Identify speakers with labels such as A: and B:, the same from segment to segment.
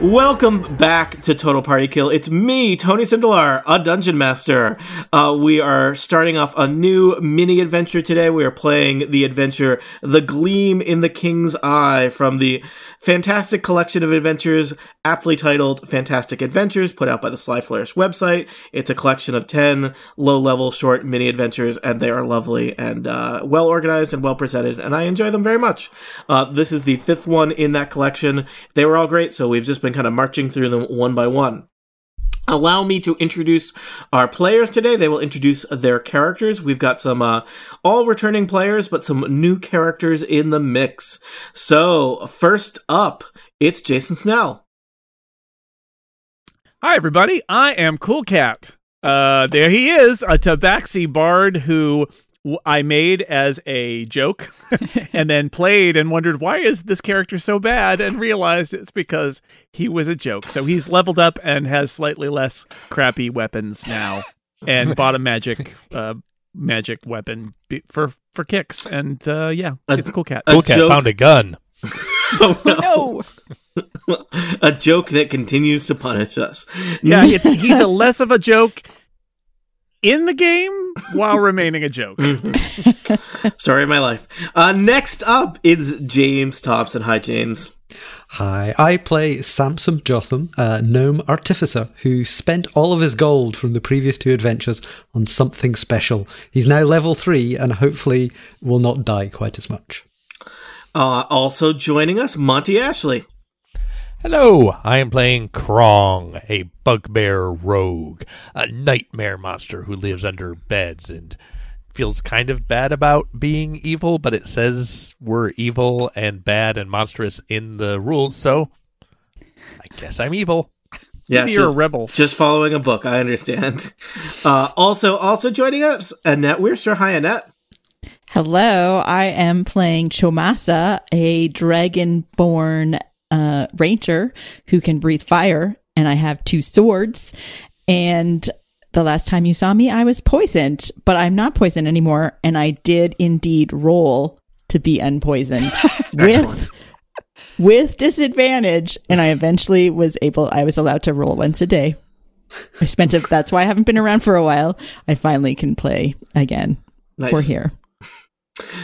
A: Welcome back to Total Party Kill. It's me, Tony Sindelar, a dungeon master. Uh, we are starting off a new mini adventure today. We are playing the adventure "The Gleam in the King's Eye" from the fantastic collection of adventures aptly titled "Fantastic Adventures," put out by the Sly Flourish website. It's a collection of ten low-level short mini adventures, and they are lovely and uh, well organized and well presented, and I enjoy them very much. Uh, this is the fifth one in that collection. They were all great, so we've just been kind of marching through them one by one. Allow me to introduce our players today. They will introduce their characters. We've got some uh, all returning players, but some new characters in the mix. So, first up, it's Jason Snell.
B: Hi, everybody. I am Cool Cat. Uh, there he is, a tabaxi bard who w- I made as a joke and then played and wondered why is this character so bad and realized it's because he was a joke. So he's leveled up and has slightly less crappy weapons now and bought a magic uh, magic weapon be- for for kicks and uh, yeah,
A: A-
B: it's Cool Cat.
A: a
C: Cool Cat
A: joke-
C: found a gun.
A: Oh, no.
D: No.
A: a joke that continues to punish us.
B: Yeah, it's he's a less of a joke in the game while remaining a joke.
A: Story of my life. Uh, next up is James Thompson. Hi, James.
E: Hi, I play Samson Jotham, a gnome artificer who spent all of his gold from the previous two adventures on something special. He's now level three and hopefully will not die quite as much.
A: Uh, also joining us, Monty Ashley.
C: Hello, I am playing Krong, a bugbear rogue, a nightmare monster who lives under beds and feels kind of bad about being evil, but it says we're evil and bad and monstrous in the rules, so I guess I'm evil.
A: Yeah,
B: Maybe you're a
A: just-
B: rebel.
A: Just following a book, I understand. Uh, also, also joining us, Annette Weirster. Hi, Annette.
D: Hello, I am playing Chomasa, a dragonborn uh, ranger who can breathe fire, and I have two swords. And the last time you saw me, I was poisoned, but I'm not poisoned anymore, and I did indeed roll to be unpoisoned with with disadvantage, and I eventually was able. I was allowed to roll once a day. I spent a, that's why I haven't been around for a while. I finally can play again.
A: Nice.
D: We're here.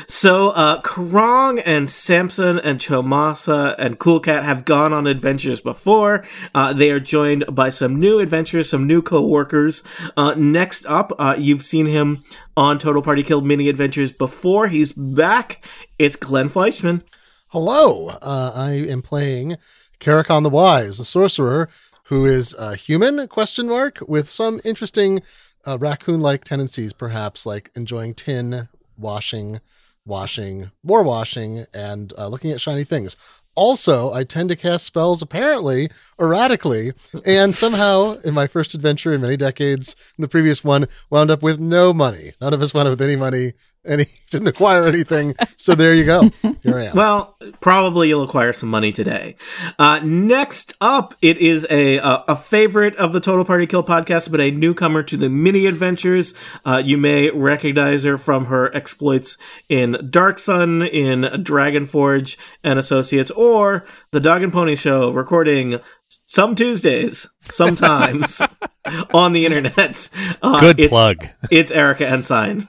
A: So, uh, Krong and Samson and Chomasa and Cool Cat have gone on adventures before. Uh, they are joined by some new adventures, some new co workers. Uh, next up, uh, you've seen him on Total Party Kill mini adventures before. He's back. It's Glenn Fleischman.
F: Hello, uh, I am playing Karakon the Wise, a sorcerer who is a human question mark with some interesting uh, raccoon-like tendencies, perhaps like enjoying tin washing, washing, more washing, and uh, looking at shiny things. Also, I tend to cast spells apparently erratically, and somehow in my first adventure in many decades, in the previous one, wound up with no money. None of us wound up with any money, any didn't acquire anything. So there you go. Here I am.
A: Well, probably you'll acquire some money today. Uh, next up, it is a, a a favorite of the Total Party Kill podcast, but a newcomer to the mini adventures. Uh, you may recognize her from her exploits in Dark Sun, in Dragonforge and Associates, or the Dog and Pony Show, recording some Tuesdays, sometimes on the internet. Uh,
C: Good
A: it's,
C: plug.
A: It's Erica Ensign.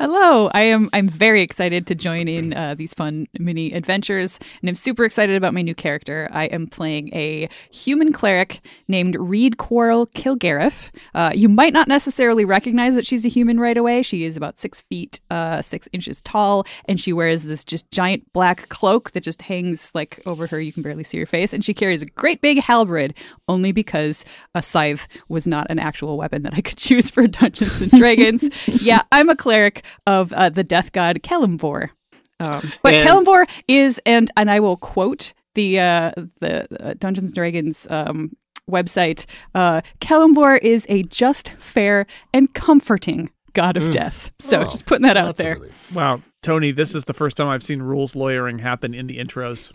G: Hello, I am. I'm very excited to join in uh, these fun mini adventures, and I'm super excited about my new character. I am playing a human cleric named Reed Quarrel Kilgariff. Uh, you might not necessarily recognize that she's a human right away. She is about six feet uh, six inches tall, and she wears this just giant black cloak that just hangs like over her. You can barely see her face, and she carries a great big halberd, only because a scythe was not an actual weapon that I could choose for Dungeons and Dragons. yeah, I'm a cleric of uh, the death god Kelimvor. Um, but
A: And-
G: Kelimvor is, and and I will quote the uh, the uh, Dungeons and Dragons um, website. Uh, Kelimvor is a just, fair, and comforting god of death. So
F: Oh,
G: just putting that out
F: That's a
G: there.
F: relief.
B: Wow, Tony, this is the first time I've seen rules lawyering happen in the intros.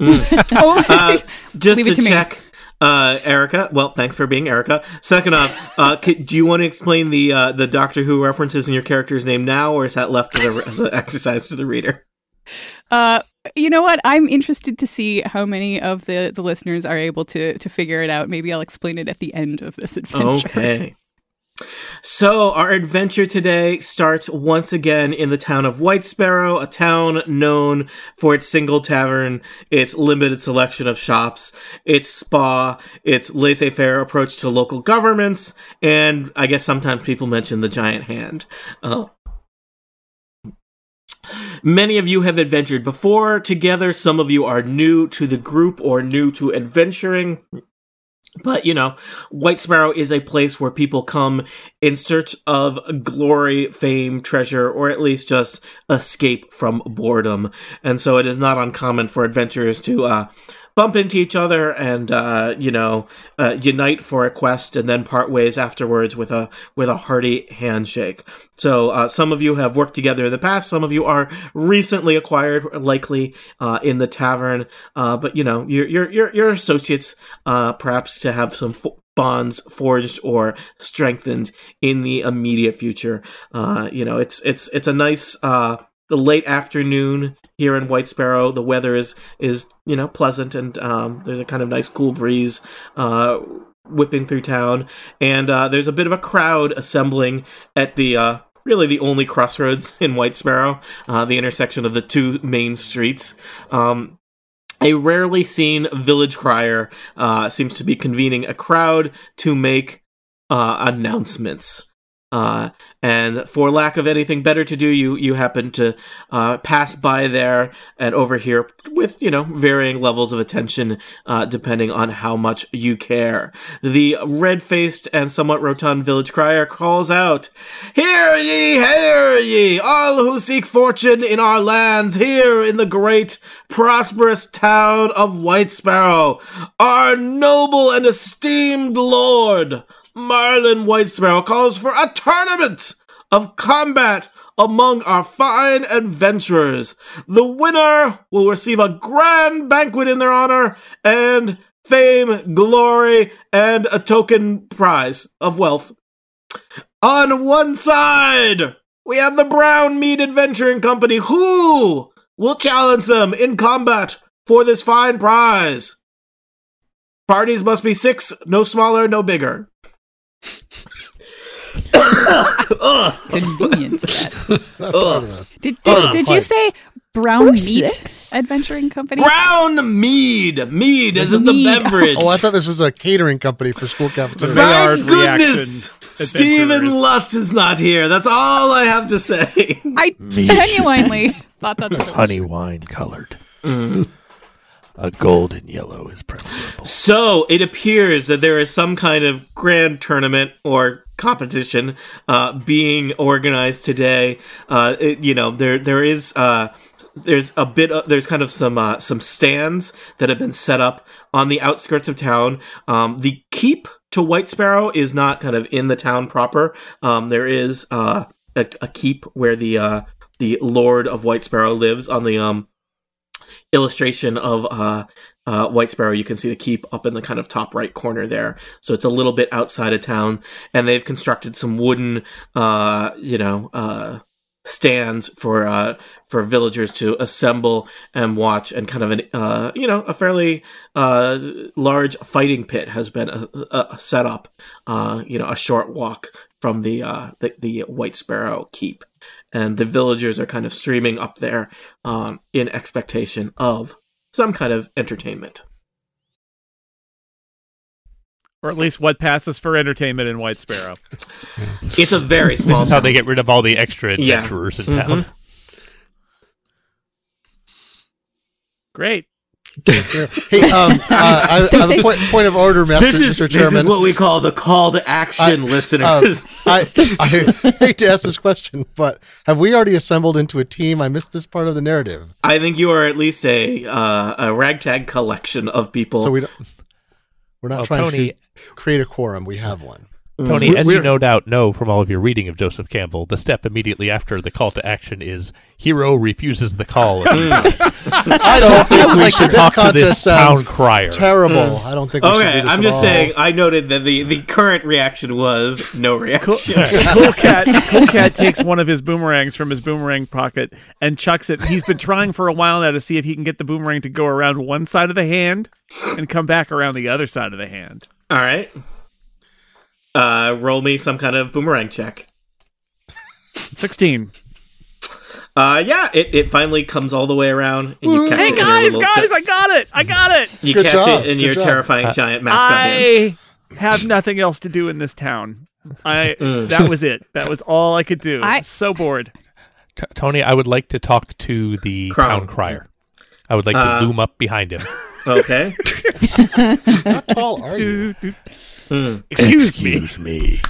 G: Oh,
A: Uh, just
G: Leave
A: to,
G: it to me.
A: check, uh, Erica. Well, thanks for being Erica. Second up, uh, c- do you want to explain the uh, the Doctor Who references in your character's name now, or is that left to the, as an exercise to the reader?
G: Uh, you know what? I'm interested to see how many of the the listeners are able to to figure it out. Maybe I'll explain it at the end of this adventure.
A: Okay. So, our adventure today starts once again in the town of White Sparrow, a town known for its single tavern, its limited selection of shops, its spa, its laissez faire approach to local governments, and I guess sometimes people mention the giant hand. Uh, Many of you have adventured before together, some of you are new to the group or new to adventuring. But, you know, White Sparrow is a place where people come in search of glory, fame, treasure, or at least just escape from boredom. And so it is not uncommon for adventurers to uh, bump into each other and, uh, you know, uh, unite for a quest and then part ways afterwards with a, with a hearty handshake. So uh, some of you have worked together in the past, some of you are recently acquired, likely uh, in the tavern. Uh, but, you know, your, your, your, your associates uh, perhaps to have some fo- bonds forged or strengthened in the immediate future. Uh, you know, it's it's it's a nice uh, the late afternoon here in White Sparrow. The weather is is you know pleasant and um, there's a kind of nice cool breeze. Uh, whipping through town and uh, there's a bit of a crowd assembling at the uh, really the only crossroads in white sparrow uh, the intersection of the two main streets um, a rarely seen village crier uh, seems to be convening a crowd to make uh, announcements. Uh, and for lack of anything better to do, you you happen to uh, pass by there and over here with you know varying levels of attention uh, depending on how much you care. The red-faced and somewhat rotund village crier calls out, "Hear ye, hear ye! All who seek fortune in our lands, here in the great, prosperous town of White Sparrow, our noble and esteemed lord." Marlin White Sparrow calls for a tournament of combat among our fine adventurers. The winner will receive a grand banquet in their honor and fame, glory, and a token prize of wealth. On one side, we have the Brown Meat Adventuring Company, who will challenge them in combat for this fine prize. Parties must be six, no smaller, no bigger. Ugh.
G: Convenient. That.
F: That's part of it.
G: Did
A: Oh,
G: did, did you
F: Right.
G: say brown
D: We're
G: meat
D: six.
G: adventuring company?
A: Brown mead. Mead isn't the
G: Mead.
A: beverage.
F: Oh, I thought this was a catering company for school cafeteria.
B: Maillard
A: Thank goodness
B: reaction
A: Stephen
B: adventurers.
A: Lutz is not here. That's all I have to say.
G: I genuinely thought that's what it was.
C: honey wine colored. A golden yellow is preferable.
A: So it appears that there is some kind of grand tournament or competition uh, being organized today. Uh, it- you know, there there is. Uh, there's a bit of, there's kind of some uh, some stands that have been set up on the outskirts of town. Um, the keep to White Sparrow is not kind of in the town proper. Um, there is uh, a, a keep where the uh, the Lord of White Sparrow lives on the um, illustration of uh, uh, White Sparrow. You can see the keep up in the kind of top right corner there. So it's a little bit outside of town, and they've constructed some wooden, uh, you know, uh, stands for uh, for villagers to assemble and watch, and kind of an uh, you know a fairly uh, large fighting pit has been uh, uh, set up. Uh, you know, a short walk from the uh, the, the White Sparrow keep. And the villagers are kind of streaming up there um, in expectation of some kind of entertainment.
B: or at least what passes for entertainment in White Sparrow.
A: It's a very small.
C: That's how they
A: town.
C: get rid of all the extra
A: Yeah.
C: adventurers in town.
B: Great.
F: Hey, um, uh, I, I have a point, point of order, Master
A: This is
F: Mr.
A: this
F: Chairman.
A: is what we call the call to action,
F: I- Um,
A: listeners.
F: I, I hate to ask this question, but have we already assembled into a team? I missed this part of the narrative.
A: I think you are at least a uh, a ragtag collection of people.
F: So we don't, we're not
C: Oh,
F: trying
C: Tony,
F: to create a quorum. We have one.
C: Tony, as you
B: We're-
C: no doubt know from all of your reading of Joseph Campbell, the step immediately after the call to action is hero refuses the call.
F: I don't
C: I
F: think
C: would
F: we
C: like to
F: should. This
C: talk to this
F: contest sounds
C: town crier.
F: terrible. I don't think. We should
A: Okay,
F: do this
A: I'm
F: at
A: just
F: all.
A: saying. I noted that the the current reaction was no reaction.
B: Cool Cat, cool Cat takes one of his boomerangs from his boomerang pocket and chucks it. He's been trying for a while now to see if he can get the boomerang to go around one side of the hand and come back around the other side of the hand.
A: All right. Uh, roll me some kind of boomerang check.
B: 16.
A: Uh, yeah, it, it finally comes all the way around, and you catch
B: Hey
A: it. in your
B: guys,
A: little
B: guys,
A: gi-
B: I got it. I got it.
A: you
F: Good
A: catch
F: job,
A: it in
F: good
A: your
F: job. Uh,
A: terrifine giant mascot hands.
B: I have nothing else to do in this town. I
F: Uh.
B: that was it. That was all I could do.
G: I-
B: I'm so bored.
C: T- Tony, I would like to talk to the
A: Crow.
C: town crier. I would like
A: Uh,
C: to loom up behind him.
A: Okay.
F: How tall are you?
B: Do, do. Excuse, me.
C: me.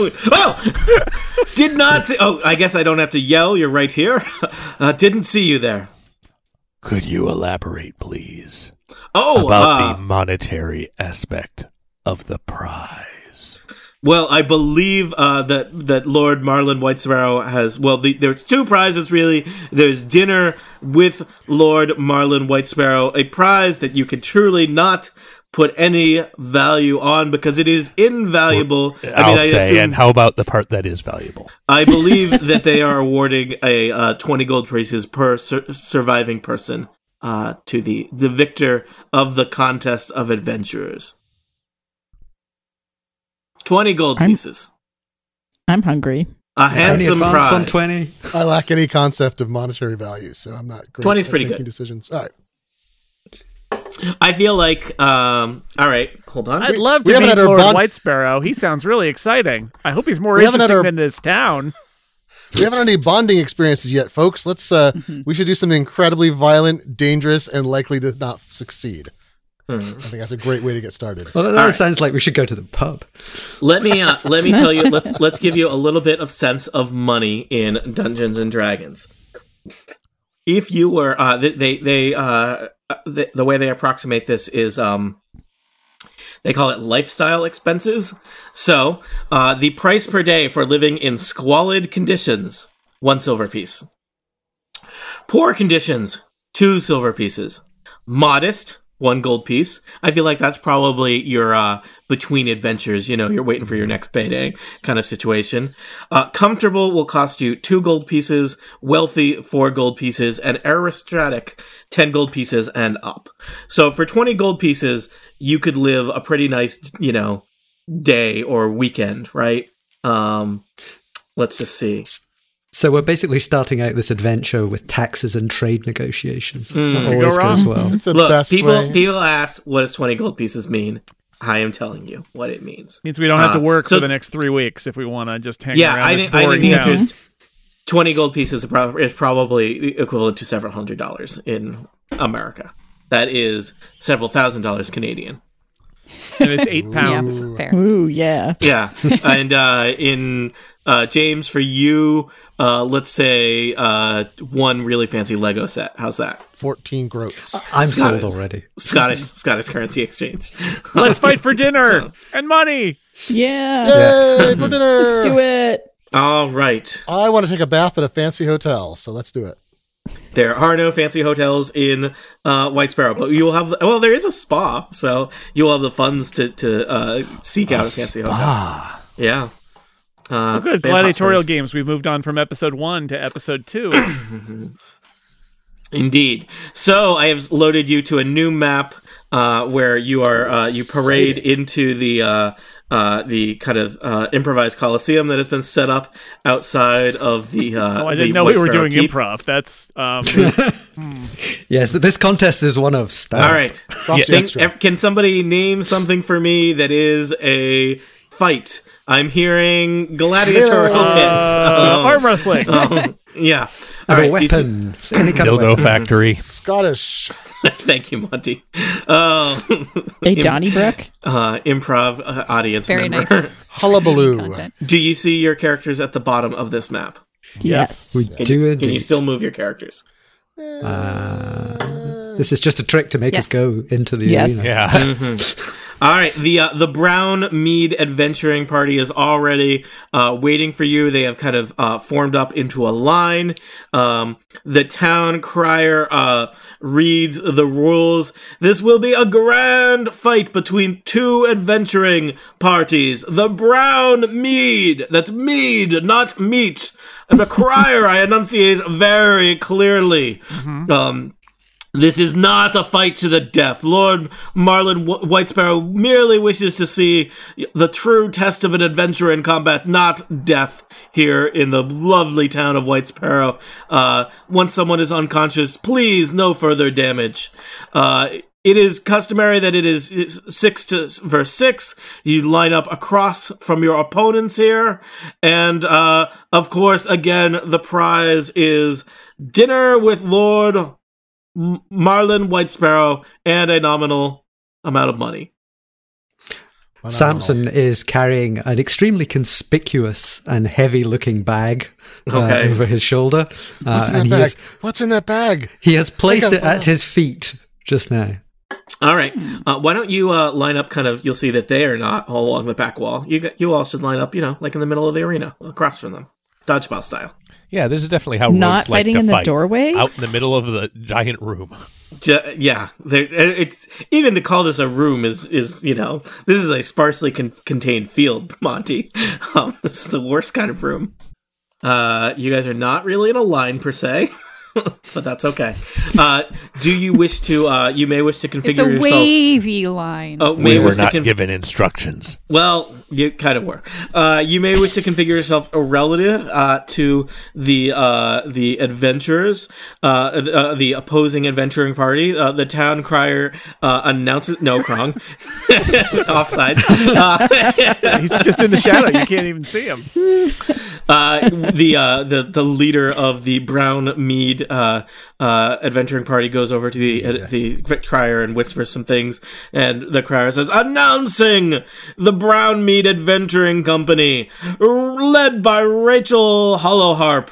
A: oh, did not see. Oh, I guess I don't have to yell. You're right here. Uh, didn't see you there.
C: Could you elaborate, please,
A: Oh,
C: about
A: uh,
C: the monetary aspect of the prize?
A: Well, I believe uh, that that Lord Marlon White Sparrow has. Well, the, there's two prizes really. There's dinner with Lord Marlon White Sparrow, a prize that you can truly not put any value on because it is invaluable.
C: I'll say,
A: assume-
C: and how about the part that is valuable?
A: I believe that they are awarding a uh, 20 gold pieces per sur- surviving person uh, to the the victor of the contest of adventurers. 20 gold
D: I'm-
A: pieces.
D: I'm hungry.
A: A
E: Any
A: handsome
E: advance on
A: prize.
E: 20?
F: I lack any concept of monetary value, so I'm not. Great
A: 20's
F: at
A: pretty
F: making
A: good.
F: Decisions. All right.
A: I feel like um all right, hold on.
B: I'd love
F: we
B: to
F: haven't
B: meet
F: had our
B: Lord
F: bond-
B: White Sparrow. He sounds really exciting. I hope he's more
F: We haven't had
B: interesting
F: our-
B: than this town.
F: We haven't had any bonding experiences yet, folks. Let's. uh
D: Mm-hmm.
F: We should do something incredibly violent, dangerous, and likely to not succeed. I think that's a great way to get started.
E: Well, that, that
A: right.
E: sounds like we should go to the pub.
A: Let me uh, let me tell you let's let's give you a little bit of sense of money in Dungeons and Dragons. If you were uh they they, they uh the, the way they approximate this is um they call it lifestyle expenses. So, uh the price per day for living in squalid conditions, 1 silver piece. Poor conditions, 2 silver pieces. modest one gold piece i feel like that's probably your uh between adventures you know you're waiting for your next payday kind of situation uh comfortable will cost you two gold pieces wealthy four gold pieces and aristocratic 10 gold pieces and up so for 20 gold pieces you could live a pretty nice you know day or weekend right um let's just see
E: So we're basically starting out this adventure with taxes and trade negotiations.
A: Hmm.
E: That
B: Could go
E: always
B: wrong.
E: goes well.
F: It's the
A: look
F: best
A: people
F: way.
A: people ask what does 20 gold pieces mean i am telling you what it means
B: Means we don't have to
A: Uh,
B: work
A: so-
B: for the next three weeks if we want to just hang
A: yeah,
B: around
A: I
B: this
A: think, I think
B: boring
A: the
B: town.
A: answer is twenty gold pieces is prob- is probably equivalent to several hundred dollars in America. That is several thousand dollars Canadian.
B: and it's eight pounds.
G: Yeah, fair.
D: Ooh, yeah.
A: Yeah, and uh, in uh, James for you, uh, let's say uh, one really fancy Lego set. How's that?
F: Fourteen groats.
E: I'm
A: Scott-
E: sold already.
A: Scottish Scottish currency exchange.
B: Let's fight for dinner
A: So-
B: and money.
D: Yeah. Mm-hmm.
F: Yay for dinner!
D: Do it.
A: All right.
F: I want to take a bath at a fancy hotel, so let's do it.
A: There are no fancy hotels in uh, White Sparrow, but you will have. Well, there is a spa, so you will have the funds to to uh, seek out a fancy hotel.
C: Ah,
A: Yeah. Uh,
B: Good
A: they have
B: gladiatorial
A: hospitals.
B: games. We've moved on from episode one to episode two. Oh,
A: Indeed. So I have loaded you to a new map uh, where you are uh, you parade into the uh, uh, the kind of uh, improvised coliseum that has been set up outside of the. Uh,
B: oh, I
A: the
B: didn't know
A: White
B: we were
A: Sparrow
B: doing
A: Keep.
B: improv. That's um,
E: Yes, th- this contest is one of style.
A: All right.
F: Frosty
A: Think-
F: extra.
A: ev- can somebody name something for me that is a fight? I'm hearing gladiatorial pins.
B: uh,
A: Um,
B: arm wrestling.
A: um, yeah. All
E: Have a
A: right. do you see-
E: weapon. Any kind of
C: dildo
E: weapon.
C: factory.
F: Mm-hmm. Scottish.
A: Thank you, Monty. Uh,
D: Hey,
A: im-
D: Donnybrook.
A: uh, improv uh, audience
G: Very
A: member.
G: nice.
F: Hullabaloo.
G: Content.
A: Do you see your characters at the bottom of this map?
D: Yes.
E: We
A: Can,
E: do
A: you,
E: it.
A: can you still move your characters?
E: This is just a trick to make us
G: Yes.
E: go into the
D: Yes.
G: Mm-hmm.
E: arena.
C: Yeah.
A: All right, the uh, the Brown Mead adventuring party is already uh, waiting for you. They have kind of uh, formed up into a line. Um, the town crier uh, reads the rules. This will be a grand fight between two adventuring parties. The Brown Mead, that's mead, not meat. And the crier I enunciate very clearly. Um, this is not a fight to the death. Lord Marlin w- White Sparrow merely wishes to see the true test of an adventure in combat, not death, here in the lovely town of White Sparrow. Uh, once someone is unconscious, please no further damage. Uh, it is customary that it is it's six to verse six. You line up across from your opponents here, and uh, of course, again, the prize is dinner with Lord Marlin White Sparrow and a nominal amount of money.
F: Phenomenal.
E: Samson is carrying an extremely conspicuous and heavy looking bag uh,
A: Okay.
E: over his shoulder. Uh,
F: What's
E: and
F: in that
E: he,
F: bag?
E: has,
F: What's in that bag?
E: he has placed
F: Take a
E: it at
F: photo.
E: his feet just now.
A: All right, uh, why don't you uh, line up? Kind of, you'll see that they are not all along the back wall. You got- you all should line up. You know, like in the middle of the arena, across from them, dodgeball style.
C: Yeah, this is definitely how
D: Not
C: rogues like
D: fighting
C: to
D: in the
C: fight,
D: doorway?
C: out in the middle of the giant room.
A: J- yeah, there- uh, it's even to call this a room is is you know this is a sparsely con- contained field, Monty. Um, this is the worst kind of room. Uh, you guys are not really in a line per se, but that's okay. Uh, do you wish to? Uh, you may wish to configure
G: It's a
A: yourself.
G: wavy line.
A: Oh,
C: We
A: may
C: were
A: wish to
C: not
A: con-
C: given instructions.
A: Well, you kind of were. Uh, you may wish to configure yourself a relative uh, to the uh, the adventurers, uh, th- uh, the opposing adventuring party. Uh, the town crier uh, announces no Krong offsides. Uh,
B: He's just in the shadow. You can't even see him.
A: uh, the uh, the the leader of the Brown Mead uh, uh, adventuring party goes over to the uh, the crier and whispers some things, and the crier says, "Announcing the Brown Mead Adventuring Company, led by Rachel Hollowharp."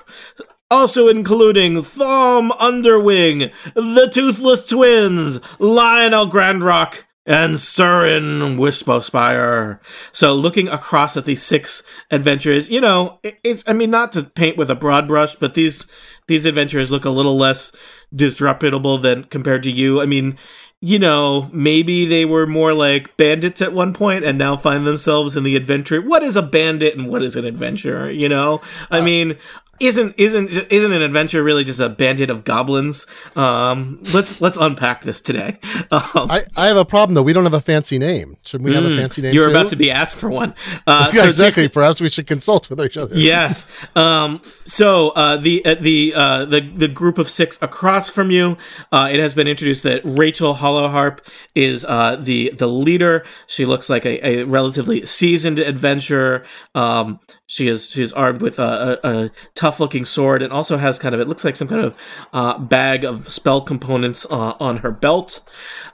A: Also including Thom Underwing, the Toothless Twins, Lionel Grandrock, and Surin Wispospire. So looking across at these six adventurers, you know, it- it's I mean not to paint with a broad brush, but these these adventurers look a little less disreputable than compared to you. I mean, you know, maybe they were more like bandits at one point and now find themselves in the adventure. What is a bandit and what is an adventurer, you know?
F: Uh,
A: I mean, isn't isn't isn't an adventure really just a bandit of goblins? Um, let's let's unpack this today. Um,
F: I, I have a problem though. We don't have a fancy name. Should we have a fancy name?
A: Mm. you're
F: too?
A: about to be asked for one. Uh,
F: Yeah,
A: so
F: exactly.
A: just-
F: Perhaps we should consult with each other.
A: yes. Um, so uh, the uh, the uh, the the group of six across from you, uh, it has been introduced that Rachel Hollowharp is uh, the the leader. She looks like a, a relatively seasoned adventurer. Um, she is she's armed with a, a, a tough looking sword and also has kind of it looks like some kind of uh, bag of spell components uh, on her belt.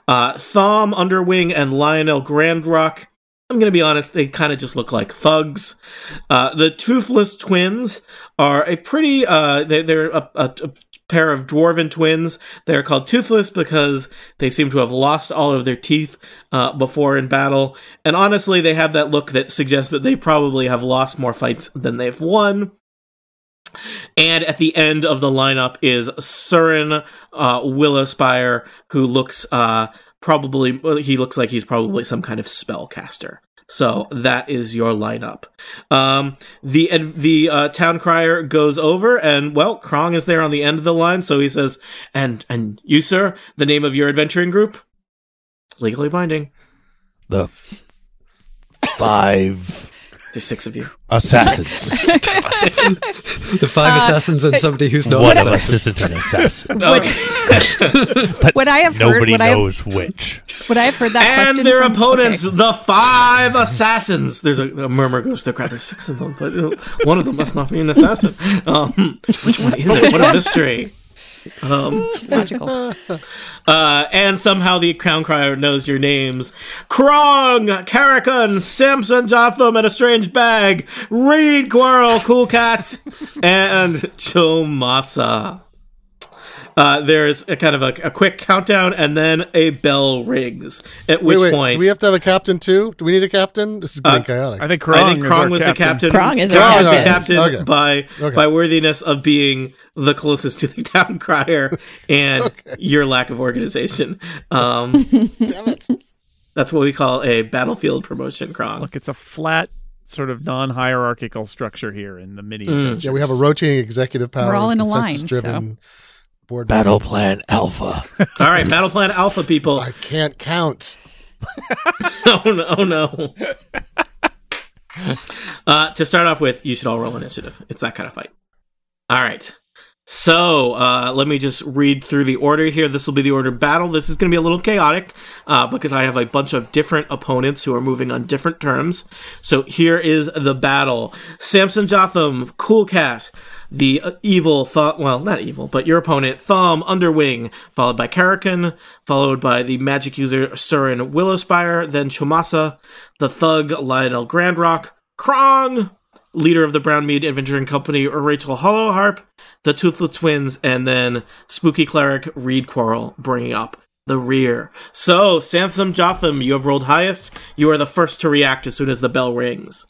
A: Uh, Thom Underwing and Lionel Grandrock. I'm gonna be honest, they kind of just look like thugs. Uh, the Toothless Twins are a pretty, uh, they're, they're a, a, a pair of dwarven twins. They're called Toothless because they seem to have lost all of their teeth uh, before in battle. And honestly, they have that look that suggests that they probably have lost more fights than they've won. And at the end of the lineup is Surin uh, Willowspire, who looks uh, probably well, he looks like he's probably some kind of spellcaster. So that is your lineup. Um, the ad- the uh, town crier goes over, and well, Krong is there on the end of the line, so he says, "And and you, sir, the name of your adventuring group." Legally binding.
C: The five
A: There's six of you.
C: assassins.
E: The five assassins and somebody who's not
C: One
E: an
C: of us
E: assassin.
C: isn't an assassin,
G: Would,
C: but
G: What I have heard-
C: nobody
G: what I have-
C: knows which.
G: would I have heard that
A: and
G: question?
A: their
G: from-
A: opponents,
G: okay.
A: the five assassins. There's a, a murmur goes to the crowd. There's six of them, but uh, one of them must not be an assassin. Um, which one is it? What a mystery!
G: Logical.
A: Uh, and somehow the crown crier knows your names: Krong, Karakun, Samson, Jotham, and a strange bag. Reed, Quarrel, Cool Cat, and Chomasa. Uh, there's a kind of a, a quick countdown, and then a bell rings. At which
F: wait, wait,
A: point,
F: do we have to have a captain too? Do we need a captain? This is getting chaotic.
B: I think Krong,
A: I think
B: is our
A: Krong was the captain.
D: Krong is our
A: Krong was the
F: captain.
A: captain
F: Okay.
A: by
F: Okay.
A: by worthiness of being the closest to the town crier and your lack of organization. Um,
F: Damn it.
A: that's what we call a battlefield promotion, Krong.
B: Look, it's a flat sort of non-hierarchical structure here in the mini.
A: Mm.
F: Yeah, we have a rotating executive power.
G: We're all in a line,
F: consensus-driven board
C: Battle
F: members.
C: plan alpha.
A: All right, battle plan alpha, people.
F: I can't count.
A: oh no! Oh, no. uh, to start off with, you should all roll initiative. It's that kind of fight. All right. So uh, let me just read through the order here. This will be the order of battle. This is going to be a little chaotic uh, because I have a bunch of different opponents who are moving on different terms. So here is the battle: Samson Jotham, Cool Cat, the uh, evil thumb. Well, not evil, but your opponent, Thumb Underwing, followed by Karakin, followed by the magic user Surin Willowspire, then Chomasa, the thug Lionel Grandrock, Krong, leader of the Brown Mead Adventuring Company, Rachel Hollowharp, the Toothless Twins, and then Spooky Cleric Reed Quarrel bringing up the rear. So, Sansom Jotham, you have rolled highest. You are the first to react as soon as the bell rings.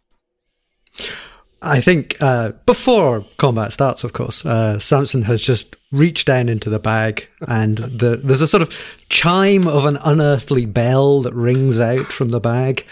E: I think uh, before combat starts, of course, uh, Samson has just reached down into the bag, and the, there's a sort of chime of an unearthly bell that rings out from the bag.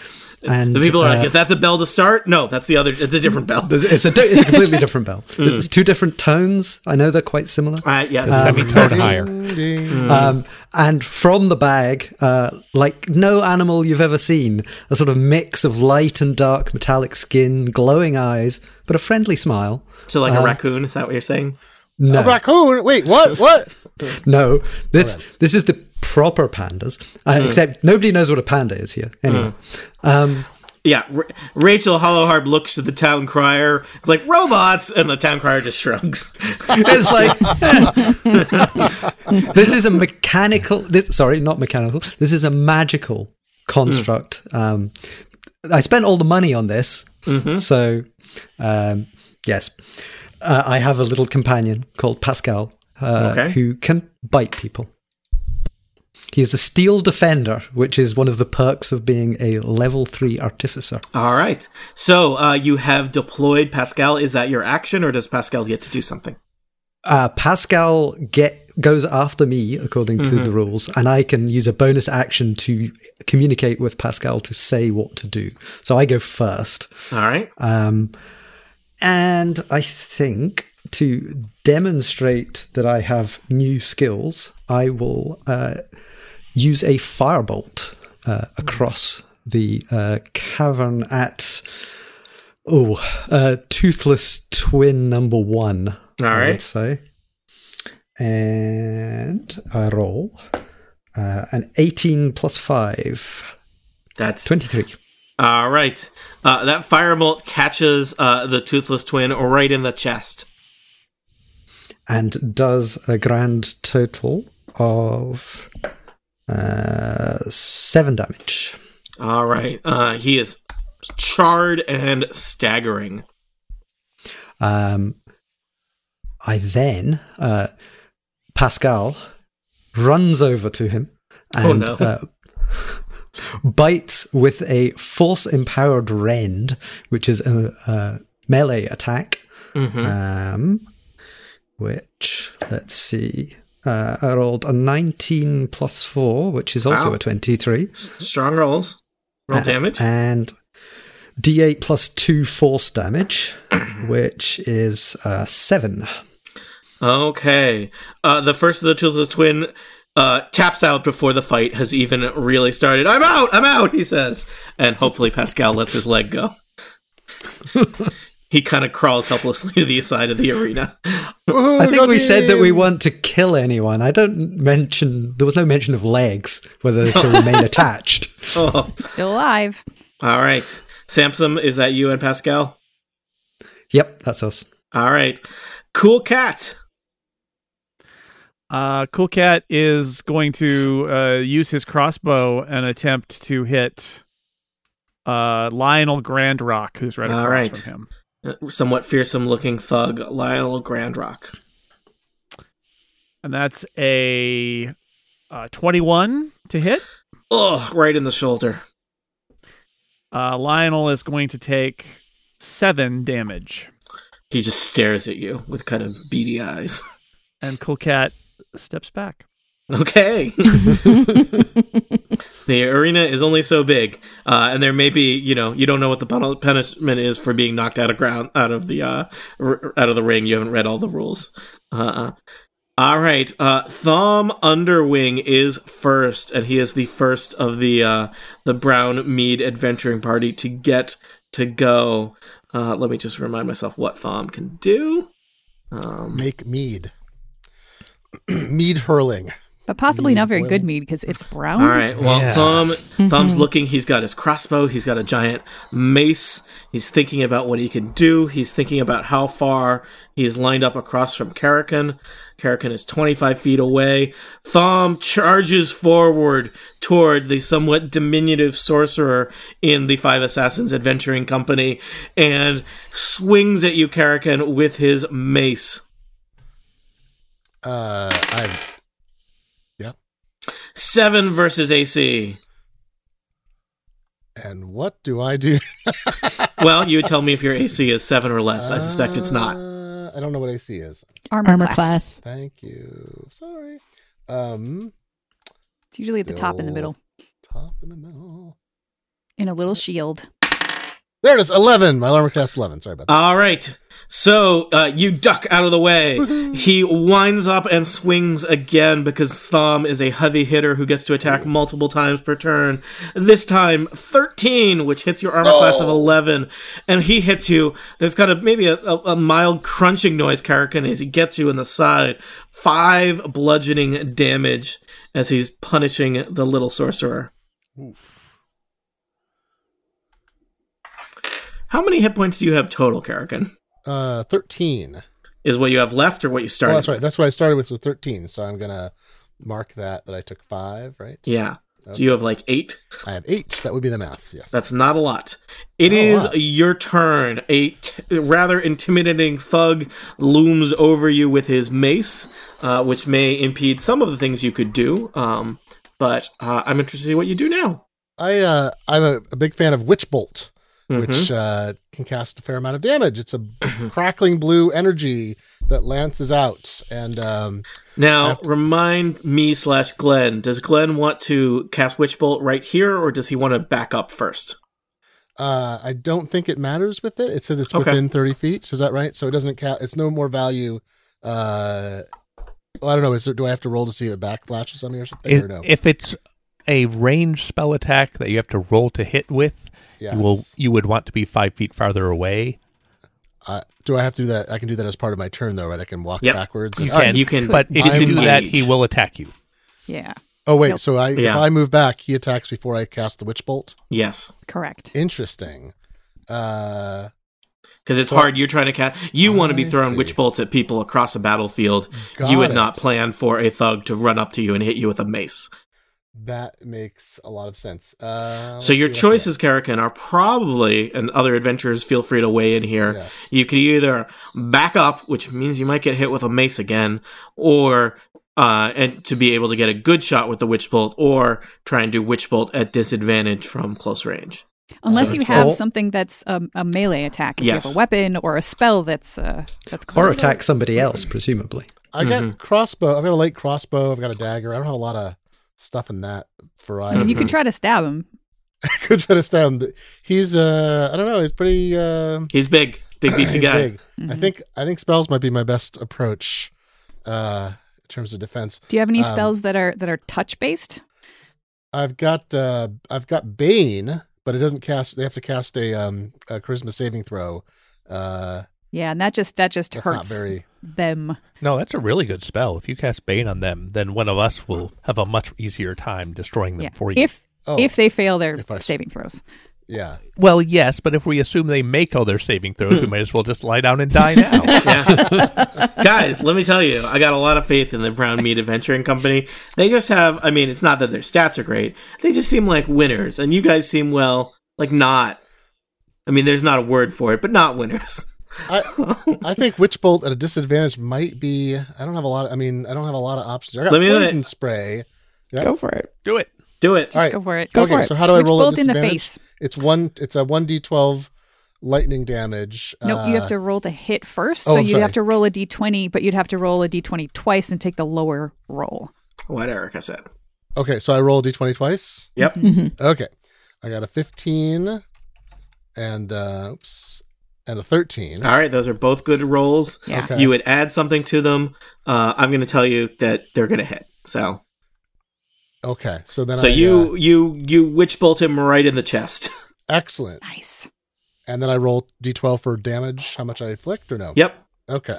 E: And
A: The people are
E: uh,
A: like, is that the bell to start? No, that's the other. It's a different bell.
E: there's- it's a di- it's a completely different bell. It's two different tones. I know they're quite similar.
A: Uh, yes.
C: Semitone higher.
F: Ding, ding.
E: Um, and from the bag, uh, like no animal you've ever seen, a sort of mix of light and dark metallic skin, glowing eyes, but a friendly smile.
A: so, like a
E: Uh,
A: raccoon, is that what you're saying?
E: No,
F: A raccoon. Wait, what? What?
E: no, this this is the proper pandas. Uh, Except nobody knows what a panda is here. Anyway, um,
A: Yeah. R- Rachel Hollowharp looks to the town crier. It's like, robots! And the town crier just shrugs.
E: it's like this is a mechanical. This sorry, not mechanical. This is a magical construct. Um, I spent all the money on this, so um, yes, uh, I have a little companion called Pascal uh,
A: Okay.
E: who can bite people. He is a steel defender, which is one of the perks of being a level three artificer.
A: All right. So uh, you have deployed Pascal. Is that your action, or does Pascal get to do something?
E: uh, Pascal get goes after me according to the rules, and I can use a bonus action to communicate with Pascal to say what to do. So I go first,
A: All right.
E: um, and I think to demonstrate that I have new skills, I will uh, use a firebolt uh, across the uh, cavern at oh uh, toothless twin number one.
A: All
E: I
A: right.
E: would say. And I roll uh, an 18 plus 5,
A: That's
E: 23.
A: all right. Uh, that firebolt catches uh, the toothless twin right in the chest.
E: And does a grand total of uh, 7 damage.
A: All right. Uh, he is charred and staggering.
E: Um, I then, uh, Pascal runs over to him and
A: Oh, no.
E: uh, bites with a force empowered rend, which is a, a melee attack.
A: Mm-hmm.
E: Um, which, let's see, uh, I rolled a 19 plus 4, which is also
A: Wow.
E: a 23.
A: S- strong rolls. Roll
E: Uh,
A: damage.
E: And d8 plus 2 force damage, which is uh, 7.
A: Okay. Uh, the first of the toothless twin uh, taps out before the fight has even really started. I'm out. I'm out. He says, and hopefully Pascal lets his leg go. he kind of crawls helplessly to the side of the arena.
F: Woohoo,
E: I think
F: go
E: we said that we
F: team!
E: want to kill anyone. I don't mention there was no mention of legs, whether to remain attached.
A: Oh.
G: Still alive.
A: All right, Samson, is that you and Pascal?
E: Yep, that's us.
A: All right, cool cat.
B: Uh, cool Cat is going to uh, use his crossbow and attempt to hit uh, Lionel Grandrock, who's right
A: All
B: across
A: right.
B: from him.
A: Uh, Somewhat fearsome looking thug Lionel Grandrock.
B: and that's a uh, 21 to hit.
A: Ugh, right in the shoulder.
B: Uh, Lionel is going to take seven damage,
A: He just stares at you with kind of beady eyes.
B: and Cool Cat steps back.
A: Okay. the arena is only so big, uh, and there may be, you know, you don't know what the pun- punishment is for being knocked out of ground, out of the, uh, r- out of the ring. You haven't read all the rules. Uh-uh. All right. Uh, Thom Underwing is first, and he is the first of the uh, the Brown Mead adventuring party to get to go. Uh, let me just remind myself what Thom can do. Um,
F: Make mead. mead hurling.
G: But possibly
D: Mm,
F: Mead
G: not very good
F: boiling.
G: mead because it's brown.
A: All right. Mm-hmm. Well,
E: Yeah.
A: Thumb, Thumb's looking. He's got his crossbow. He's got a giant mace. He's thinking about what he can do. He's thinking about how far he is lined up across from Karakin. Karakin is 25 feet away. Thumb charges forward toward the somewhat diminutive sorcerer in the Five Assassins Adventuring Company and swings at you, Karakin, with his mace.
F: Uh, I
A: Seven versus AC.
F: and what do I do?
A: Well, you tell me if your AC is seven or less. I suspect it's not.
F: Uh, I don't know what AC is.
G: Armor,
D: Armor class.
G: class.
F: Thank you. Sorry. Um,
G: It's usually at the top in the
F: Still-
G: middle
F: top in the middle.
G: in a little shield.
F: There it is. Eleven. My armor class eleven. Sorry about that.
A: All right. So uh, you duck out of the way. He winds up and swings again because Thom is a heavy hitter who gets to attack multiple times per turn. This time, 13, which hits your armor class of
F: Oh.
A: 11. And he hits you. There's kind of maybe a, a, a mild crunching noise, Karakin, as he gets you in the side. Five bludgeoning damage as he's punishing the little sorcerer. How many hit points do you have total, Karakin?
F: Uh, thirteen.
A: Is what you have left or what you
F: Oh,
A: started?
F: that's right. That's what I started with. With thirteen. So I'm gonna mark that that I took five. Right.
A: Yeah. So
F: Okay.
A: you have like eight.
F: I have eight. That would be the math. Yes.
A: That's not a lot. It
F: Not a
A: is
F: lot.
A: your turn. A t- rather intimidating thug looms over you with his mace, uh, which may impede some of the things you could do. Um, but uh, I'm interested to see what you do now.
F: I uh, I'm a, a big fan of Witch Bolt,
A: Mhm.
F: which uh, can cast a fair amount of damage. It's a
A: Mm-hmm.
F: crackling blue energy that lances out, and um, I
A: Now,
F: have to-
A: remind me slash Glenn, does Glenn want to cast Witch Bolt right here or does he want to back up first?
F: uh, I don't think it matters with it. It says it's
A: Okay.
F: within 30 feet. So is that right? So it doesn't count. It's no more value. Uh, well, I don't know. Is there, do I have to roll to see if it backlashes on me or something?
C: If-
F: or no?
C: If it's a range spell attack that you have to roll to hit with,
F: yes.
C: you will you would want to be five feet farther away.
F: I- do I have to do that? I can do that as part of my turn, though, right? I can walk
A: Yep.
F: backwards.
C: You
F: all right.
C: can,
A: you can
C: but if you do that, he
A: disengage.
C: will attack you.
G: Yeah,
F: Oh wait.
G: Yep.
F: So I if
A: Yeah.
F: I move back, he attacks before I cast the Witch Bolt.
A: Yes.
G: correct.
F: Interesting. Uh,
A: Because it's
F: Well-
A: hard. You're trying to catch. You want to be
F: I
A: throwing
F: see.
A: witch bolts at people across a battlefield.
F: Got
A: you would
F: it.
A: not plan for a thug to run up to you and hit you with a mace.
F: that makes a lot of sense. Uh,
A: so
F: let's
A: your
F: see what else
A: choices, Karakin, are probably, and other adventurers, feel free to weigh in here.
F: Yes.
A: You could either back up, which means you might get hit with a mace again, or uh, and to be able to get a good shot with the witch bolt, or try and do witch bolt at disadvantage from close range.
G: Unless
A: So
G: you
A: it's
G: have
E: all-
G: something that's um, a melee attack, if you
A: Yes.
G: have a weapon or a spell that's uh, that's
E: Or
G: close.
E: attack somebody else, presumably.
F: I got
A: Mhm.
F: crossbow. I've got a light crossbow. I've got a dagger. I don't have a lot of stuff in that
G: I mean,
F: variety.
G: you can try to stab him.
F: I could try to stab him. but He's uh, I don't know. He's pretty. Uh,
A: He's big, big beefy
F: he's
A: guy.
F: big.
G: Mm-hmm.
F: I think I think spells might be my best approach uh, in terms of defense.
G: Do you have any
F: Um,
G: spells that are that are touch based?
F: I've got uh, I've got Bane, but it doesn't cast. They have to cast a, um, a charisma saving throw. Uh,
G: Yeah, and that just that just
F: that's
G: hurts
F: not very.
G: them.
C: No, that's a really good spell. If you cast Bane on them, then one of us will have a much easier time destroying them
G: Yeah.
C: for you.
G: If
F: Oh,
G: if they fail their
F: If I-
G: saving throws,
F: yeah.
C: well, yes, but if we assume they make all their saving throws, we might as well just lie down and die now.
A: yeah. Guys, let me tell you, I got a lot of faith in the Brown Meat Adventuring Company. They just have, I mean, it's not that their stats are great. They just seem like winners. And you guys seem, well, like not. I mean, there's not a word for it, but not winners.
F: I, I think witch bolt at a disadvantage might be. I don't have a lot. Of, I mean, I don't have a lot of options. I got
A: Let me in
F: poison spray. Yep.
D: Go for it.
C: Do it.
A: Do it.
F: All right,
G: Go for it. Go
F: okay,
G: for it.
F: so how do I
G: Which
F: roll at
G: bolt in the
F: disadvantage?
G: face?
F: It's one. It's a one d twelve lightning damage.
G: Nope, you
F: Uh,
G: have to roll the hit first.
F: oh,
G: so
F: I'm
G: you'd
F: sorry.
G: have to roll a d20, but you'd have to roll a d20 twice and take the lower roll.
A: What Erica said.
F: uh, Okay, so I roll d twenty twice.
A: Yep.
F: Okay, I got a fifteen, and uh, oops, and a thirteen.
A: All right, those are both good rolls.
G: Yeah.
F: Okay.
A: You would add something to them. Uh, I'm going to tell you that they're going to hit. So,
F: Okay, so then
A: so
F: I,
A: you
F: uh,
A: you you witch bolt him right in the chest.
F: excellent,
G: Nice.
F: and then I roll d twelve for damage. How much I inflict or no?
A: yep.
F: Okay.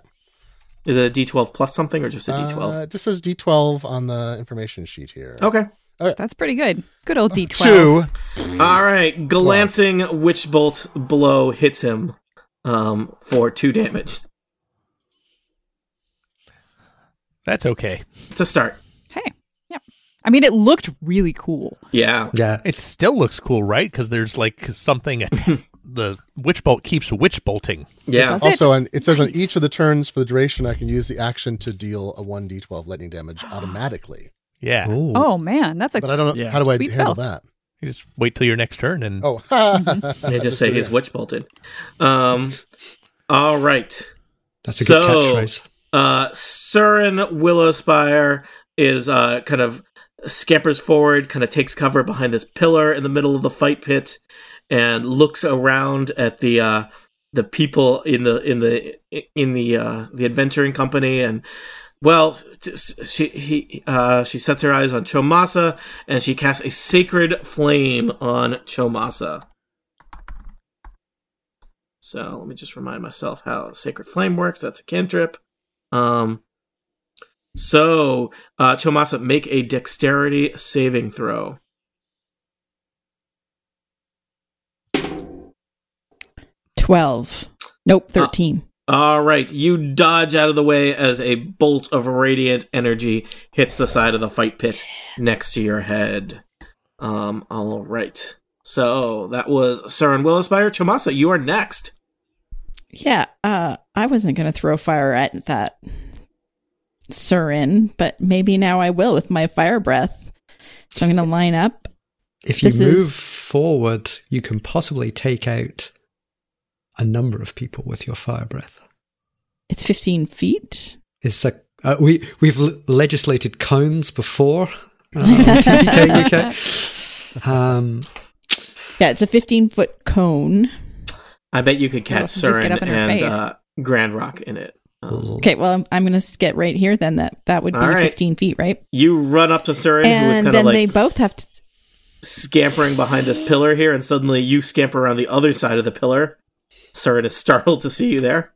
A: Is it a D12 plus something or just a
F: Uh,
A: D12?
F: it just says d12 on the information sheet here.
A: okay.
G: That's pretty good. Good old d12.
F: Uh, Two.
A: All right. Glancing witch bolt blow hits him um, for two damage.
C: That's okay.
A: It's a start.
G: Hey. Yep. I mean, it looked really cool.
A: Yeah.
E: Yeah.
C: It still looks cool, right? Because there's like something. att- the witch bolt keeps witch bolting.
A: Yeah.
G: That's it.
F: Also, and it says on
G: Nice.
F: each of the turns for the duration, I can use the action to deal a 1d12 lightning damage automatically.
C: Yeah.
E: Ooh.
G: Oh, man. That's a.
F: But I don't know.
B: Yeah.
F: How do I
G: Sweet
F: handle
G: spell.
F: that?
C: You just wait till your next turn and
F: Oh,
A: They just say
F: do
A: he's
F: that.
A: witch bolted. Um, all right.
E: That's a
A: so,
E: good catchphrase.
A: Uh, Surin Willowspire is uh, kind of scampers forward, kind of takes cover behind this pillar in the middle of the fight pit, and looks around at the uh, the people in the in the in the uh, the adventuring company and. Well, t- s- she he uh, she sets her eyes on Chomasa and she casts a sacred flame on Chomasa. So let me just remind myself how sacred flame works. That's a cantrip. Um, so, uh, Chomasa, make a dexterity saving throw.
D: Twelve.
A: Uh,
D: Nope. Thirteen.
A: All right, you dodge out of the way as a bolt of radiant energy hits the side of the fight pit next to your head. Um, all right. So that was Saren Willowspire. Chomasa, you are next.
D: Yeah, uh, I wasn't going to throw fire at that Surin, but maybe now I will with my fire breath. So I'm going to line up.
E: If you
D: This is-
E: move forward, you can possibly take out a number of people with your fire breath.
D: It's 15 feet.
E: It's a uh, we we've l- legislated cones before. Uh, on TPK UK. Um,
D: Yeah, it's a 15 foot cone.
A: I bet you could catch
G: welcome. Just
A: Surin
G: get up in her
A: and
G: face.
A: uh, Grand Rock in it. Um,
D: Okay, well, I'm, I'm going to get right here then. That that would be
A: All right.
D: 15 feet, right?
A: you run up to Surin, who is
D: And
A: kind of
D: then
A: like
D: they both have to.
A: scampering behind this pillar here, and suddenly you scamper around the other side of the pillar. Surin is startled to see you there.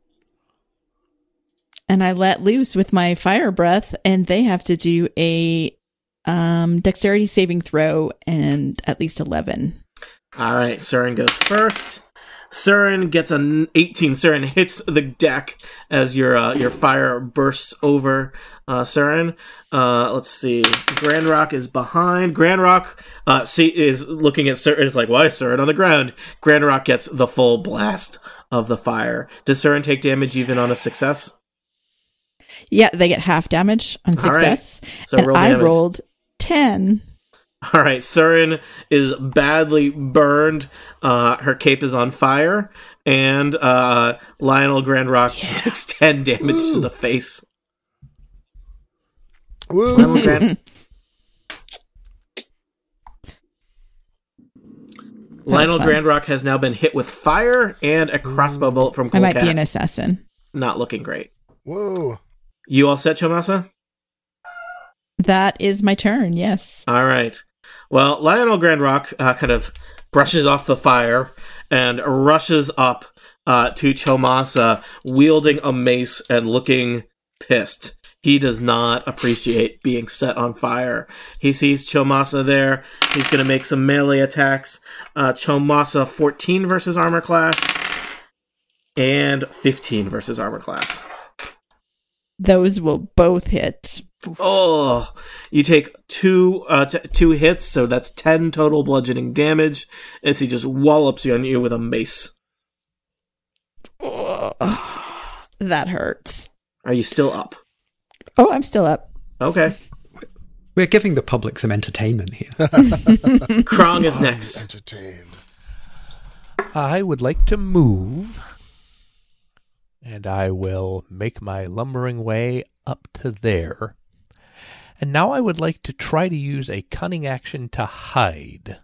D: And I let loose with my fire breath, and they have to do a um, dexterity saving throw and at least 11.
A: All right, Surin goes first. Surin gets an 18. Surin hits the deck as your uh, your fire bursts over uh, Surin. Uh, let's see. Grand Rock is behind. Grand Rock uh, see is looking at Surin. Is like, why is Surin on the ground? Grand Rock gets the full blast of the fire. Does Surin take damage even on a success?
D: Yeah, they get half damage on
A: All right.
D: success.
A: So
D: and
A: roll
D: I
A: damage.
D: rolled 10.
A: All right, Surin is badly burned. Uh, her cape is on fire, and uh, Lionel Grand Rock takes ten damage to the face.
F: Woo.
A: Lionel Grand. Lionel
D: fun.
A: Grand Rock has now been hit with fire and a crossbow bolt from
D: I might be
A: Golcat.
D: an assassin.
A: Not looking great.
F: Whoa.
A: You all set, Chomasa?
D: That is my turn. Yes.
A: All right. Well, Lionel Grand Rock uh, kind of brushes off the fire and rushes up uh, to Chomasa, wielding a mace and looking pissed. He does not appreciate being set on fire. He sees Chomasa there. He's going to make some melee attacks. Uh, Chomasa 14 versus armor class and 15 versus armor class.
D: Those will both hit.
A: Oh, you take two uh, t- two hits, so that's ten total bludgeoning damage as he just wallops you on you with a mace.
D: that hurts.
A: Are you still up?
D: Oh, I'm still up.
A: Okay.
E: We're giving the public some entertainment here.
A: Krong is next.
F: Entertained.
C: I would like to move, and I will make my lumbering way up to there. And now I would like to try to use a cunning action to hide.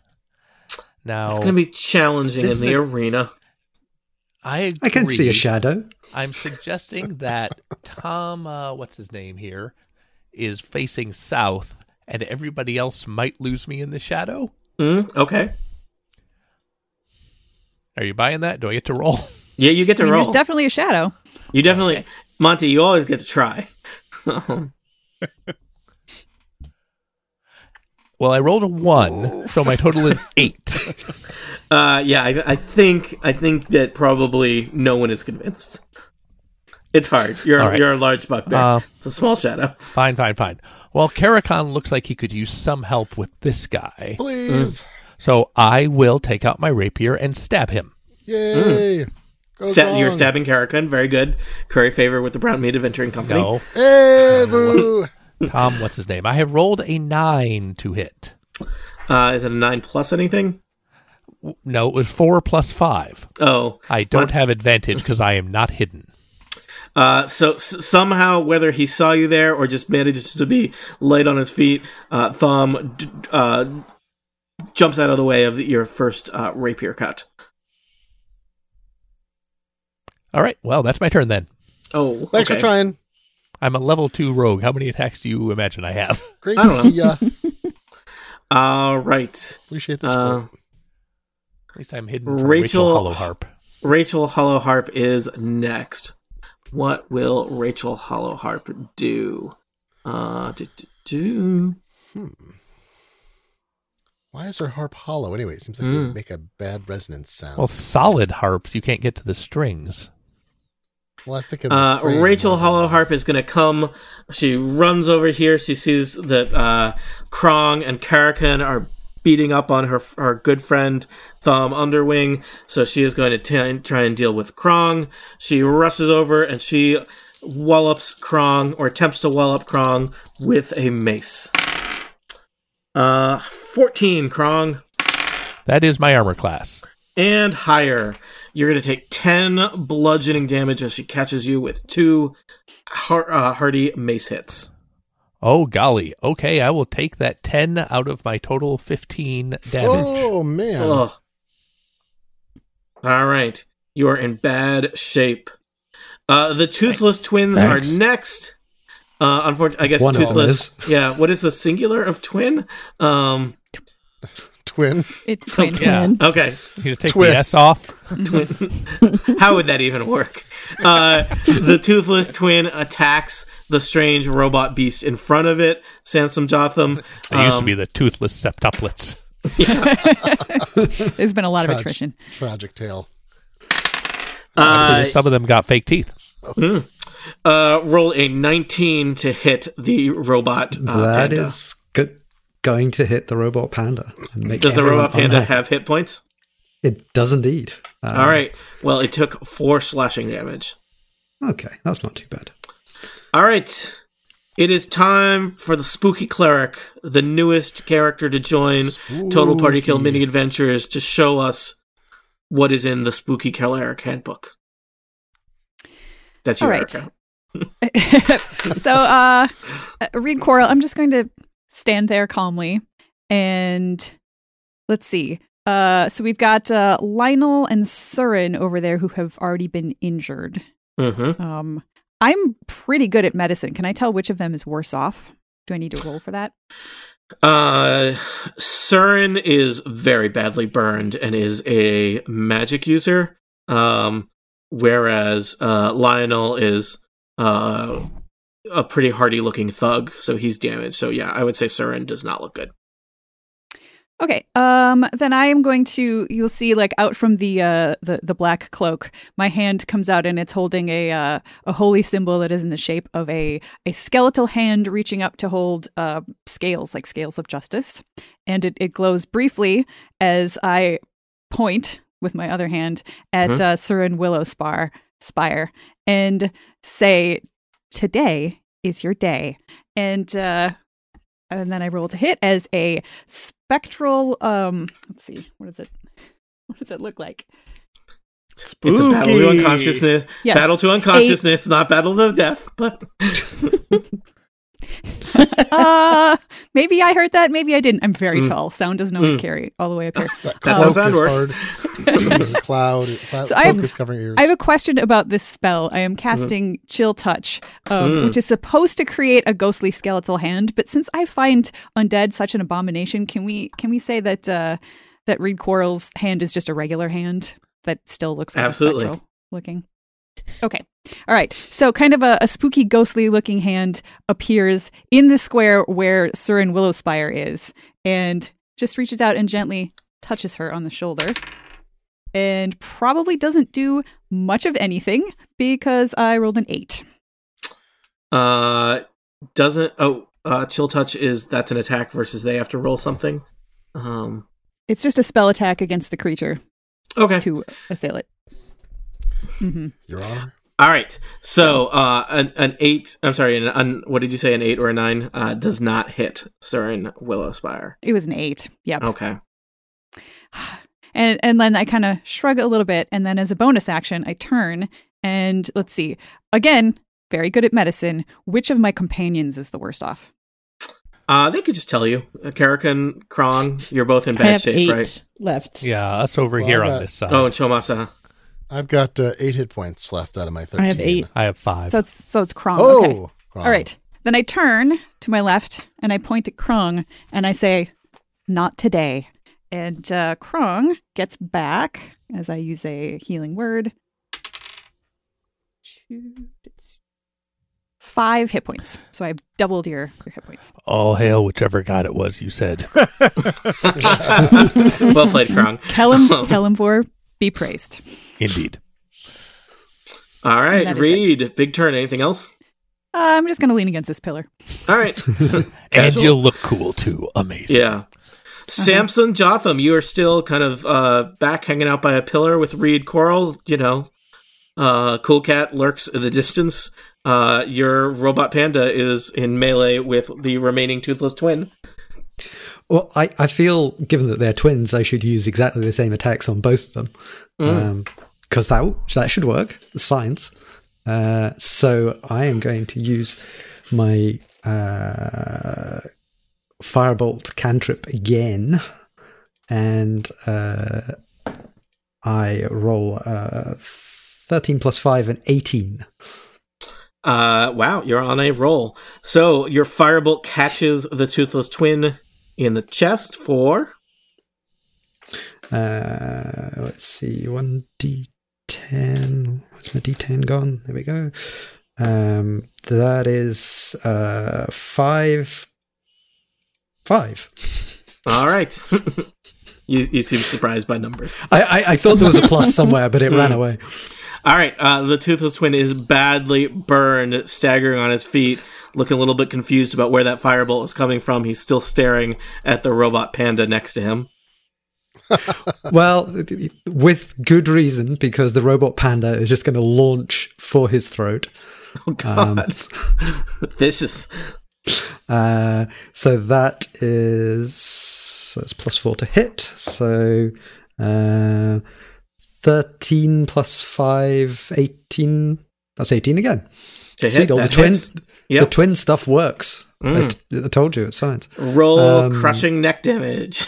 C: Now
A: It's going to be challenging in the arena.
C: I agree.
E: I can see a shadow.
C: I'm suggesting that Tom, uh, what's his name here, is facing south, and everybody else might lose me in the shadow.
A: Mm, okay.
C: Are you buying that? Do I get to roll?
A: Yeah, you get to
G: I mean,
A: roll.
G: there's definitely a shadow.
A: you definitely, Monty. You always get to try.
C: Well, I rolled a one, so my total is eight.
A: Uh, yeah, I, I think I think that probably no one is convinced. It's hard. You're
C: All right.
A: you're a large buckbear.
C: Uh,
A: it's a small shadow.
C: Fine, fine, fine. Well, Karakon looks like he could use some help with this
A: Mm.
C: guy.
F: Please.
C: So I will take out my rapier and stab him.
F: Yay.
A: Mm.
F: Go
A: Stat, you're
F: Gronk.
A: stabbing Karakun. Very good. Curry favor with the Brown Meat Adventuring Company.
C: No.
F: Hey, boo.
C: Tom, what's his name? I have rolled a nine to hit.
A: Uh, is it a nine plus anything?
C: W- No, it was four plus five.
A: Oh,
C: I don't have advantage because I am not hidden.
A: Uh, so s- somehow, whether he saw you there or just manages to be light on his feet, uh, Thom d- d- uh, jumps out of the way of the, your first uh, rapier cut.
C: All right. Well, that's my turn then.
A: Oh,
F: Thanks
A: okay.
F: for trying.
C: I'm a level two rogue. How many attacks do you imagine I have?
F: Great
A: I
F: to
A: don't
F: see ya.
A: All right,
F: Appreciate this.
A: Uh,
F: work.
C: At least I'm hidden. From
A: Rachel-
C: Rachel Hollow Harp.
A: Rachel Hollowharp is next. What will Rachel Hollowharp do? Uh, do, do, do.
F: Why is her harp hollow anyway? It seems like
A: Mm.
F: it would make a bad resonance sound.
C: Well, solid harps. You can't get to the strings.
F: Well, I was thinking
A: Uh,
F: the frame
A: Rachel
F: rather than-
A: Hollowharp is going to come. She runs over here. She sees that uh, Krong and Karakin are beating up on her her good friend Thumb Underwing. So she is going to t- try and deal with Krong. She rushes over and she wallops Krong or attempts to wallop Krong with a mace. Uh, fourteen Krong
C: That is my armor class.
A: and higher. You're going to take 10 bludgeoning damage as she catches you with two har- uh, hardy mace hits.
C: Oh, golly. Okay, I will take that 10 out of my total 15 damage.
F: Oh man.
A: Ugh. All right. You are in bad shape. Uh, the Toothless Twins are
C: Thanks.
A: next. Uh, unfortunately, I guess
E: One of them
A: Toothless.
E: is.
A: Yeah. What is the singular of twin? Um,
F: Twin.
G: It's twin.
C: Yeah.
A: okay.
C: You just take
F: Twit.
C: the S off.
A: How would that even work? Uh, the toothless twin attacks the strange robot beast in front of it. Sansom Jotham.
C: They used to be the toothless septuplets.
G: There's been a lot of
F: Tragic-
G: attrition.
F: Tragic tale.
A: Uh,
C: Some of them got fake teeth.
A: uh, roll a 19 to hit the robot. Uh,
E: That
A: panda.
E: is go- going to hit the robot panda. And make
A: Does the
E: everyone
A: robot panda
E: unhappy.
A: have hit points?
E: It does indeed. Um,
A: All right. Well, it took four slashing damage.
E: Okay, that's not too bad.
A: All right. It is time for the spooky cleric, the newest character to join Total Party Kill Mini Adventures, to show us what is in the spooky cleric handbook. That's you,
G: All right.
A: Erica.
G: so uh reed quarrel i'm just going to stand there calmly and let's see uh so we've got uh lionel and surin over there who have already been injured
A: hmm
G: um i'm pretty good at medicine can i tell which of them is worse off do i need to roll for that
A: Uh, Surin is very badly burned and is a magic user, um, whereas uh, Lionel is uh, a pretty hardy looking thug, so he's damaged. So, yeah, I would say Surin does not look good.
G: Okay. Um then I am going to you'll see like out from the uh the, the black cloak, my hand comes out and it's holding a uh, a holy symbol that is in the shape of a a skeletal hand reaching up to hold uh scales, like scales of justice. And it, it glows briefly as I point with my other hand at uh, Surin Willow Spar, Spire and say, Today is your day. And, uh, and then I roll to hit as a spectral. Um, let's see, what is it? What does it look like?
B: Spooky.
A: It's a battle to unconsciousness.
G: Yes.
A: Battle to unconsciousness, not battle to death. But
G: uh, maybe I heard that. Maybe I didn't. I'm very
A: Mm.
G: tall. Sound doesn't always
A: Mm.
G: carry all the way up here.
F: That
A: That's how
F: cloak
A: sound
F: is
A: works.
F: hard. There's a cloud. cloud
G: So I
F: cloak
G: have-
F: is covering ears.
G: I have a question about this spell. I am casting Chill Touch, um,
A: Mm-hmm. Mm.
G: which is supposed to create a ghostly skeletal hand. But since I find undead such an abomination, can we can we say that uh, that Reed Quarles' hand is just a regular hand that still looks like a
A: Absolutely.
G: spectral looking? Okay. All right. So, kind of a, a spooky, ghostly looking hand appears in the square where Surin Willowspire is and just reaches out and gently touches her on the shoulder and probably doesn't do much of anything because I rolled an eight.
A: uh, doesn't oh uh, chill touch is that's an attack versus they have to roll something. Um,
G: It's just a spell attack against the creature
A: okay,
G: to assail it. hmm
F: Your Honor.
A: all right. So uh, an an eight. I'm sorry. An, an, what did you say? An eight or a nine uh, does not hit Surin Willowspire.
G: It was an eight. Yep.
A: Okay.
G: And and then I kind of shrug a little bit, and then as a bonus action, I turn and let's see. Again, very good at medicine. Which of my companions is the worst off?
A: Uh, they could just tell you. Uh, Karaka and Kron, you're both in
D: I
A: bad
D: have
A: shape,
D: eight
A: right?
D: left.
C: Yeah, us over
F: Well,
C: here
F: I'm
C: on
F: at-
C: this side.
G: Uh-huh.
A: Oh, and Chomasa.
F: I've got uh, eight hit points left out of my thirteen.
D: I have eight.
C: I have five.
G: So it's so it's Krong.
F: Oh,
G: okay. all right. Then I turn to my left and I point at Krong and I say, "Not today." And uh, Krong gets back as I use a healing word. Two, five hit points. So I've doubled your, your hit points.
C: All hail whichever god it was you said.
A: well played, Kron.
G: Kellum,
B: Oh.
G: Kellumvor, be praised.
C: Indeed.
A: All
G: That
A: right,
G: is it.
A: Reed. Big turn. Anything else?
G: Uh, I'm just going to lean against this pillar.
A: All right.
C: And
A: Casual?
C: you'll look cool too. Amazing.
A: Yeah. Samson Jotham, you are still kind of uh, back hanging out by a pillar with Reed Coral. You know, uh, Cool Cat lurks in the distance. Uh, your robot panda is in melee with the remaining toothless twin.
E: Well, I, I feel given that they're twins, I should use exactly the same attacks on both of them. Because that, that should work. Science. Uh, so I am going to use my uh, Firebolt cantrip again. And uh, I roll uh, 13 plus 5 and 18.
A: Uh, wow, you're on a roll. So your firebolt catches the toothless twin in the chest for.
E: Uh, let's see, one d10. Where's my d10 gone? There we go. Um, that is uh five. Five.
A: All right. you, you seem surprised by numbers.
E: I, I I thought there was a plus somewhere, but it
A: Hmm.
E: ran away.
A: All right, uh, the toothless twin is badly burned, staggering on his feet, looking a little bit confused about where that firebolt is coming from. He's still staring at the robot panda next to him.
E: Well, with good reason, because the robot panda is just going to launch for his throat. Um,
A: Oh God, vicious!
E: Uh, so that is so it's plus four to hit. So uh, 13 plus 5, 18. That's 18 again.
A: To
E: Sweet, all the
A: that
E: twin,
A: hits.
E: the
A: Yep. Mm.
E: twin stuff works. I t- I told you, it's science.
A: Roll
E: um,
A: crushing neck damage.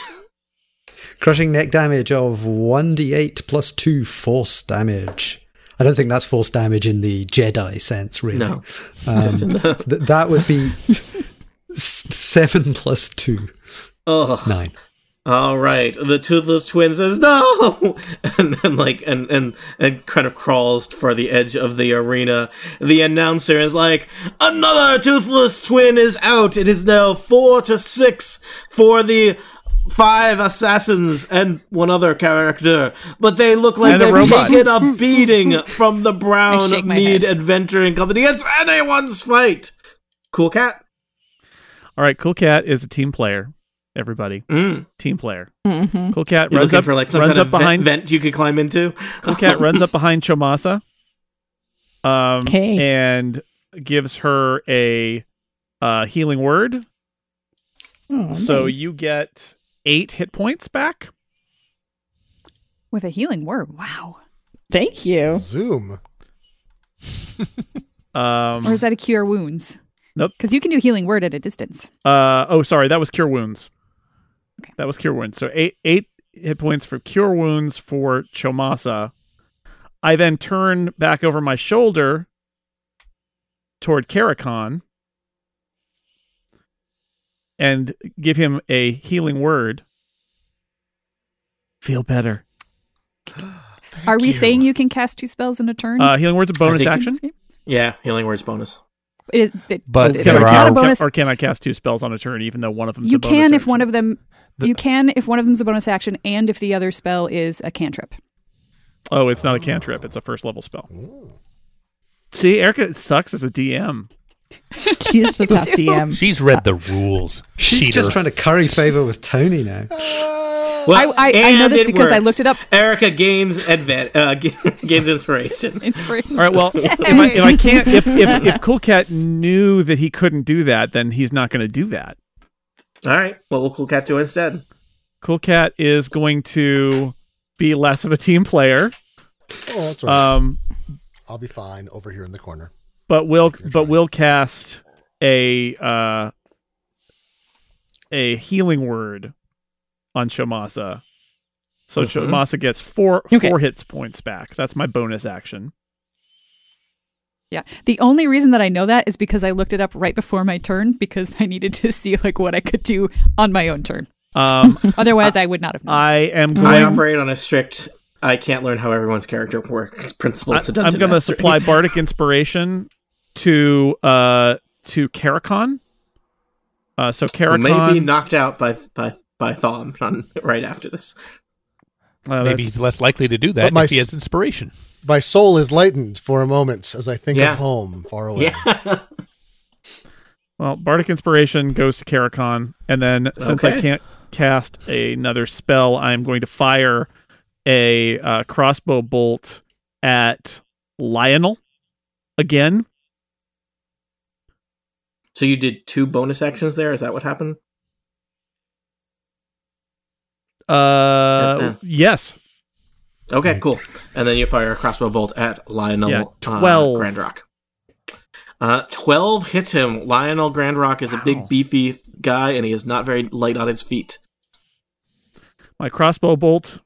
E: Crushing neck damage of 1d8 plus 2 force damage. I don't think that's force damage in the Jedi sense, really. Um,
A: No, just in the
E: Th- that would be s- 7 plus 2,
A: oh.
E: 9.
A: All right, the toothless twin says no, and then like and and and kind of crawls for the edge of the arena. The announcer is like, "Another toothless twin is out. It is now four to six for the five assassins and one other character, but they look like
B: And a
A: they've
B: robot.
A: taken a beating from the Brown
G: shake my
A: Mead
G: head.
A: Adventuring Company. It's anyone's fight. Cool cat.
B: All right, Cool Cat is a team player. everybody.
A: Mm.
B: Team player.
D: Mm-hmm.
B: Cool cat
A: You're
B: runs
A: looking
B: up
A: for like some
B: runs
A: kind
B: up
A: of vent-
B: behind
A: vent you could climb into.
B: Cool cat runs up behind Chomasa. Um
D: Okay.
B: and gives her a uh healing word.
G: Oh,
B: so you get 8 hit points back.
G: with a healing word. Wow.
D: thank you.
F: Zoom.
B: Um
G: Or is that a cure wounds?
B: Nope.
G: Because you can do healing word at a distance.
B: Uh oh, sorry, that was cure wounds.
G: Okay.
B: That was cure wounds. So eight eight hit points for cure wounds for Chomasa. I then turn back over my shoulder toward Karakon and give him a healing word. Feel better.
G: Are we saying you can cast two spells in a turn?
B: Uh, healing word's a bonus
A: think-
B: action.
A: Yeah, healing words bonus.
G: it is, it,
C: But
G: it-
B: Can I
G: it's
C: there
G: not
C: are-
G: a bonus.
B: Or can I cast two spells on a turn, even though one of them's
G: You
B: a bonus
G: can if one
B: action?
G: of them.
C: The-
G: You can if one of them's a bonus action, and if the other spell is a cantrip.
B: Oh, it's not a cantrip. It's a first level spell. See, Erica sucks as a DM.
D: She's the tough DM.
C: She's read the rules.
E: She's
C: Cheater.
E: just trying to curry favor with Tony now.
A: Well,
G: I- I know
A: and
G: this
A: it
G: because I looked it up.
A: Erica gains advan- uh, g- gains inspiration.
G: Inspiration.
B: All right. Well, if I, if I can't, if if, if Cool Cat knew that he couldn't do that, then he's not going to do that.
A: All right. What will Cool Cat do instead?
B: Cool Cat is going to be less of a team player,
F: Oh, that's all right.
B: um,
F: I'll be fine over here in the corner.
B: but will but will cast a uh, a healing word on Shomasa. So
A: Mhm.
B: Shomasa gets four
D: Okay.
B: four hits points back. That's my bonus action.
G: Yeah. The only reason that I know that is because I looked it up right before my turn because I needed to see like what I could do on my own turn.
B: Um,
G: Otherwise, I would not have. Known.
B: I am going.
A: I operate on a strict. I can't learn how everyone's character works. Principles to
B: I, am
A: Dungeon
B: going to
A: Master.
B: supply bardic inspiration to uh to Karakon. Uh, so
A: Who may be
B: Karakon,
A: knocked out by by by Thom on, right after this.
B: uh,
C: Maybe
B: that's,
C: he's less likely to do
F: But
C: that
F: my
C: if he
F: s-
C: has inspiration.
F: My soul is lightened for a moment as I think
A: Yeah.
F: of home far
B: Oh,
F: away.
A: Yeah.
B: well, bardic inspiration goes to Karakon, and then since I
A: Okay.
B: can't cast another spell, I'm going to fire a uh, crossbow bolt at Lionel again.
A: so you did two bonus actions there. Is that what happened?
B: Uh, yes,
A: Okay, cool. And then you fire a crossbow bolt at Lionel
B: Yeah,
A: uh,
B: 12.
A: Grand Rock. Uh, 12 hits him. Lionel Grand Rock is a big, beefy guy, and he is not very light on his feet.
B: my crossbow bolt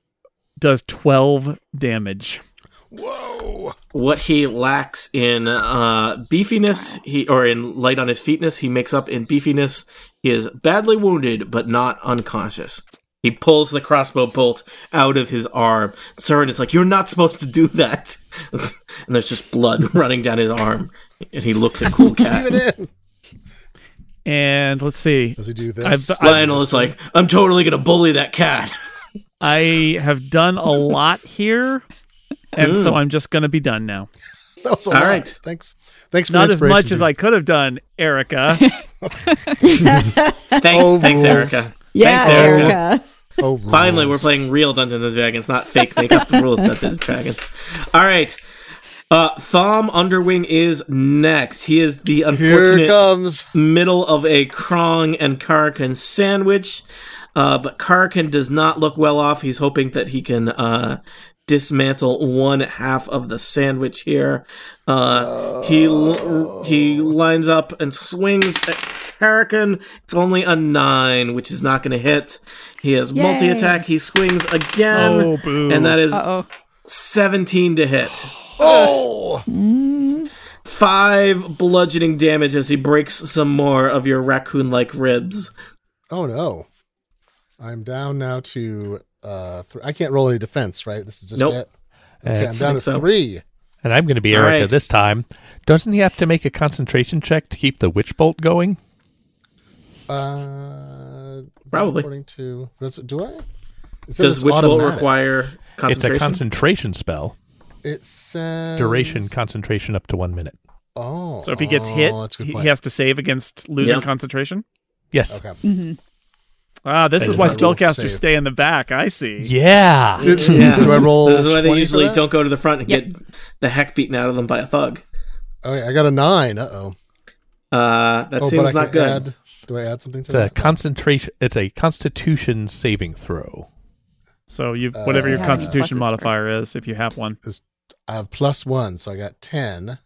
B: does twelve damage.
F: Whoa!
A: What he lacks in uh, beefiness, he or in light on his feetness, he makes up in beefiness. He is badly wounded, but not unconscious. He pulls the crossbow bolt out of his arm. Cern is like, "You're not supposed to do that," and there's just blood running down his arm. And he looks at Cool Cat.
F: Leave it in.
B: And let's see.
F: Does he do this?
B: I've-
A: Lionel is like, I'm totally gonna bully that cat.
B: I have done a lot here, and so I'm just going to be done now.
F: that was a
A: All
F: lot.
A: right.
F: Thanks. Thanks for
B: Not
F: the
B: as much
F: inspiration,
B: as I could have done, Erica.
A: Thanks,
F: Oh,
A: thanks,
F: rules.
A: Erica.
D: Yeah,
A: Thanks, Erica.
D: Erica.
F: dude. Oh,
A: Finally, we're
F: rules.
A: playing real Dungeons and Dragons, not fake make up the rules Dungeons and Dragons. All right. Uh, Thom Underwing is next. He is the
F: Here it
A: unfortunate
F: comes.
A: middle of a Krong and Karakin sandwich. Uh, but Karakin does not look well off. He's hoping that he can uh, dismantle one half of the sandwich here. Uh, he l- he lines up and swings at Karakin. It's only a nine, which is not going to hit. He has multi attack. He swings again,
B: Oh, boo.
A: and that is
G: oh,
A: 17 to hit
F: Oh!
A: five bludgeoning damage as he breaks some more of your raccoon like ribs.
F: Oh no. I'm down now to uh th- I can't roll any defense, right? This is just
A: Nope.
F: it. Okay,
C: Uh,
F: I'm down to
A: think so.
F: three.
C: and I'm going to be
A: All
C: Erica
A: right.
C: this time. Doesn't he have to make a concentration check to keep the witch bolt going?
F: Uh
A: Probably.
F: according to does, do I? It says
A: Does
F: it's
A: which will
F: automatic.
A: require
C: It's a
A: concentration?
C: concentration spell.
F: it
G: Oh,
F: says
C: Duration concentration up to one minute.
F: Oh,
B: So if he gets hit,
F: oh, that's a good
B: he,
F: point.
B: he has to save against losing
A: Yep.
G: Mm-hmm.
B: concentration.
C: Yes.
F: okay.
B: Ah, this
C: They
B: is
C: did
B: why
C: not roll
B: spellcasters
F: save.
B: stay in the back. I see.
C: Yeah.
F: Did,
A: Yeah.
F: Do I roll?
A: This is why they
F: 20 for
A: usually
F: that?
A: don't go to the front and
G: Yep.
A: get the heck beaten out of them by a thug.
F: Okay, Oh, I got a nine. Uh oh.
A: Uh, that
F: Oh,
A: seems
F: but I
A: not
F: can
A: good.
F: Add, do I add something to
C: It's a
F: that?
C: concentration. It's a Constitution saving throw.
B: So you,
F: Uh,
B: whatever your
F: Yeah,
B: Constitution
G: pluses
B: modifier is, if you have one.
F: I have plus one, so I got ten.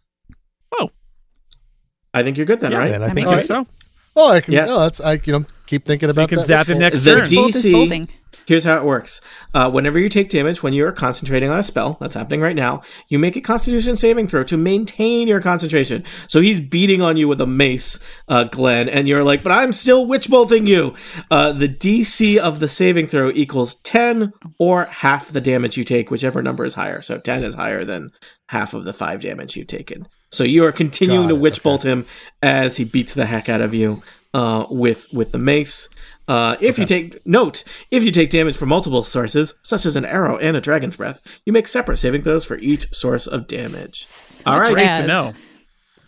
A: I think you're good then,
B: Yeah.
A: right?
C: And I
G: I
C: think
G: mean-
C: you
B: Think so.
F: Oh, I can.
A: Yeah.
F: Oh, that's I. You know, keep thinking
B: So you
F: about
B: can
F: that.
B: zap it
F: Roll.
B: next
A: The
B: turn.
A: D-
G: Bold is
A: DC.
G: bolding.
A: Here's how it works. Uh, whenever you take damage when you are concentrating on a spell, that's happening right now, you make a constitution saving throw to maintain your concentration. So he's beating on you with a mace, uh, Glenn, and you're like, but I'm still witch bolting you. Uh, the DC of the saving throw equals 10 or half the damage you take, whichever number is higher. So 10 is higher than half of the 5 damage you've taken. So you are continuing
F: Got
A: to
F: it,
A: witch
F: okay.
A: bolt him as he beats the heck out of you uh, with with the mace. Uh, if you take note, if you take damage from multiple sources, such as an arrow and a dragon's breath, you make separate saving throws for each source of damage. All right,
B: Great
G: Yes.
B: to know.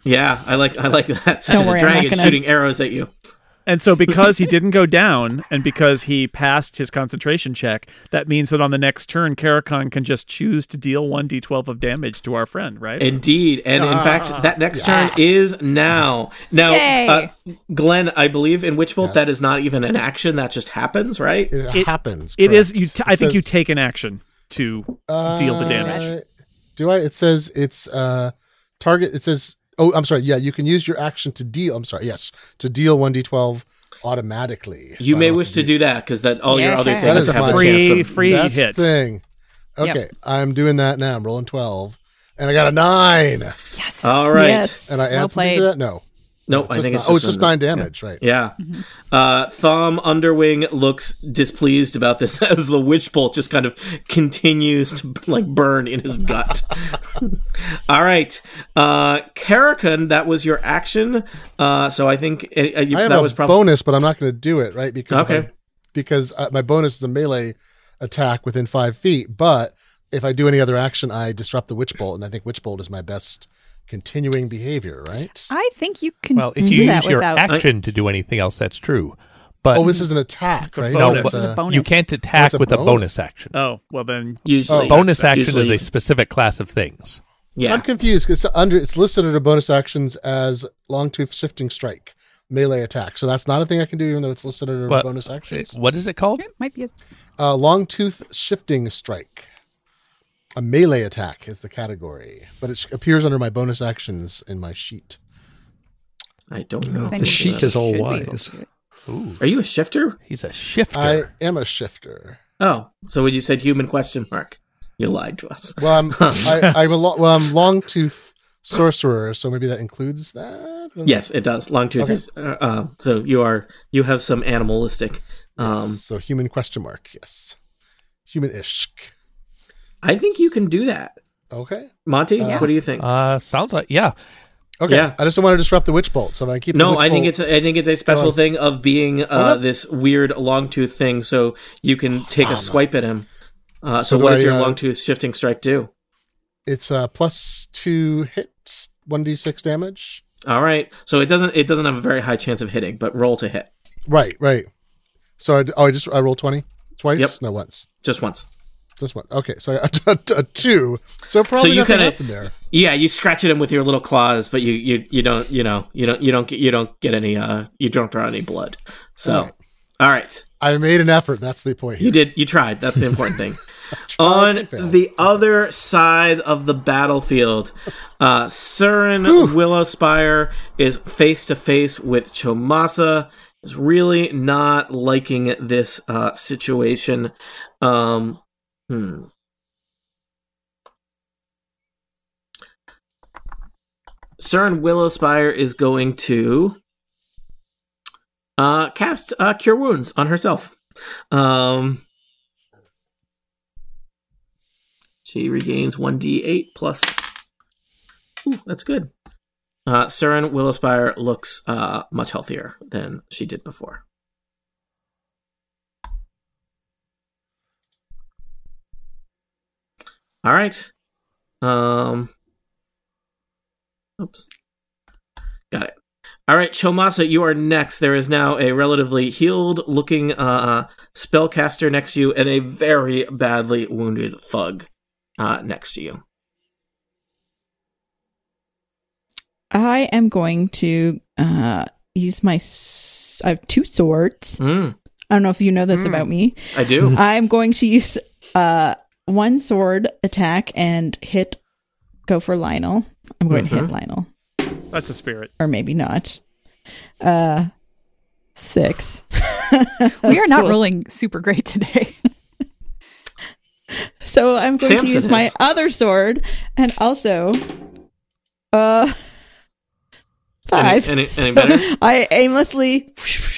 A: yeah, I like I like that. Such
D: Don't
A: as
D: worry,
A: a
D: I'm not
A: dragon
D: gonna-
A: shooting arrows at you.
B: And so, because he didn't go down, and because he passed his concentration check, that means that on the next turn, Karakon can just choose to deal one d12 of damage to our friend, right?
A: Indeed, and in
F: Ah.
A: fact, that next turn is now. Now,
G: Yay.
A: uh, Glenn, I believe in Witchbolt that is not even an action; that just happens, right?
F: It,
B: It-
F: happens.
B: It is.
F: correct.
B: You t- I think
F: says-
B: you take an action to deal the damage.
F: Uh, Do I? It says it's uh target. It says oh, I'm sorry. Yeah, you can use your action to deal. I'm sorry. Yes, to deal one d12 automatically.
A: You
F: So I
A: may
F: don't
A: wish
F: have
A: to do that because that all your
G: Yeah,
A: other
G: okay. That
A: things
F: is
A: have
F: my-
A: a chance
B: Free,
A: of
B: free
F: That's
B: hit.
F: thing.
G: Yep.
F: Okay, I'm doing that now. I'm rolling twelve, and I got a nine.
G: Yes.
A: All right.
D: Yes.
F: And I add
G: Well
F: something
G: played.
F: to that. No,
A: Nope, I
F: Just
A: think
F: nine-
A: it's
F: oh, it's just
A: under-
F: nine damage, right?
A: Yeah.
G: Mm-hmm.
A: Uh, Thom Underwing looks displeased about this as the witch bolt just kind of continues to like burn in his gut. All right. Uh, Karakun, that was your action. Uh, so I think uh, you,
F: I have
A: that
F: a
A: was probably.
F: bonus, but I'm not going to do it, right? Because if I-
A: Okay.
F: because uh, my bonus is a melee attack within five feet. But if I do any other action, I disrupt the witch bolt, and I think witch bolt is my best continuing behavior, right?
G: I think you can
C: Well, if
G: do
C: you
G: that
C: use your
G: without.
C: action to do anything else, that's true. But
F: oh, this is an attack, right?
C: no,
B: bonus.
F: It's
C: but
F: a-
G: bonus.
C: you can't attack
F: it's a
C: with a
F: bonus.
C: bonus action.
B: Oh well, then
A: Usually,
F: Oh.
C: bonus action
A: usually-
C: is a specific class of things.
A: yeah.
F: I'm confused because under it's listed under bonus actions as long tooth shifting strike melee attack. So that's not a thing I can do, even though it's listed under
C: What-
F: bonus actions.
C: What is it called?
G: It might be a,
F: Uh, long tooth shifting strike. A melee attack is the category, but it sh- appears under my bonus actions in my sheet.
A: I don't know.
G: then
E: the
G: you
E: sheet
G: should
E: is all
G: be able to
E: wise.
G: do it.
C: Ooh,
A: Are you a shifter?
C: he's a shifter.
F: I am a shifter.
A: Oh, so when you said human question mark, you lied to us.
F: Well, I'm I, I'm a lo- well, I'm long tooth sorcerer, so maybe that includes that.
A: Yes, it does. Long tooth
F: Okay.
A: is. Uh, uh, so you are you have some animalistic. Um,
F: so human question mark. Yes, human ish.
A: I think you can do that,
F: Okay.
A: Monty.
F: Uh,
A: what do you think?
C: Uh, sounds like yeah.
F: Okay.
A: Yeah.
F: I just don't want to disrupt the witch bolt, so if I keep. the
A: No,
F: witch
A: I think it's
F: bolt-
A: I think it's a special
F: Go on.
A: thing of being uh,
F: Hold up.
A: this weird long tooth thing, so you can take a swipe at him. Uh, so,
F: Oh, So do
A: what does
F: I,
A: your
F: uh,
A: long tooth shifting strike do?
F: it's uh, plus two hit, one d six damage.
A: All right, so it doesn't it doesn't have a very high chance of hitting, but roll to hit
F: Right. Right. So I, d- oh, I just I roll twenty twice.
A: Yep.
F: No, once.
A: just once.
F: Just one. Okay. So I got a, a two. So probably
A: you
F: nothing
A: kinda-
F: happened there.
A: Yeah, you scratch at him with your little claws, but you you you don't you know you don't you don't get you don't get any uh you don't draw any blood. So,
F: All right.
A: all right.
F: I made an effort. That's the point here.
A: You did. You tried. That's the important thing.
F: tried
A: On
F: and Oh, failed.
A: the other side of the battlefield, uh, Surin Willowspire is face to face with Chomasa. Is really not liking this uh, situation. Um, hmm. Surin Willowspire is going to uh, cast uh, Cure Wounds on herself. Um, she regains 1d8 plus. Ooh, that's good. Uh, Surin Willowspire looks uh, much healthier than she did before. All right. Um, oops. Got it. All right, Chomasa, you are next. There is now a relatively healed looking uh, spellcaster next to you and a very badly wounded thug uh, next to you.
D: I am going to uh, use my. S- I have two swords.
A: Mm,
D: I don't know if you know
A: Hmm.
D: this about me.
A: I do.
D: I'm going to use uh, one sword attack and hit. Go for Lionel. I'm going to hit
A: Mm-hmm.
D: Lionel,
B: That's a spirit.
D: or maybe not. Uh, six.
G: We are not rolling super great today.
D: So I'm going
A: Samson
D: to use my
A: is.
D: other sword and also uh five.
A: any- any
D: So
A: better?
D: I aimlessly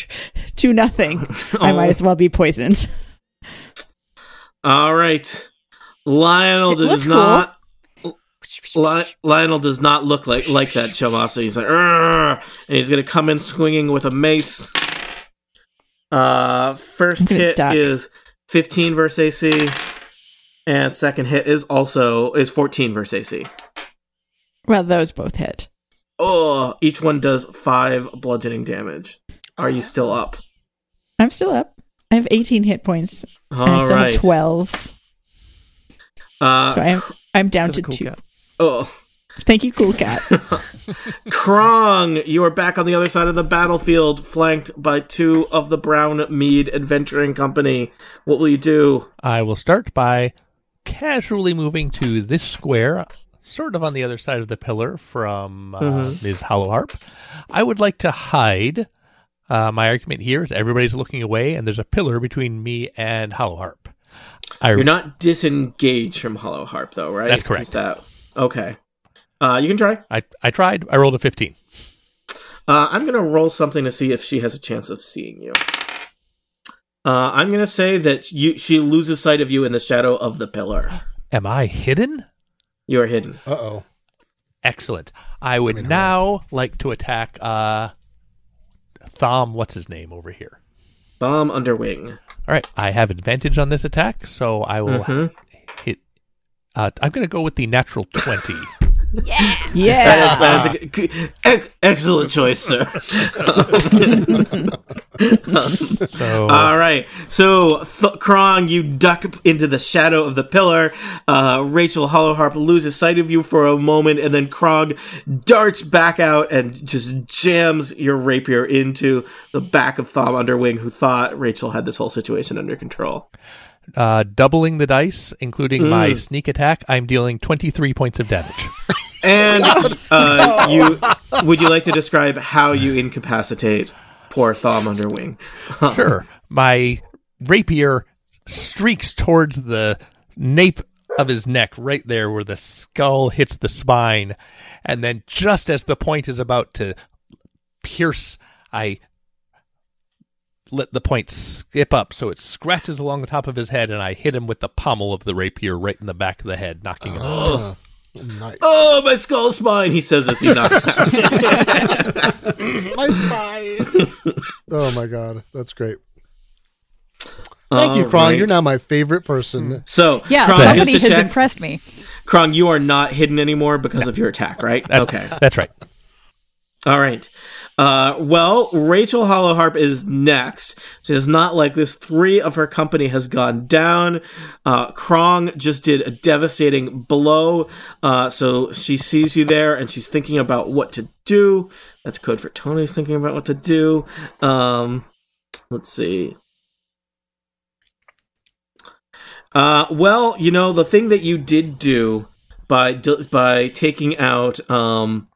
D: do nothing. I
A: Oh.
D: might as well be poisoned.
A: All right. Lionel
D: It
A: does
D: looked
A: not. Li- Lionel does not look like like that Chomasa. He's like, "Arr!" and he's gonna come in swinging with a mace. Uh,
D: I'm
A: first
D: gonna
A: hit
D: duck.
A: is 15 versus AC, and second hit is also is 14 versus AC.
D: Well, those both hit.
A: Oh, each one does five bludgeoning damage. Are
D: Oh.
A: you still up?
D: I'm still up. I have 18 hit points.
A: All
D: and I
A: right.
D: still have 12.
A: Uh,
D: So I'm I'm down
B: That's
D: to
B: a cool
D: two.
B: cat.
A: oh.
D: Thank you, cool cat.
A: Krong, you are back on the other side of the battlefield, flanked by two of the Brown Mead Adventuring Company. What will you do?
C: I will start by casually moving to this square, sort of on the other side of the pillar from uh,
A: Mm-hmm.
C: Ms. Hollowharp. I would like to hide. Uh, my argument here is everybody's looking away, and there's a pillar between me and Hollowharp. I,
A: You're not disengaged from Hollow Harp, though, right?
C: That's correct.
A: Is that okay? Uh, you can try.
C: I, I tried. I rolled a 15.
A: Uh, I'm gonna roll something to see if she has a chance of seeing you. Uh, I'm gonna say that you she loses sight of you in the shadow of the pillar.
C: Am I hidden?
A: You are hidden.
F: Uh oh.
C: Excellent. I would now like to attack uh, Thom, what's his name over here?
A: Bomb underwing.
C: All right, I have advantage on this attack, so I will hit. Uh, I'm going to go with the natural twenty.
D: Yeah.
C: Ah.
A: Yes, that is a g- g- ex- excellent choice, sir.
C: so uh,
A: All right. So, Th- Krong, you duck into the shadow of the pillar. Uh, Rachel Hollowharp loses sight of you for a moment, and then Krong darts back out and just jams your rapier into the back of Thom Underwing, who thought Rachel had this whole situation under control.
C: uh, doubling the dice, including my sneak attack, I'm dealing twenty three points of damage.
A: And uh, you, would you like to describe how you incapacitate poor Thom Underwing?
C: sure, my rapier streaks towards the nape of his neck, right there where the skull hits the spine, and then just as the point is about to pierce, I let the point skip up so it scratches along the top of his head and I hit him with the pommel of the rapier right in the back of the head knocking him out.
F: Nice.
A: Oh, my skull spine! He says as he knocks out.
F: My spine. oh my god, that's great. Thank you,
A: All
F: Krong.
A: right.
F: You're now my favorite person.
A: So,
G: Yeah,
A: Krong, just
G: somebody
A: to
G: has
A: check-
G: impressed me.
A: Krong, you are not hidden anymore because of your attack, right? okay.
C: That's right.
A: All right. Uh, well, Rachel Hollowharp is next. She does not like this. Three of her company has gone down. Uh, Krong just did a devastating blow. Uh, so she sees you there and she's thinking about what to do. That's code for Tony's thinking about what to do. Um, let's see. Uh, well, you know the thing that you did do by by taking out um,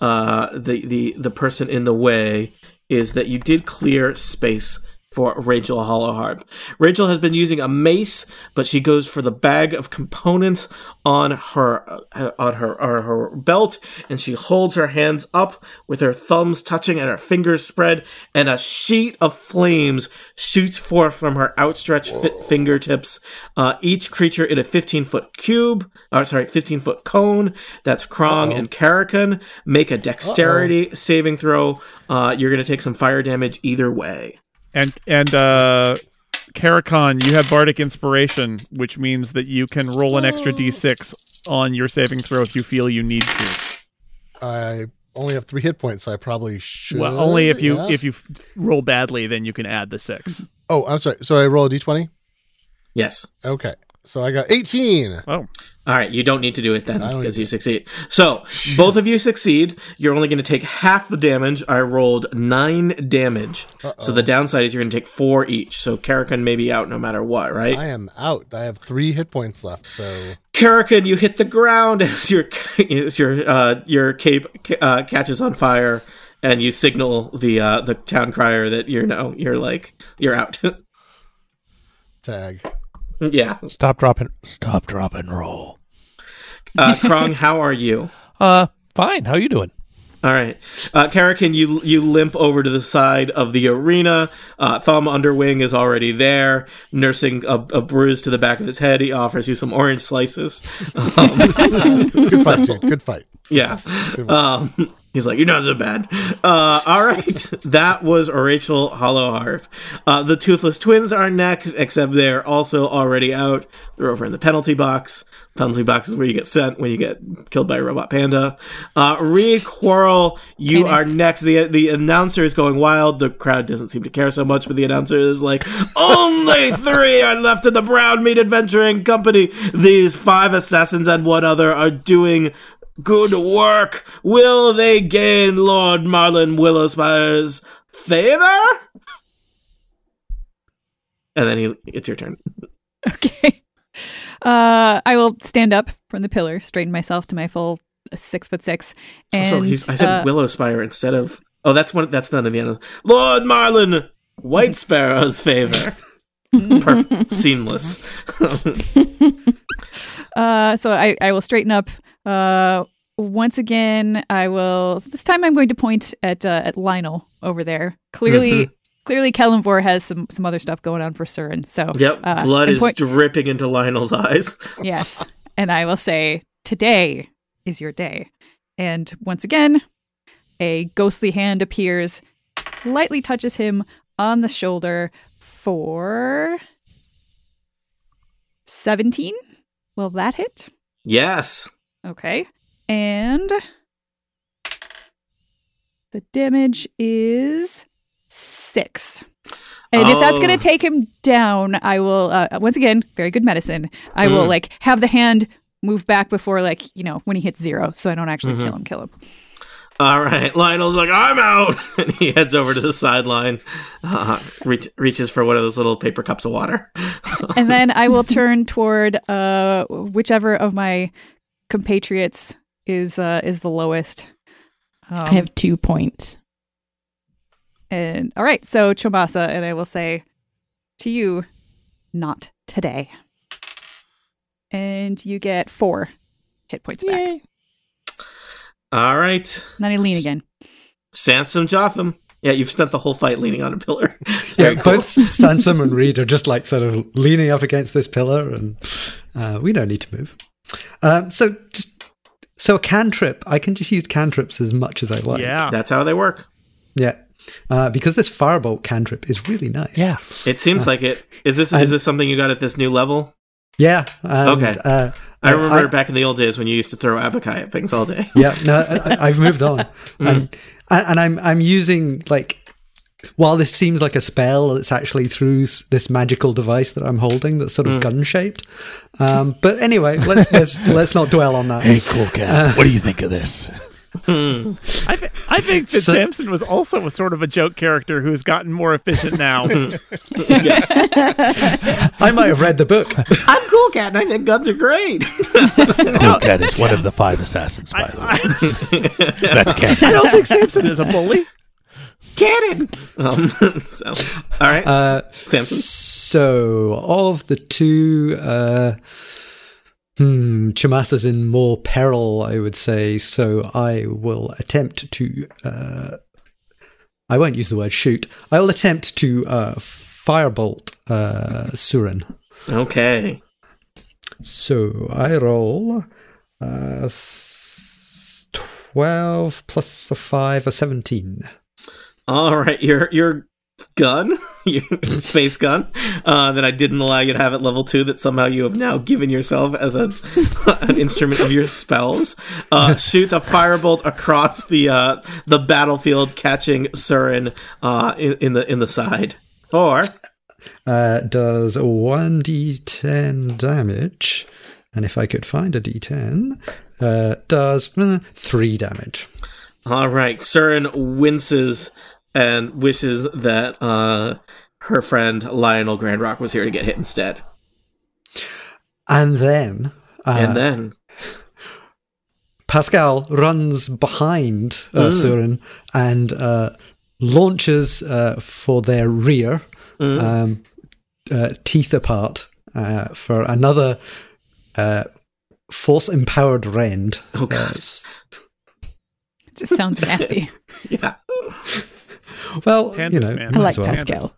A: uh, the the the person in the way is that you did clear space for Rachel Hollowharp. Rachel has been using a mace, but she goes for the bag of components on her uh, on her on her belt, and she holds her hands up with her thumbs touching and her fingers spread, and a sheet of flames shoots forth from her outstretched fi- fingertips. Uh, each creature in a fifteen foot cube, or sorry, fifteen foot cone. That's Krong and Karakan. Make a dexterity saving throw. Uh, you're going to take some fire damage either way.
B: And and uh Karakon, you have Bardic Inspiration, which means that you can roll an extra D six on your saving throw if you feel you need to.
F: I only have three hit points. I probably should.
B: Well, only if you
F: yeah.
B: if you f- roll badly, then you can add the six.
F: Oh, I'm sorry. So I roll a d20.
A: Yes.
F: Okay. So I got 18.
B: Oh,
A: All right, you don't need to do it then
F: I don't
A: because
F: need
A: you succeed. So both of you succeed. You're only going to take half the damage. I rolled nine damage. So the downside is you're going to take four each. So Karakin may be out no matter what, right?
F: I am out. I have three hit points left. So
A: Karakin, you hit the ground as your as your uh, your cape uh, catches on fire, and you signal the uh, the town crier that you're no, you're like you're out.
F: tag.
A: yeah,
C: Stop dropping. Stop dropping. Roll.
A: uh, Krong, how are you?
C: Uh, fine. How you doing?
A: All right, uh, Karakin, you you limp over to the side of the arena. Uh, Thumb Underwing is already there, nursing a, a bruise to the back of his head. He offers you some orange slices.
F: Good fight, dude. Good fight.
A: Yeah. Um, he's like, you're not so bad. Uh, all right. that was Rachel Hollowharp. Uh, the Toothless Twins are next, except they're also already out. They're over in the penalty box. Penalty box is where you get sent when you get killed by a robot panda. Uh, Reed Quarrel, you are next. The, the announcer is going wild. The crowd doesn't seem to care so much, but the announcer is like, only three are left in the Brown Meat Adventuring Company. These five assassins and one other are doing Good work. Will they gain Lord Marlin Willowspire's favor? And then he, it's your turn.
G: Okay. Uh, I will stand up from the pillar, straighten myself to my full six foot six, and
A: Oh, so he's, I said
G: uh,
A: Willowspire instead of. Oh, that's one. That's not in the end. Lord Marlin White Sparrow's favor. Perfect. Seamless.
G: Uh-huh. Uh, so I, I will straighten up. Uh, once again, I will. This time, I'm going to point at uh, at Lionel over there. Clearly,
A: Mm-hmm.
G: clearly, Kellenvor has some some other stuff going on for Surin. So
A: yep.
G: uh,
A: Blood
G: and
A: is
G: point-
A: dripping into Lionel's eyes.
G: yes, and I will say, today is your day. And once again, a ghostly hand appears, lightly touches him on the shoulder for seventeen. Will that hit?
A: Yes.
G: Okay. And the damage is six. And if that's
A: Oh.
G: going to take him down, I will, uh, once again, very good medicine. I will,
A: Mm.
G: like, have the hand move back before, like, you know, when he hits zero, so I don't actually
A: Mm-hmm.
G: kill him, kill him.
A: All right, Lionel's like, I'm out, and he heads over to the sideline, uh, reach, reaches for one of those little paper cups of water.
G: and then I will turn toward uh, whichever of my compatriots is uh, is the lowest. Um,
D: I have two points.
G: And all right, so Chomasa, and I will say to you, not today. And you get four hit points back. And
A: All right,
G: then I lean again.
A: Sansom Jotham. Yeah, you've spent the whole fight leaning on a pillar. It's
E: Yeah,
A: very cool.
E: both Sansom and Reed are just like sort of leaning up against this pillar, and uh, we don't need to move. Um, so, just so a cantrip, I can just use cantrips as much as I like.
B: yeah.
A: That's how they work.
E: yeah, uh, because this firebolt cantrip is really nice.
A: It seems like it. Is this is this something you got at this new level?
E: yeah. and,
A: Okay.
E: uh,
A: I remember back in the old days when you used to throw Abakai at things all day.
E: yeah no I, I- i've moved on and, and i'm i'm using like while this seems like a spell it's actually through s- this magical device that i'm holding that's sort of gun shaped um, but anyway let's let's, let's not dwell on that
C: cool cat. what do you think of this?
B: I, th- I think that
E: So-
B: Samson was also a sort of a joke character who's gotten more efficient now.
E: i might have read the book
A: I'm cool, cat, and I think guns are great.
C: Cool cat is one of the five assassins, by the way. That's
B: I
C: cat.
B: don't think Samson is a bully.
A: Cannon. Um, so, all right,
E: uh,
A: Samson.
E: so of the two uh Hmm, Chamasa's in more peril, I would say. So I will attempt to. Uh, I won't use the word shoot. I will attempt to uh, firebolt uh, Surin.
A: Okay.
E: So I roll uh, f- twelve plus a five, a seventeen.
A: All right, your your gun, your space gun, uh, that I didn't allow you to have at level two. That somehow you have now given yourself as a an instrument of your spells. Uh, shoots a firebolt across the uh, the battlefield, catching Surin uh, in, in the in the side. Or
E: Uh, does 1d10 damage. And if I could find a d10, uh, does mm, 3 damage.
A: all right, Surin winces and wishes that uh, her friend Lionel Grandrock was here to get hit instead.
E: And then. Uh,
A: And then
E: Pascal runs behind uh,
A: Mm.
E: Surin and uh, launches uh, for their rear,
A: Mm.
E: um, uh, teeth apart, uh, for another uh, force empowered rend.
A: Oh, God.
E: Uh, s-
G: It just sounds nasty.
A: yeah,
E: well,
B: Pandas,
E: you know,
B: man.
E: might
D: I
E: as
D: like
E: well.
D: Pascal.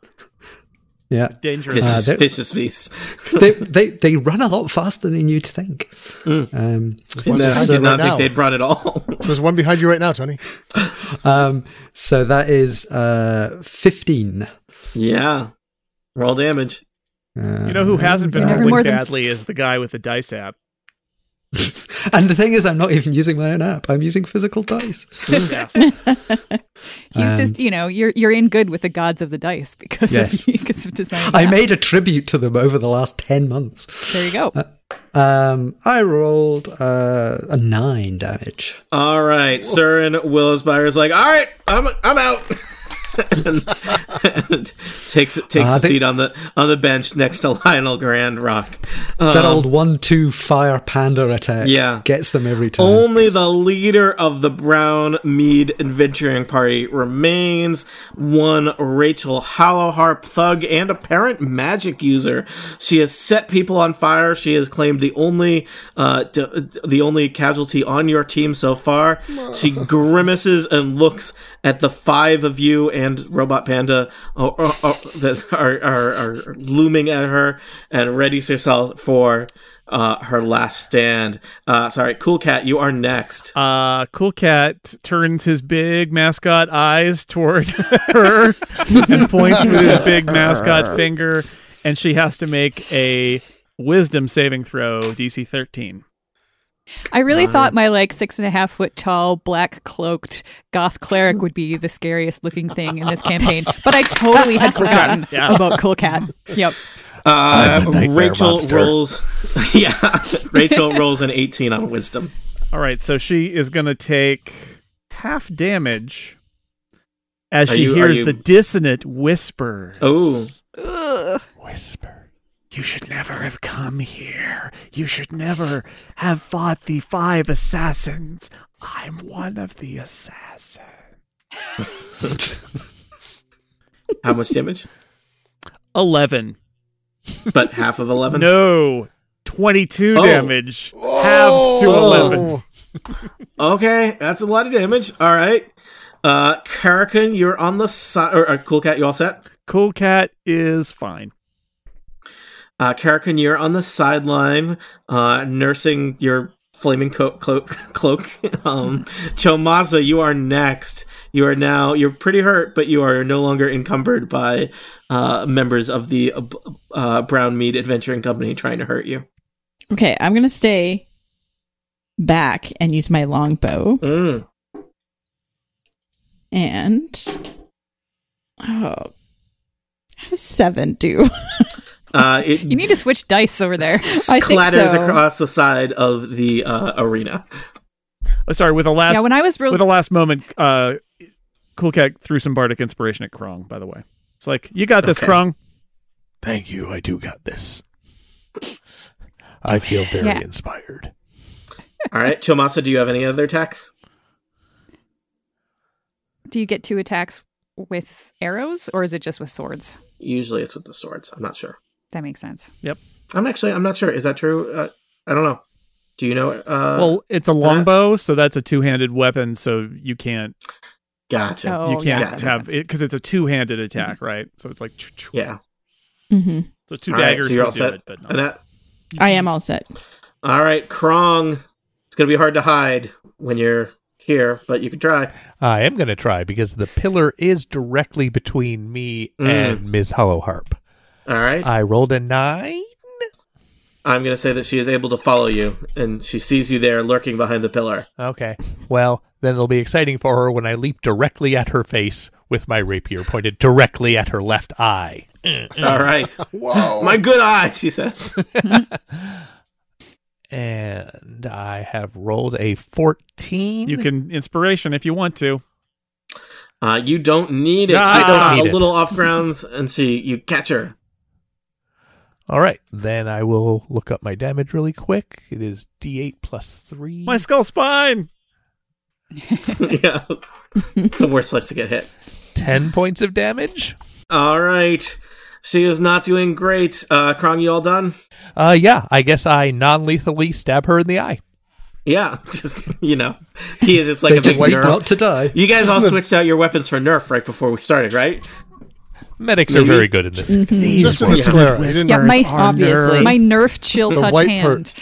E: Yeah,
B: Dangerous.
A: vicious,
E: uh, there-
A: vicious beast.
E: they, they they run a lot faster than you'd think.
A: Mm.
E: Um,
F: One
A: No, I
F: behind you
A: did
F: right
A: not
F: now.
A: think they'd run at all.
F: There's one behind you right now, Tony.
E: um, so that is uh, fifteen.
A: yeah. Roll damage.
B: you know who hasn't been
E: uh,
G: never
B: rolling
G: more than-
B: badly is the guy with the dice app.
E: And the thing is, I'm not even using my own app. I'm using physical dice.
B: Yes.
G: He's
E: Um,
G: just, you know, you're you're in good with the gods of the dice because
E: Yes.
G: of because of design.
E: I made a tribute to them over the last ten months.
G: there you
E: Uh,
G: go.
E: Um, I rolled uh, a nine damage.
A: All right. Surin Willis Byers like, all right, I'm I'm out. and, and takes it takes
E: Uh,
A: a
E: I think-
A: seat on the on the bench next to Lionel Grand Rock.
E: That old one-two fire panda attack.
A: Um, Yeah.
E: gets them every time.
A: Only the leader of the Brown Mead Adventuring Party remains. One Rachel Hollowharp, thug and apparent magic user. She has set people on fire. She has claimed the only, uh, d- the only casualty on your team so far. She grimaces and looks at the five of you and Robot Panda uh, uh, uh, that are, are, are looming at her and readies herself for uh, her last stand. Uh, sorry, Cool Cat, you are next.
B: Uh, cool cat turns his big mascot eyes toward her and points with his big mascot finger, and she has to make a wisdom saving throw, DC 13.
G: I
E: uh,
G: really thought my like six and a half foot tall, black cloaked goth cleric would be the scariest looking thing in this campaign, but I totally had forgotten
B: Yeah.
G: about Cool Cat. Yep.
A: Uh,
C: I'm a nightmare
A: Rachel
C: monster.
A: rolls. yeah, Rachel rolls an 18 on wisdom.
B: All right, so she is going to take half damage as
A: Are
B: she
A: you- are
B: hears
A: you-
B: the dissonant whispers.
A: Oh.
C: Whisper.
B: You should never have come here. You should never have fought the five assassins. I'm one of the assassins.
A: How much damage?
B: 11.
A: But half of 11.
B: No. 22
A: Oh.
B: damage. Halved to 11.
F: Oh,
A: Okay, that's a lot of damage. All right. Uh, Karakin, you're on the side. Or, or Cool Cat, you all set?
B: Cool Cat is fine.
A: Uh, Karakin, you're on the sideline, uh, nursing your flaming co- clo- cloak. um, Chomaza, you are next. You are now, you're pretty hurt, but you are no longer encumbered by uh, members of the uh, b- uh, Brown Mead Adventuring Company trying to hurt you.
D: Okay, I'm gonna stay back and use my longbow.
A: Mm.
D: And oh, how's seven do?
A: Uh, it
G: You need to switch dice over there.
D: I think
A: clatters
D: so.
A: across the side of the uh, arena.
B: Oh, sorry, with a last
G: yeah, when I was really
B: with a last moment, uh Cool Cat threw some bardic inspiration at Krong, by the way. It's like, you got this,
A: Okay.
B: Krong.
C: Thank you. I do got this. I feel very
G: Yeah.
C: inspired.
A: All right, Chomasa, do you have any other attacks?
G: do you get two attacks with arrows or is it just with swords?
A: Usually it's with the swords. I'm not sure.
G: That makes sense.
A: I'm actually, I'm not sure. Is that true? Uh, I don't know. Do you know? Uh,
B: well, it's a longbow, so that's a two-handed weapon, so you can't
A: gotcha.
G: Oh,
B: you
G: yeah, that
B: can't
G: makes
B: have
G: sense.
B: it because it's a two-handed attack, right? So it's like choo, choo.
A: Mm-hmm. Yeah.
D: hmm
B: So two
A: All right,
B: daggers
A: so you're
B: will
A: all
B: do
A: set.
B: it, but not.
A: Annette?
D: I am all set.
A: All right, Krong. It's gonna be hard to hide when you're here, but you can try.
C: I am going to try because the pillar is directly between me
B: Mm.
C: and Ms. Hollowharp.
A: All right.
C: I rolled a nine.
A: I'm going to say that she is able to follow you, and she sees you there lurking behind the pillar.
C: Okay. Well, then it'll be exciting for her when I leap directly at her face with my rapier pointed directly at her left eye.
A: All right.
F: Whoa.
A: My good eye, she says.
C: And I have rolled a 14.
B: You can inspiration if you want to.
A: Uh, you don't need it.
B: No, I
A: She's
C: don't
A: caught
C: need
A: a
C: it.
A: little off grounds, and she you catch her.
C: All right. Then I will look up my damage really quick. It is D8 plus 3.
B: My skull spine.
A: yeah, it's the worst place to get hit.
C: 10 points of damage.
A: All right. She is not doing great. Uh, Krong, you all done?
C: Uh, yeah, I guess I non lethally stab her in the eye.
A: Yeah. Just, you know, he is. It's like
E: They
A: a big
E: just wait
A: nerf.
E: not to die.
A: You guys all switched out your weapons for Nerf right before we started, right?
C: Medics are
A: Maybe-
C: very good in this.
B: Mm-hmm.
F: Just in the sclera. I didn't-
G: Yeah, my,
D: obviously.
G: my Nerf chill
F: Uh, The
G: touch
F: white
G: hand.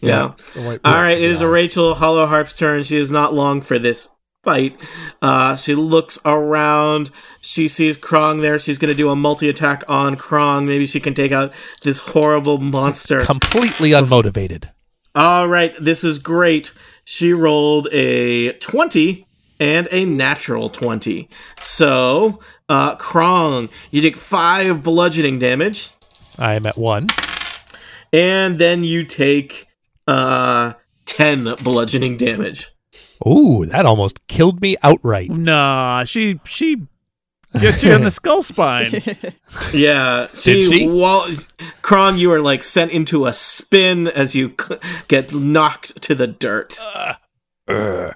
A: Yeah.
F: The white
A: All
F: bird.
A: right. It is a Rachel Hollow Harp's turn. She is not long for this fight. Uh, she looks around. She sees Krong there. She's going to do a multi attack on Krong. Maybe she can take out this horrible monster.
C: Completely unmotivated.
A: All right, this is great. She rolled a 20 and a natural 20. So, uh, Krong, you take five bludgeoning damage,
C: I am at 1.
A: and then you take uh, 10 bludgeoning damage.
C: Ooh, that almost killed me
B: Mm.
C: outright.
B: Nah, she she gets you in the skull spine.
A: Yeah, she,
C: Did she?
A: Wall- Krong, you are like sent into a spin as you c- get knocked to the dirt.
C: Uh, Ugh.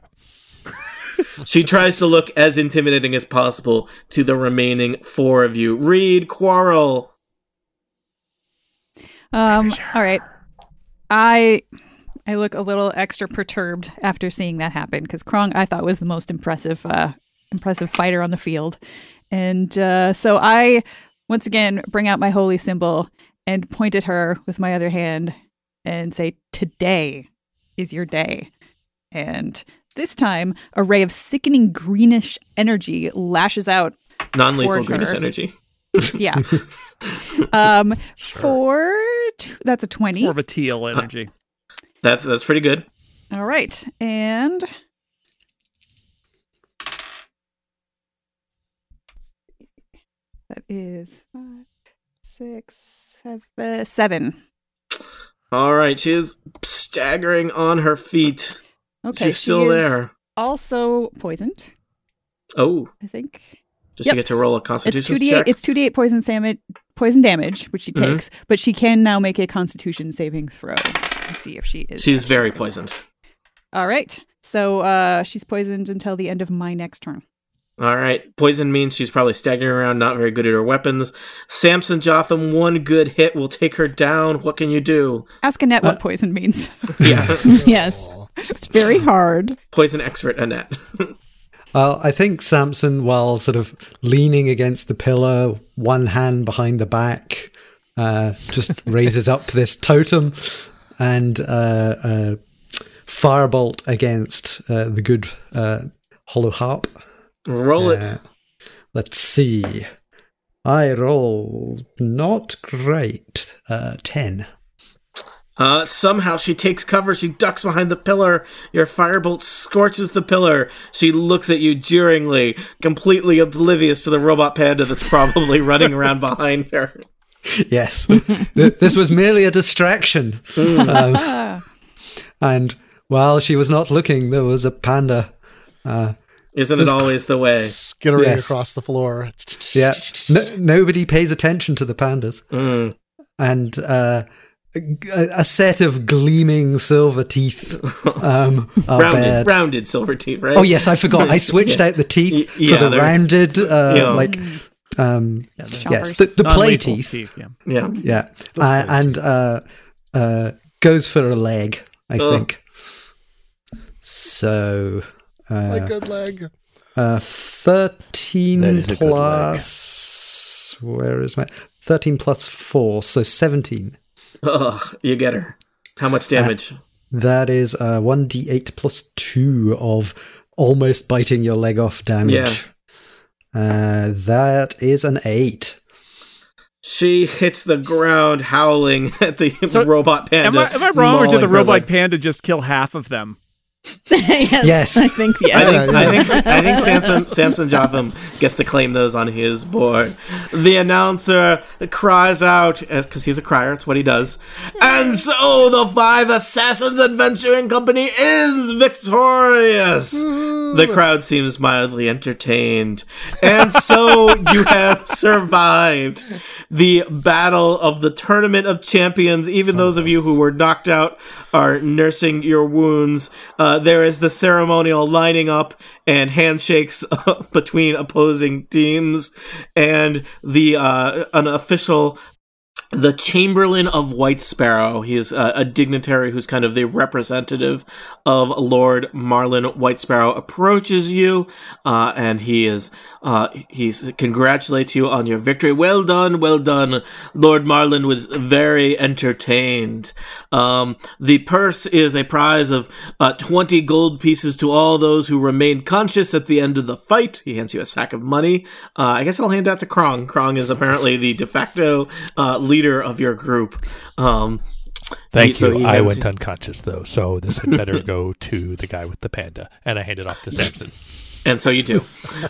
A: She tries to look as intimidating as possible to the remaining four of you. Reed, Quarrel.
G: Um, all right. I I look a little extra perturbed after seeing that happen because Krong I thought was the most impressive uh, impressive fighter on the field, and uh, so I once again bring out my holy symbol and point at her with my other hand and say, "Today is your day," and. This time, a ray of sickening greenish energy lashes out
A: Non lethal
G: Toward
A: greenish
G: her.
A: energy.
G: yeah. um, for t- that's a twenty.
B: More of a teal energy.
A: That's that's pretty good.
G: All right, and that is five, six, seven, seven.
A: All right, she is staggering on her feet.
G: Okay,
A: She's
G: she
A: still
G: is
A: there.
G: Also poisoned,
A: Oh,
G: I think.
A: does
G: Yep.
A: she get to roll a Constitution
G: it's two d eight.
A: check?
G: It's two d eight poison damage. Poison damage, which she
A: Mhm.
G: takes, but she can now make a Constitution saving throw. Let's see if she is.
A: She's very poisoned.
G: All right. So uh, she's poisoned until the end of my next turn.
A: All right, poison means she's probably staggering around, not very good at her weapons. Samson Jotham, one good hit will take her down. What can you do?
G: Ask Annette
A: Uh,
G: what poison means.
A: Yeah,
D: yes. It's very hard.
A: poison expert Annette.
E: Uh, I think Samson, while sort of leaning against the pillar, one hand behind the back, uh, just raises up this totem and uh, uh, firebolt against uh, the good uh, hollow harp.
A: roll it.
E: Uh, let's see. I rolled not great. Uh, 10.
A: Uh, somehow she takes cover. She ducks behind the pillar. Your firebolt scorches the pillar. She looks at you jeeringly, completely oblivious to the robot panda that's probably running around behind her.
E: Yes. Th- this was merely a distraction.
A: Mm.
E: Um, and while she was not looking, there was a panda.
A: Isn't it always the way?
F: skittering
E: Yes.
F: across the floor.
E: Yeah. No- nobody pays attention to the pandas.
A: Mm.
E: And uh, a, a set of gleaming silver teeth um, are
A: Rounded,
E: bared.
A: rounded silver teeth, right?
E: Oh yes, I forgot. I switched out the teeth
A: Y- yeah,
E: for the
A: they're-
E: rounded, uh,
A: yeah.
E: like, um, yes,
G: Chompers.
E: the, the play
B: Non-lethal
E: teeth.
B: yeah.
A: yeah.
E: Yeah, uh, and uh, uh, goes for a leg, I
C: Oh.
A: Ugh.
E: think. So
F: My
E: uh,
F: good leg.
E: uh,
C: That
E: thirteen
C: is a good leg.
E: plus. Where is my thirteen plus four? So seventeen.
A: Ugh, you get her. How much damage?
E: That is uh, 1d8 plus 2 of almost biting your leg off damage.
A: Yeah.
E: Uh, that is an 8.
A: She hits the ground howling at the
B: So,
A: robot
B: Am
A: panda.
B: I, am I wrong, or did
A: mauling
B: the
A: her
B: robot
A: leg.
B: panda just kill half of them?
D: yes,
E: Yes.
D: I think yes.
A: I think,
F: Yeah,
A: I think, I think Samson, Samson Jotham gets to claim those on his board. The announcer cries out, because he's a crier, it's what he does. And so the Five Assassins Adventuring Company is victorious!
B: Hmm.
A: The crowd seems mildly entertained. And so you have survived the battle of the Tournament of Champions. Even those of you who were knocked out are nursing your wounds. Uh, there is the ceremonial lining up and handshakes uh, between opposing teams, and the uh, an official the Chamberlain of White Sparrow. He is uh, a dignitary who's kind of the representative of Lord Marlin White Sparrow. Approaches you, uh, and he is uh, he s- congratulates you on your victory. Well done, well done. Lord Marlin was very entertained. Um, the purse is a prize of uh, twenty gold pieces to all those who remain conscious at the end of the fight. He hands you a sack of money. Uh, I guess I'll hand that to Krong. Krong is apparently the de facto uh, leader of your group. Um,
C: Thank
A: he- so
C: you.
A: he
C: I
A: hands-
C: went unconscious though, so this had better go to the guy with the panda, and I hand it off to Samson.
A: and so you do.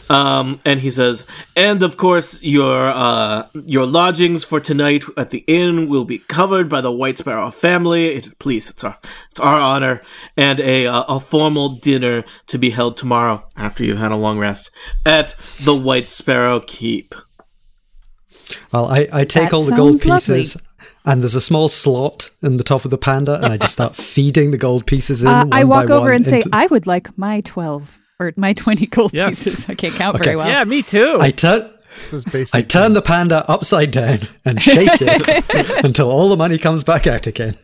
A: um, and he says, and of course your uh, your lodgings for tonight at the inn will be covered by the White Sparrow family. It, please, it's our it's our honor, and a uh, a formal dinner to be held tomorrow after you've had a long rest at the White Sparrow Keep.
E: Well, I, I take
D: That
E: all the gold
D: sounds lovely.
E: pieces, and there's a small slot in the top of the panda, and I just start feeding the gold pieces in.
G: Uh, I
E: one
G: walk
E: by
G: over
E: one
G: and say,
E: into-
G: I would like my 12 or my 20 gold
B: Yes.
G: pieces. I can't count very well.
B: Yeah, me too.
E: I turn.
F: This is
E: I
F: basic.
E: turn the panda upside down and shake it until all the money comes back out again.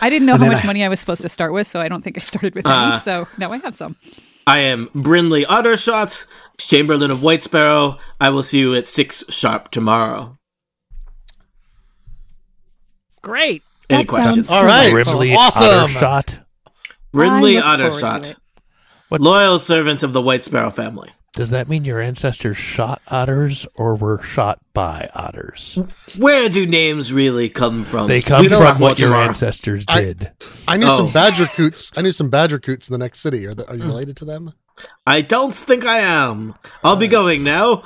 G: I didn't know how
E: then
G: much
E: I-
G: money I was supposed to start with, so I don't think I started with
A: Uh.
G: any. So now I have some.
A: I am Brinley Ottershot, Chamberlain of White Sparrow. I will see you at six sharp tomorrow.
B: Great.
A: Any
D: That
A: questions?
D: sounds-
A: Sounds-
F: All right.
C: Grimly
F: awesome.
C: Ottershot.
A: Brinley
G: I look forward to
A: Ottershot,
G: it.
C: What-
A: loyal servant of the White Sparrow family.
C: Does that mean your ancestors shot otters or were shot by otters?
A: Where do names really come from?
C: They come
F: We don't
C: from
A: have
C: what
A: much
C: your
A: tomorrow.
C: ancestors
F: I-
C: did.
F: I knew
A: Oh.
F: some badger coots. I knew some badger coots in the next city. Are, th-
C: Hmm.
F: are you related to them?
A: I don't think I am. I'll be going now.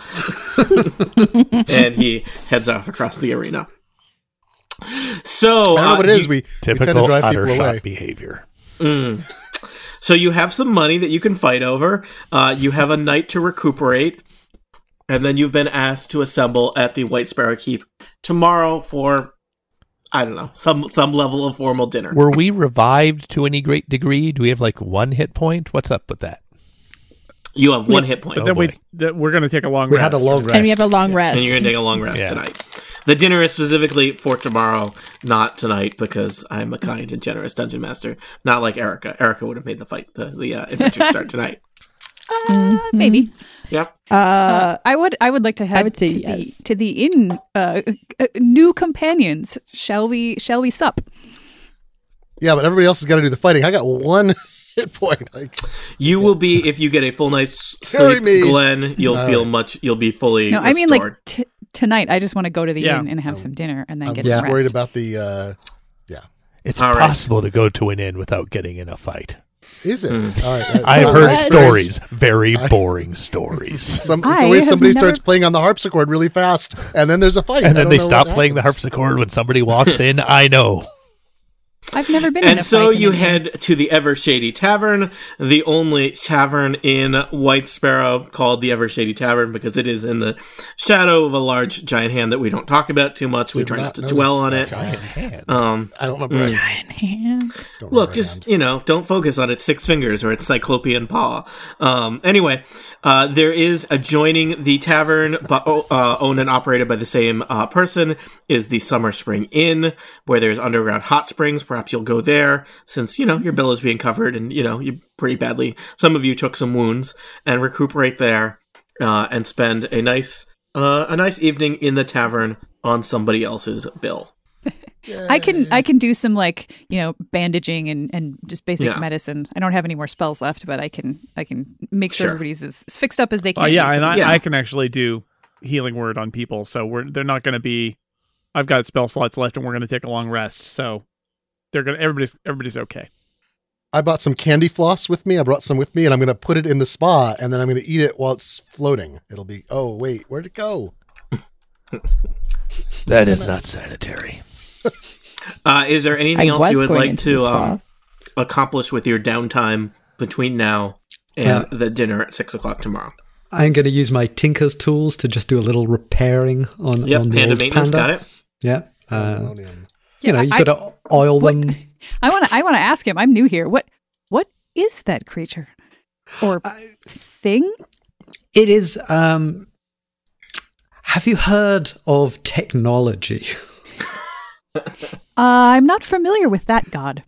A: and he heads off across the arena. So,
F: I don't know
A: uh,
F: what it is.
A: you-
F: We, we tend to
C: Typical
F: drive people away.
C: Ottershot behavior.
A: so you have some money that you can fight over. Uh, you have a night to recuperate, and then you've been asked to assemble at the White Sparrow Keep tomorrow for I don't know some some level of formal dinner.
C: Were we revived to any great degree? Do we have like one hit point? What's up with that?
A: You have one hit point.
C: Oh
B: But then we
C: boy.
B: that we're gonna take a long
E: We
B: rest.
E: had a long rest.
D: and we have a long rest.
A: And you're gonna take a long rest
C: Yeah.
A: tonight. The dinner is specifically for tomorrow, not tonight, because I'm a kind and generous dungeon master. Not like Erica. Erica would have made the fight, the, the uh, adventure start tonight.
G: Maybe.
A: Yep.
D: uh,
G: Mm-hmm. I would I would like to head
D: would say
G: to,
D: yes.
G: the, to the inn uh, uh, new companions. Shall we shall we sup?
F: Yeah, but everybody else has got to do the fighting. I got one hit point. Like,
A: You will be if you get a full night's
F: Carry
A: sleep,
F: me.
A: Glenn. You'll feel much. You'll be fully.
G: No, I mean like
A: restored.
G: t- tonight I just want to go to the
B: Yeah.
G: inn and have some dinner and then
F: I'm
G: get
F: just
G: some
F: worried
G: rest.
F: about the. Uh, yeah,
C: It's
A: All right.
C: possible to go to an inn without getting in a fight.
F: is it? All right. that's-
C: Hmm. I've
D: not
C: heard
D: nice.
C: stories, very boring stories.
F: Some, it's
G: I
F: always
G: have
F: somebody
G: never-
F: starts playing on the harpsichord really fast, and then there's a fight,
C: And then
F: I don't
C: they
F: know
C: stop
F: what
C: playing the
F: happens.
C: harpsichord when somebody walks in. I know.
G: I've never been in a
A: and so
G: fight in
A: you
G: an inn.
A: head to the Ever Shady Tavern, the only tavern in White Sparrow called the Ever Shady Tavern because it is in the shadow of a large giant hand that we don't talk about too much. we
F: Did
A: try
F: not
A: not to
F: notice
A: dwell on
F: that
A: it.
F: giant
C: hand.
A: Um,
F: I don't remember. Don't
A: Look,
F: remember
A: just
F: hand.
A: you know, don't focus on its six fingers or its cyclopean paw. Um, anyway, uh, there is adjoining the tavern, but uh, owned and operated by the same uh, person, is the Summer Spring Inn, where there's underground hot springs. Perhaps you'll go there, since you know your bill is being covered, and you know you pretty badly. Some of you took some wounds and recuperate there, uh, and spend a nice uh, a nice evening in the tavern on somebody else's bill.
G: I can I can do some like you know bandaging and and just basic
A: Yeah.
G: medicine. I don't have any more spells left, but I can I can make sure,
A: Sure.
G: everybody's as, as fixed up as they can.
B: Oh
G: be
B: yeah,
G: for
B: and
G: the
B: I,
A: Yeah.
B: I can actually do healing word on people, so we're they're not going to be. I've got spell slots left, and we're going to take a long rest, so they're going. to Everybody's everybody's okay.
F: I bought some candy floss with me. I brought some with me, and I'm going to put it in the spa, and then I'm going to eat it while it's floating. It'll be, oh, wait, where'd it go?
C: That is not sanitary.
A: Uh, is there anything
D: I
A: else
D: was
A: you would
D: going
A: like
D: into the
A: to
D: spa.
A: um, accomplish with your downtime between now
E: Uh,
A: and the dinner at six o'clock tomorrow?
E: I'm going to use my tinker's tools to just do a little repairing on,
A: Yep,
E: on the
A: panda
E: old
A: maintenance.
E: panda.
A: Got it.
E: Yeah. Uh,
F: Ammonium.
E: you know, you
G: I-
E: got to oil them.
G: I want to I want to ask him. I'm new here. What what is that creature or thing?
E: It is. Um, have you heard of technology?
G: Uh, I'm not familiar with that god.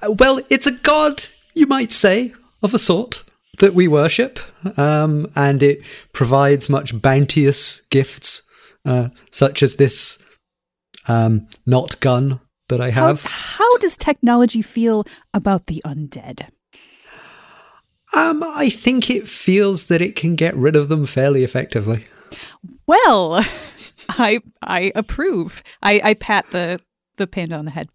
E: Uh, Well, it's a god, you might say, of a sort that we worship, um, and it provides much bounteous gifts, uh, such as this um, not gun that I
G: How,
E: have.
G: how does technology feel about the undead?
E: Um, I think it feels that it can get rid of them fairly effectively.
G: Well, I I approve. I, I pat the the panda on the head.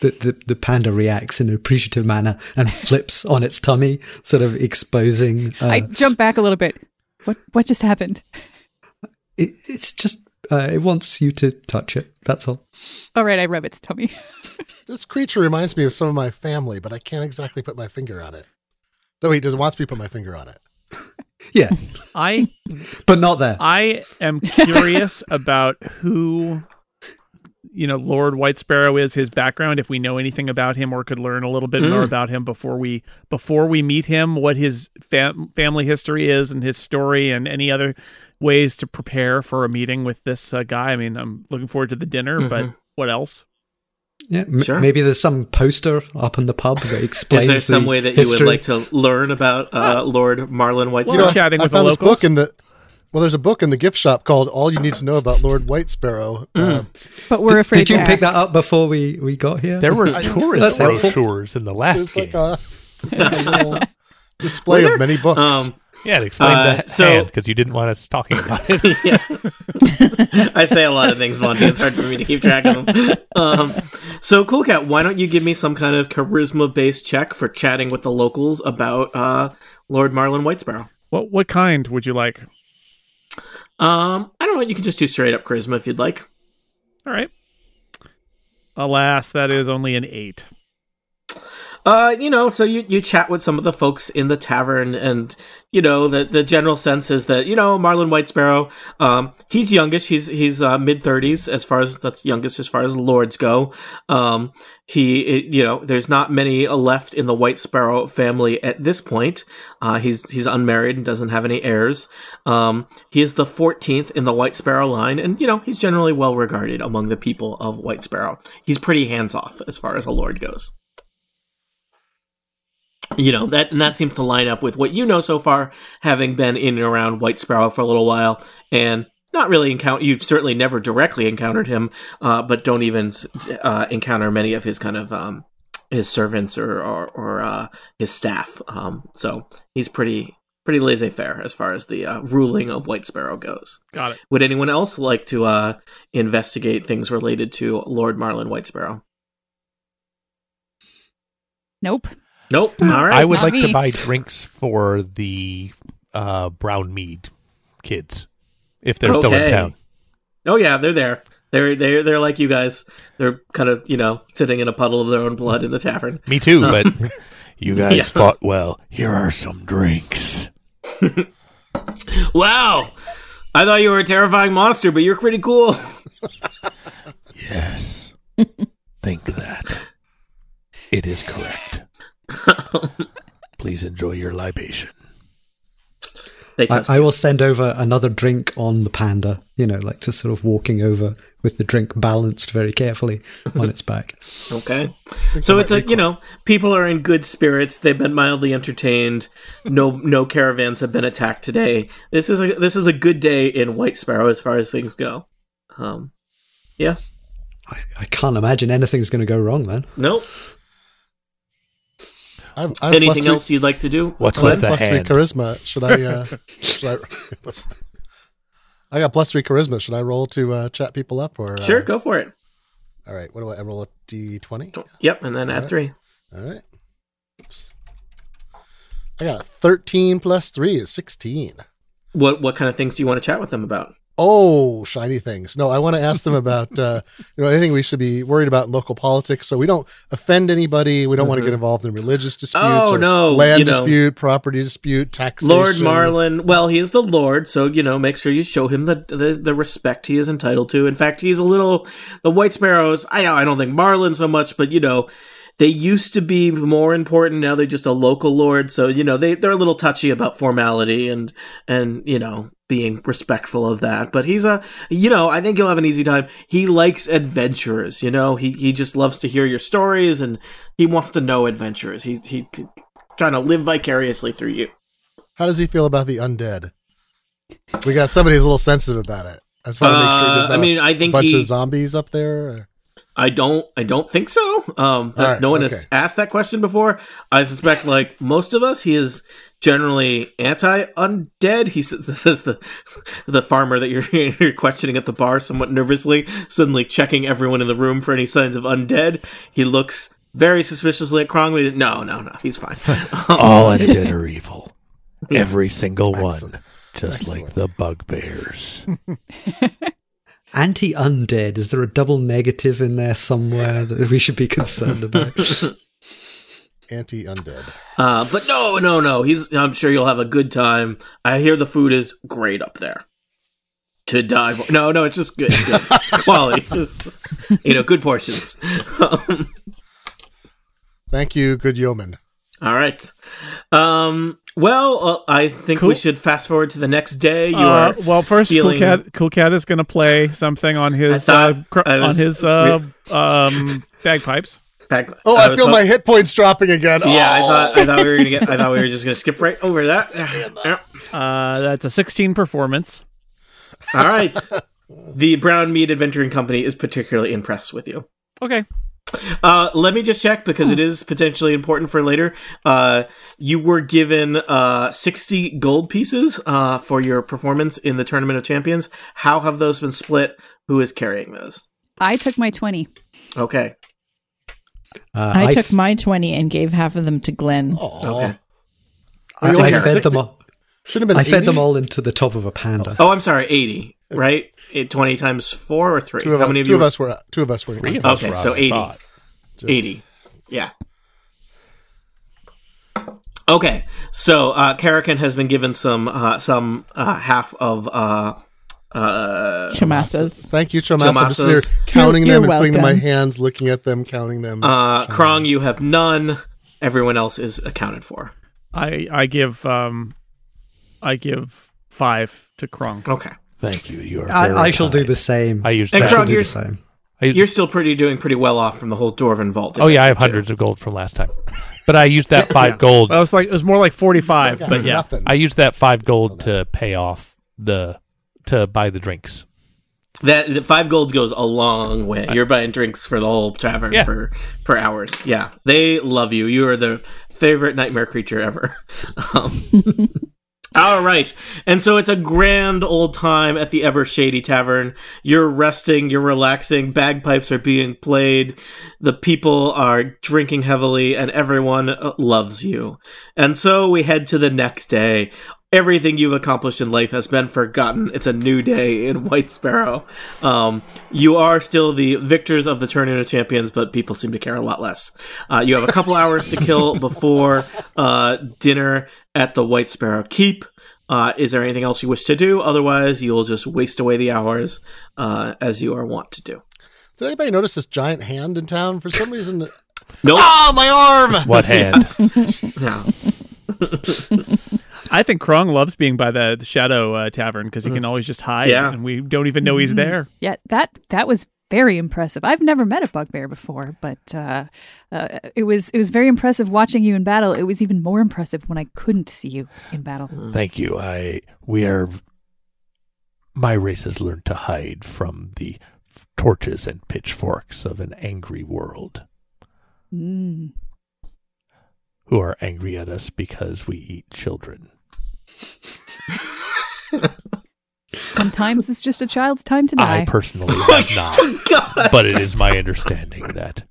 E: The, the the panda reacts in an appreciative manner and flips on its tummy, sort of exposing. Uh,
G: I jump back a little bit. What what just happened?
E: it, it's just uh, it wants you to touch it. That's all.
G: All right, I rub its tummy.
F: This creature reminds me of some of my family, but I can't exactly put my finger on it. No, he doesn't want me to put my finger on it.
E: Yeah,
B: I
E: but not there.
B: I am curious about who you know Lord White Sparrow is, his background, if we know anything about him or could learn a little bit more
A: Mm.
B: about him before we before we meet him, what his fam- family history is and his story and any other ways to prepare for a meeting with this uh, guy. I mean, I'm looking forward to the dinner, but
A: Mhm.
B: what else?
E: Yeah, m-
A: Sure.
E: maybe there's some poster up in the pub that explains.
A: Is there some
E: the
A: way that you
E: history.
A: would like to learn about uh, Lord Marlin White?
B: You know,
A: Sparrow?
B: chatting
F: I
B: with the
F: found this
B: locals.
F: book in the well. There's a book in the gift shop called "All You Need to Know About Lord White Sparrow." Uh,
G: But we're afraid.
E: Did you
G: to
E: pick that
G: ask.
E: up before we we got here?
C: There were
E: That's
C: tourist
E: helpful.
C: brochures in the last
F: it's
C: game.
F: like a, it's like a little display of many books.
A: Um,
C: yeah, and explain
A: uh,
C: that
A: so-
C: because you didn't want us talking about it.
A: yeah. I say a lot of things, Monty. It's hard for me to keep track of them. Um, so, Cool Cat, why don't you give me some kind of charisma based check for chatting with the locals about uh, Lord Marlin Whitesparrow?
B: What what kind would you like?
A: Um, I don't know. You can just do straight up charisma if you'd like.
B: All right. Alas, that is only an eight.
A: Uh, you know, so you, you chat with some of the folks in the tavern, and you know the the general sense is that you know Marlon White Sparrow, um, he's youngish, he's he's uh, mid thirties as far as that's youngest as far as lords go. Um, he it- you know there's not many left in the White Sparrow family at this point. Uh, he's he's unmarried and doesn't have any heirs. Um, he is the fourteenth in the White Sparrow line, and you know he's generally well regarded among the people of White Sparrow. He's pretty hands off as far as a lord goes you know that and that seems to line up with what you know so far having been in and around white sparrow for a little while and not really encounter you've certainly never directly encountered him uh, but don't even uh, encounter many of his kind of um, his servants or or, or uh, his staff um, so he's pretty pretty laissez-faire as far as the uh, ruling of white sparrow goes
B: Got it.
A: would anyone else like to uh, investigate things related to lord marlin white sparrow
G: Nope.
A: nope all right
C: I would
G: Not
C: like
G: me.
C: to buy drinks for the uh, brown mead kids if they're still in
A: Okay.
C: town.
A: Oh yeah, they're there. They're they are they're like you guys. They're kind of you know sitting in a puddle of their own blood in the tavern.
C: Me too, but you guys
A: Yeah.
C: fought well. Here are some drinks.
A: Wow, I thought you were a terrifying monster, but you're pretty cool.
C: Yes. Think that. It is correct. Please enjoy your libation.
A: They
E: I,
A: test.
E: I
A: you.
E: will send over another drink on the panda. You know, like just sort of walking over with the drink balanced very carefully on its back.
A: okay, so it's like you know people are in good spirits. They've been mildly entertained. No no caravans have been attacked today. This is a this is a good day in White Sparrow as far as things go. Um, yeah.
E: I, I can't imagine anything's going to go wrong, man.
A: Nope.
F: I've, I've
A: Anything
F: Uh, plus
A: else you'd like to do?
C: What's
F: Three, I have
C: with the
F: plus
C: hand?
F: three charisma. Should I? Uh, should I? what's- I got plus three charisma. Should I roll to uh, chat people up or? Uh,
A: Sure, go for it.
F: All right. What do I, I roll? A d twenty. All
A: Yep, and then add
F: Alright.
A: three.
F: right. Oops. I got thirteen plus three is sixteen.
A: What what kind of things do you want to chat with them about?
F: Oh, shiny things. No, I want to ask them about uh, you know anything we should be worried about in local politics, so we don't offend anybody. We don't want to get involved in religious disputes.
A: Mm-hmm. Oh,
F: or
A: no,
F: land
A: you know.
F: dispute, property dispute, taxation.
A: Lord Marlin. Well, he is the Lord, so you know, make sure you show him the, the the respect he is entitled to. In fact, he's a little the White Sparrows. I know I don't think Marlin so much, but you know, they used to be more important. Now they're just a local lord, so you know they they're a little touchy about formality and and you know being respectful of that. But he's a you know I think you'll have an easy time. He likes adventurers. You know, he he just loves to hear your stories and he wants to know adventurers. He he. he Trying to live vicariously through you.
F: How does he feel about the undead? We got somebody who's a little sensitive about it. I just want to make sure
A: Uh,
F: there's not
A: I mean, I
F: a
A: think
F: bunch
A: he-
F: of zombies up there. or-
A: I don't. I don't think so. Um,
F: All right,
A: no one
F: okay.
A: has asked that question before. I suspect, like most of us, he is generally anti undead. He says, "This is the the farmer that you're, you're questioning at the bar, somewhat nervously, suddenly checking everyone in the room for any signs of undead." He looks very suspiciously at Crongly. No, no, no. He's fine.
C: All undead are evil. Every single one. Just like the bugbears.
E: Anti undead, is there a double negative in there somewhere that we should be concerned about? Uh,
F: Anti undead.
A: uh, but no, no, no. He's. I'm sure you'll have a good time. I hear the food is great up there. To die. for- No, no. It's just good. It's good. Quality. It's- you know, good portions. Um,
F: Thank you, good yeoman.
A: all right. Um, well, uh, I think
B: Cool.
A: we should fast forward to the next day. You
B: Uh,
A: are.
B: well, first,
A: feeling-
B: cool cat, cool cat is going to play something on his
A: thought
B: uh, cr-
A: I was-
B: on his uh, um, bagpipes.
A: Back,
F: Oh, I,
A: was
F: feel
A: hop-
F: my hit points dropping again.
A: Yeah, I
F: Oh.
A: thought I thought we were gonna get. I thought we were just gonna skip right over that. Yeah.
B: Uh, that's a 16 performance.
A: All right. The Brown Meat Adventuring Company is particularly impressed with you.
B: Okay.
A: Uh, let me just check because it
F: Hmm.
A: is potentially important for later. Uh, you were given uh, 60 gold pieces uh, for your performance in the Tournament of Champions. How have those been split? Who is carrying those?
G: I took my 20.
A: Okay.
E: Uh,
D: I, took
E: f- Oh,
D: my 20 and gave half of them to Glenn.
F: Aw.
A: Okay.
E: I,
F: You only
E: I
F: got
E: fed
F: 60.
E: them all.
F: Should have been.
E: I fed them
F: 80?
E: all into the top of a panda.
A: Oh, I'm sorry. 80, right? It, 20 times 4 or 3?
F: Two of,
A: How
F: us-
A: many of
F: two
A: you?
F: of
A: were-
F: us were. Two of us were.
C: Three of us
A: Okay,
C: were
A: so
C: on
A: 80.
C: spot.
A: 80. Yeah. Okay, so uh, Karakin has been given some uh, some uh, half of uh, uh,
D: Chamasas.
F: Thank you, Chomasa. I'm just sitting
A: Chomasas.
F: here counting
D: You're-
F: them
D: you're
F: and putting them in my
D: welcome.
F: hands, looking at them, counting them.
A: Uh, Krong, you have none. Everyone else is accounted for.
B: I I give um, I give five to Krong.
A: Okay.
C: Thank you. You are.
E: I,
C: very
E: I shall do
C: kind.
E: the same.
C: I
E: I,
C: used
A: And
C: that.
E: shall
A: Krog,
E: do
A: you're-
E: the same.
C: I used-
A: You're still pretty doing pretty well off from the whole Dwarven Vault.
C: oh yeah, I have
A: adventure,
C: hundreds of gold from last time, but I used that five gold.
B: Well, it was like it was more like 45,
F: Got
B: but yeah.
F: nothing.
C: I used that five gold to pay off the to buy the drinks.
A: too. That the five gold goes a long way. You're buying drinks for the whole tavern
C: Yeah.
A: for for hours. Yeah, they love you. You are their favorite nightmare creature ever. Um, All right. And so it's a grand old time at the Ever Shady Tavern. You're resting, you're relaxing, bagpipes are being played, the people are drinking heavily, and everyone uh, loves you. And so we head to the next day. Everything you've accomplished in life has been forgotten. It's a new day in White Sparrow. Um, you are still the victors of the Tournament of Champions, but people seem to care a lot less. Uh, you have a couple hours to kill before uh, dinner at the White Sparrow Keep. Uh, is there anything else you wish to do? Otherwise, you'll just waste away the hours uh, as you are wont to do.
F: Did anybody notice this giant hand in town? For some reason,
A: No,
F: ah, my arm.
C: What hand?
A: no.
B: I think Krong loves being by the, the Shadow uh, Tavern because he can always just hide,
A: Yeah.
B: and we don't even know he's there.
G: Yeah, that that was very impressive. I've never met a bugbear before, but uh, uh, it was it was very impressive watching you in battle. It was even more impressive when I couldn't see you in battle.
C: Thank you. I we are. My race has learned to hide from the f- torches and pitchforks of an angry world
G: Mm.
C: who are angry at us because we eat children.
G: Sometimes it's just a child's time to
C: I
G: die.
C: personally have not,
A: God.
C: but it is my understanding that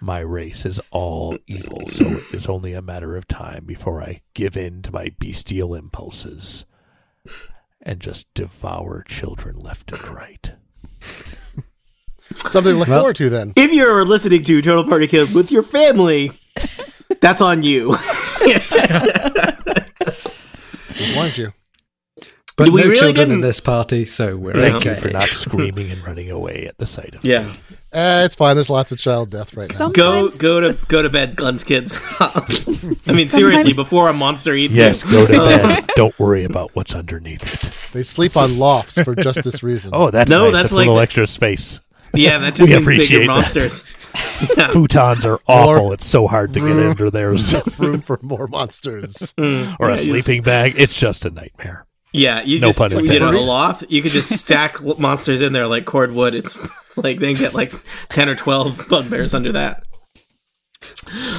C: my race is all evil, so it is only a matter of time before I give in to my bestial impulses and just devour children left and right.
F: Something to look
E: Well-
F: forward to then.
A: If you're listening to Total Party Kid with your family, that's on you.
F: We warned you.
E: But
A: We
E: no
A: really
E: children in
A: didn't-
E: this party, so we're
A: Thank
E: okay.
C: For not screaming and running away at the sight of
A: yeah.
F: Eh, it's fine. There's lots of child death right now.
G: Some-
A: Go
G: Sometimes-
A: go to go to bed, guns kids. I mean seriously, before a monster eats
C: Yes,
A: you. Uh,
C: go to bed. Don't worry about what's underneath it.
F: They sleep on lofts for just this reason.
C: Oh, that's
A: No,
C: nice.
A: that's
C: a little
A: like-
C: extra space.
A: Yeah, that
C: We
A: just means bigger
C: appreciate that.
A: monsters.
C: Futons are awful. it's so hard to get
F: Room.
C: under those,
F: room for more monsters.
C: or a
A: Yeah, you
C: sleeping
A: just-
C: bag. It's just a nightmare.
A: Yeah, you
C: No
A: just
C: pun
A: you know,
C: intended.
A: a loft. You could just stack l- monsters in there like cordwood. It's like they get like ten or twelve bugbears under that.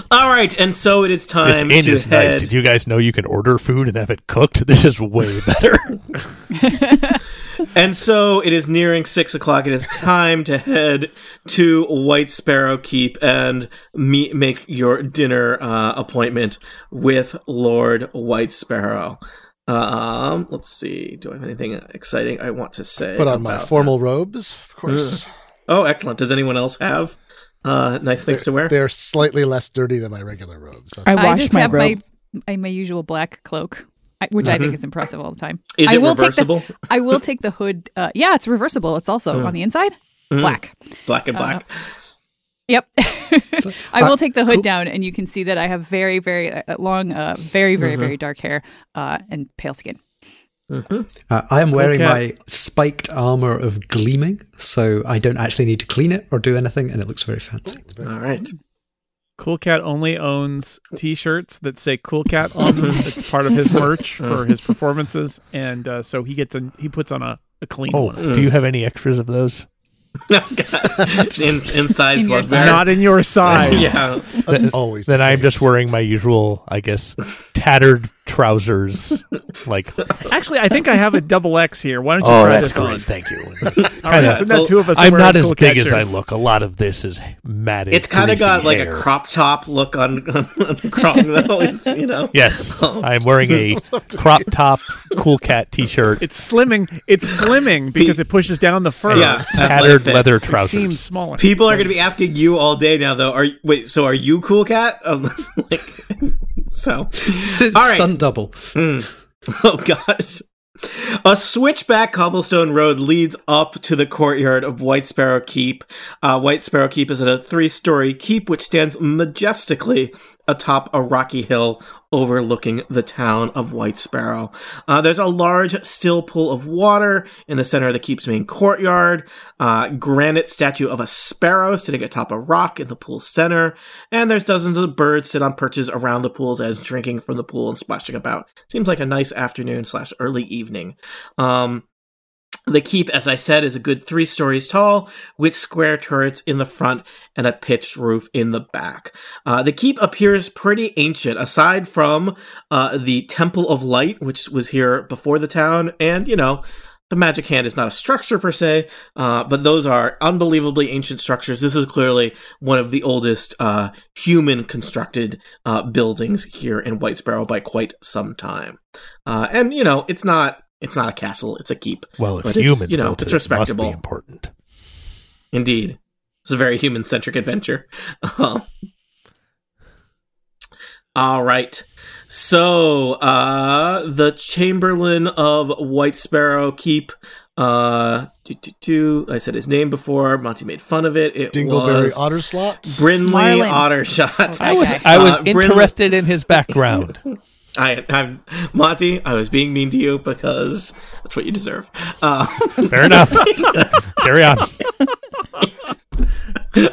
A: All right, and so it is
C: This
A: time
C: inn
A: to
C: is
A: head.
C: nice. Did you guys know you can order food and have it cooked? This is way better.
A: And so it is nearing six o'clock. It is time to head to White Sparrow Keep and meet, make your dinner uh, appointment with Lord White Sparrow. Um, let's see. Do I have anything exciting I want to say?
F: Put on my
A: about
F: formal robes, of course.
A: that? Oh, excellent. Does anyone else have uh, nice things to wear?
F: They're slightly less dirty than my regular robes. That's-
D: I
G: I
D: washed
G: just
D: my
G: have
D: robe.
G: my I- my usual black cloak, I- which I think is impressive all the time.
A: Uh-huh. Is
G: I
A: it
G: will
A: reversible? Uh-huh.
G: Take the, I will take the hood. Uh, yeah, it's reversible. It's also on the inside. It's black.
A: black and black.
G: Yep. I
A: Uh,
G: will take the hood down, and you can see that I have very, very uh, long, uh, very,
A: Uh-huh.
G: very, very dark hair uh, and pale skin.
E: Uh, I am wearing
B: cat.
E: my spiked armor of gleaming, so I don't actually need to clean it or do anything, and it looks very fancy.
A: All right.
B: Cool Cat only owns
C: Uh,
B: T-shirts that say "Cool Cat" on them. it's part of his merch
C: Uh.
B: for his performances, and uh, so he gets a he puts on a, a clean
C: oh,
B: one.
C: do you have any extras of those?
A: in, in size
G: Uh-huh. In your
A: bugbear.
B: Not in your size.
A: yeah.
F: That's
C: Then-
F: always.
C: Then
F: the
C: I'm
F: case.
C: just wearing my usual, I guess, tattered trousers. like,
B: Actually, I think I have a double X here. Why don't you
C: oh,
B: try
C: that's
B: this on?
C: great. Thank you.
B: All right,
C: Kinda-
B: so now two of us. are
C: I'm
B: wearing
C: not as
B: Cool Cat
C: big as I
B: shirts.
C: look. A lot of this is matted.
A: It's kind of
C: greasy
A: got like a
C: hair.
A: crop top look on, on, on Krong, though. It's, you know.
C: Yes, I'm wearing a crop top, cool cat T-shirt,
B: It's slimming. It's slimming because it pushes down the fur.
A: Yeah.
C: tattered
A: Athletic
C: leather
B: It seems
C: trousers.
B: smaller.
A: People are going to be asking you all day now, though. Are you, wait, so are you cool cat? Um, like, so,
E: So it's
A: All right.
E: stunt double.
A: oh gosh. A switchback cobblestone road leads up to the courtyard of White Sparrow Keep. Uh, White Sparrow Keep is a three story keep which stands majestically atop a rocky hill overlooking the town of White Sparrow. Uh, there's a large still pool of water in the center of the keep's main courtyard, uh, granite statue of a sparrow sitting atop a rock in the pool's center, and there's dozens of birds sit on perches around the pools as drinking from the pool and splashing about. Seems like a nice afternoon slash early evening. Um, the keep, as I said, is a good three stories tall, with square turrets in the front and a pitched roof in the back. Uh, the keep appears pretty ancient, aside from uh, the Temple of Light, which was here before the town, and, you know, the magic hand is not a structure per se, uh, but those are unbelievably ancient structures. This is clearly one of the oldest uh, human constructed uh, buildings here in White Sparrow by quite some time. Uh, and, you know, it's not. It's not a castle; it's a keep.
C: Well, if
A: But it's,
C: humans
A: you know,
C: built
A: it's
C: it, it
A: respectable.
C: must be important.
A: Indeed. It's a very human centric adventure. Um, All right. So, uh, the Chamberlain of White Sparrow Keep. Uh, do, do, do. I said his name before. Monty made fun of it. It
F: Dingleberry
A: was
F: Otter Slot.
A: Brinley
G: Marlin.
A: Ottershot.
G: I was-
C: I was
A: Uh, Brin-
C: interested in his background.
A: I, I'm Monty. I was being mean to you because that's what you deserve. Uh,
C: Fair enough. Carry on.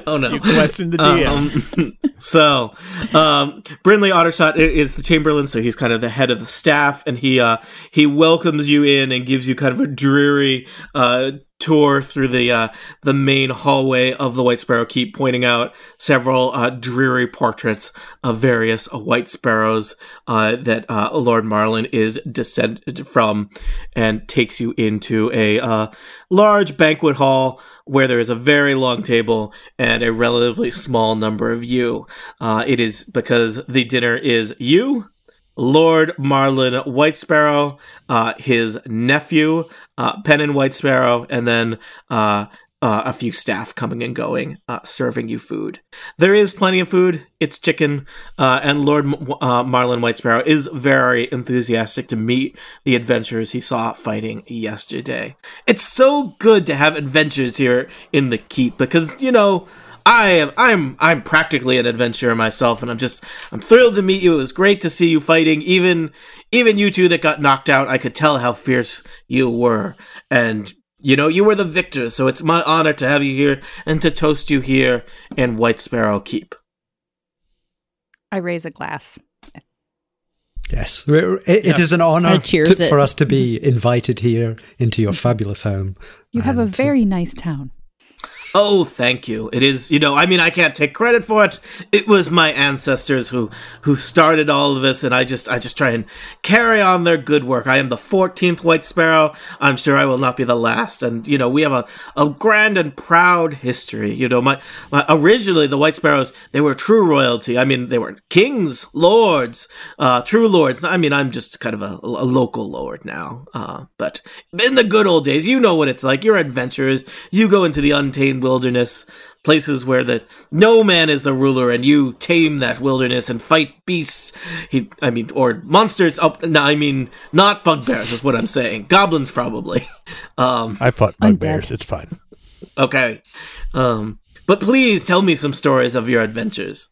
A: oh no!
B: Question the DM.
A: Um, so, um, Brinley Ottershot i- is the Chamberlain, so he's kind of the head of the staff, and he uh, he welcomes you in and gives you kind of a dreary uh, tour through the uh, the main hallway of the White Sparrow Keep, pointing out several uh, dreary portraits of various uh, White Sparrows uh, that uh, Lord Marlin is descended from, and takes you into a uh, large banquet hall where there is a very long table and a relatively small number of you. Uh, it is because the dinner is you, Lord Marlin White Sparrow, uh, his nephew, uh, Pennon White Sparrow, and then uh, uh, a few staff coming and going, uh, serving you food. There is plenty of food. It's chicken, uh, and Lord M- uh, Marlin White Sparrow is very enthusiastic to meet the adventurers he saw fighting yesterday. It's so good to have adventures here in the keep because you know. I am I'm I'm practically an adventurer myself and I'm just I'm thrilled to meet you. It was great to see you fighting. Even even you two that got knocked out, I could tell how fierce you were. And you know, you were the victor, so it's my honor to have you here and to toast you here in White Sparrow Keep.
G: I raise a glass.
E: Yes, We're- it, it
B: Yeah.
E: is an honor
D: And cheers
E: to-
D: it.
E: for us to be invited here into your fabulous home.
G: You have a
E: And, uh,
G: very nice town.
A: Oh, thank you. It is, you know, I mean, I can't take credit for it. It was my ancestors who who started all of this, and I just I just try and carry on their good work. I am the fourteenth White Sparrow. I'm sure I will not be the last. And you know, we have a, a grand and proud history. You know, my, my originally the White Sparrows they were true royalty. I mean, they were kings, lords, uh, true lords. I mean, I'm just kind of a, a local lord now. Uh, but in the good old days, you know what it's like. You're adventurers. You go into the untamed wilderness, places where the no man is the ruler, and you tame that wilderness and fight beasts. He, I mean, or monsters. Up, no, I mean, not bugbears is what I'm saying. Goblins probably. Um,
C: I fought
D: I'm
C: bugbears. It's fine.
A: okay. Um, but please tell me some stories of your adventures.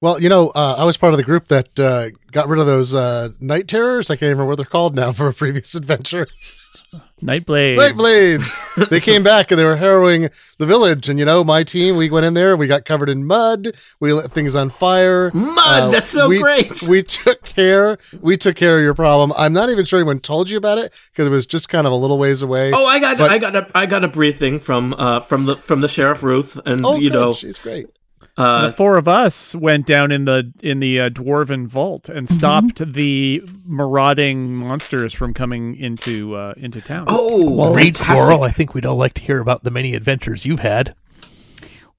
F: Well, you know, uh, I was part of the group that uh, got rid of those uh, night terrors. I can't even remember what they're called now for a previous adventure.
B: Nightblade.
F: Night blades. they came back and they were harrowing the village. And you know, my team, we went in there. We got covered in mud. We lit things on fire. Uh,
A: Mud, that's so
F: we-
A: great.
F: We took care. We took care of your problem. I'm not even sure anyone told you about it because it was just kind of a little ways away.
A: Oh, I got
F: But-
A: I got a I got a briefing from uh from the from the sheriff Ruth, and
F: Oh,
A: you
F: good.
A: know
F: she's great.
A: uh
B: the four of us went down in the in the uh, dwarven vault
C: Mm-hmm.
B: and stopped the marauding monsters from coming into uh, into town.
A: oh
C: Reed
A: fantastic.
C: Quarrel, I think we'd all like to hear about the many adventures you've had.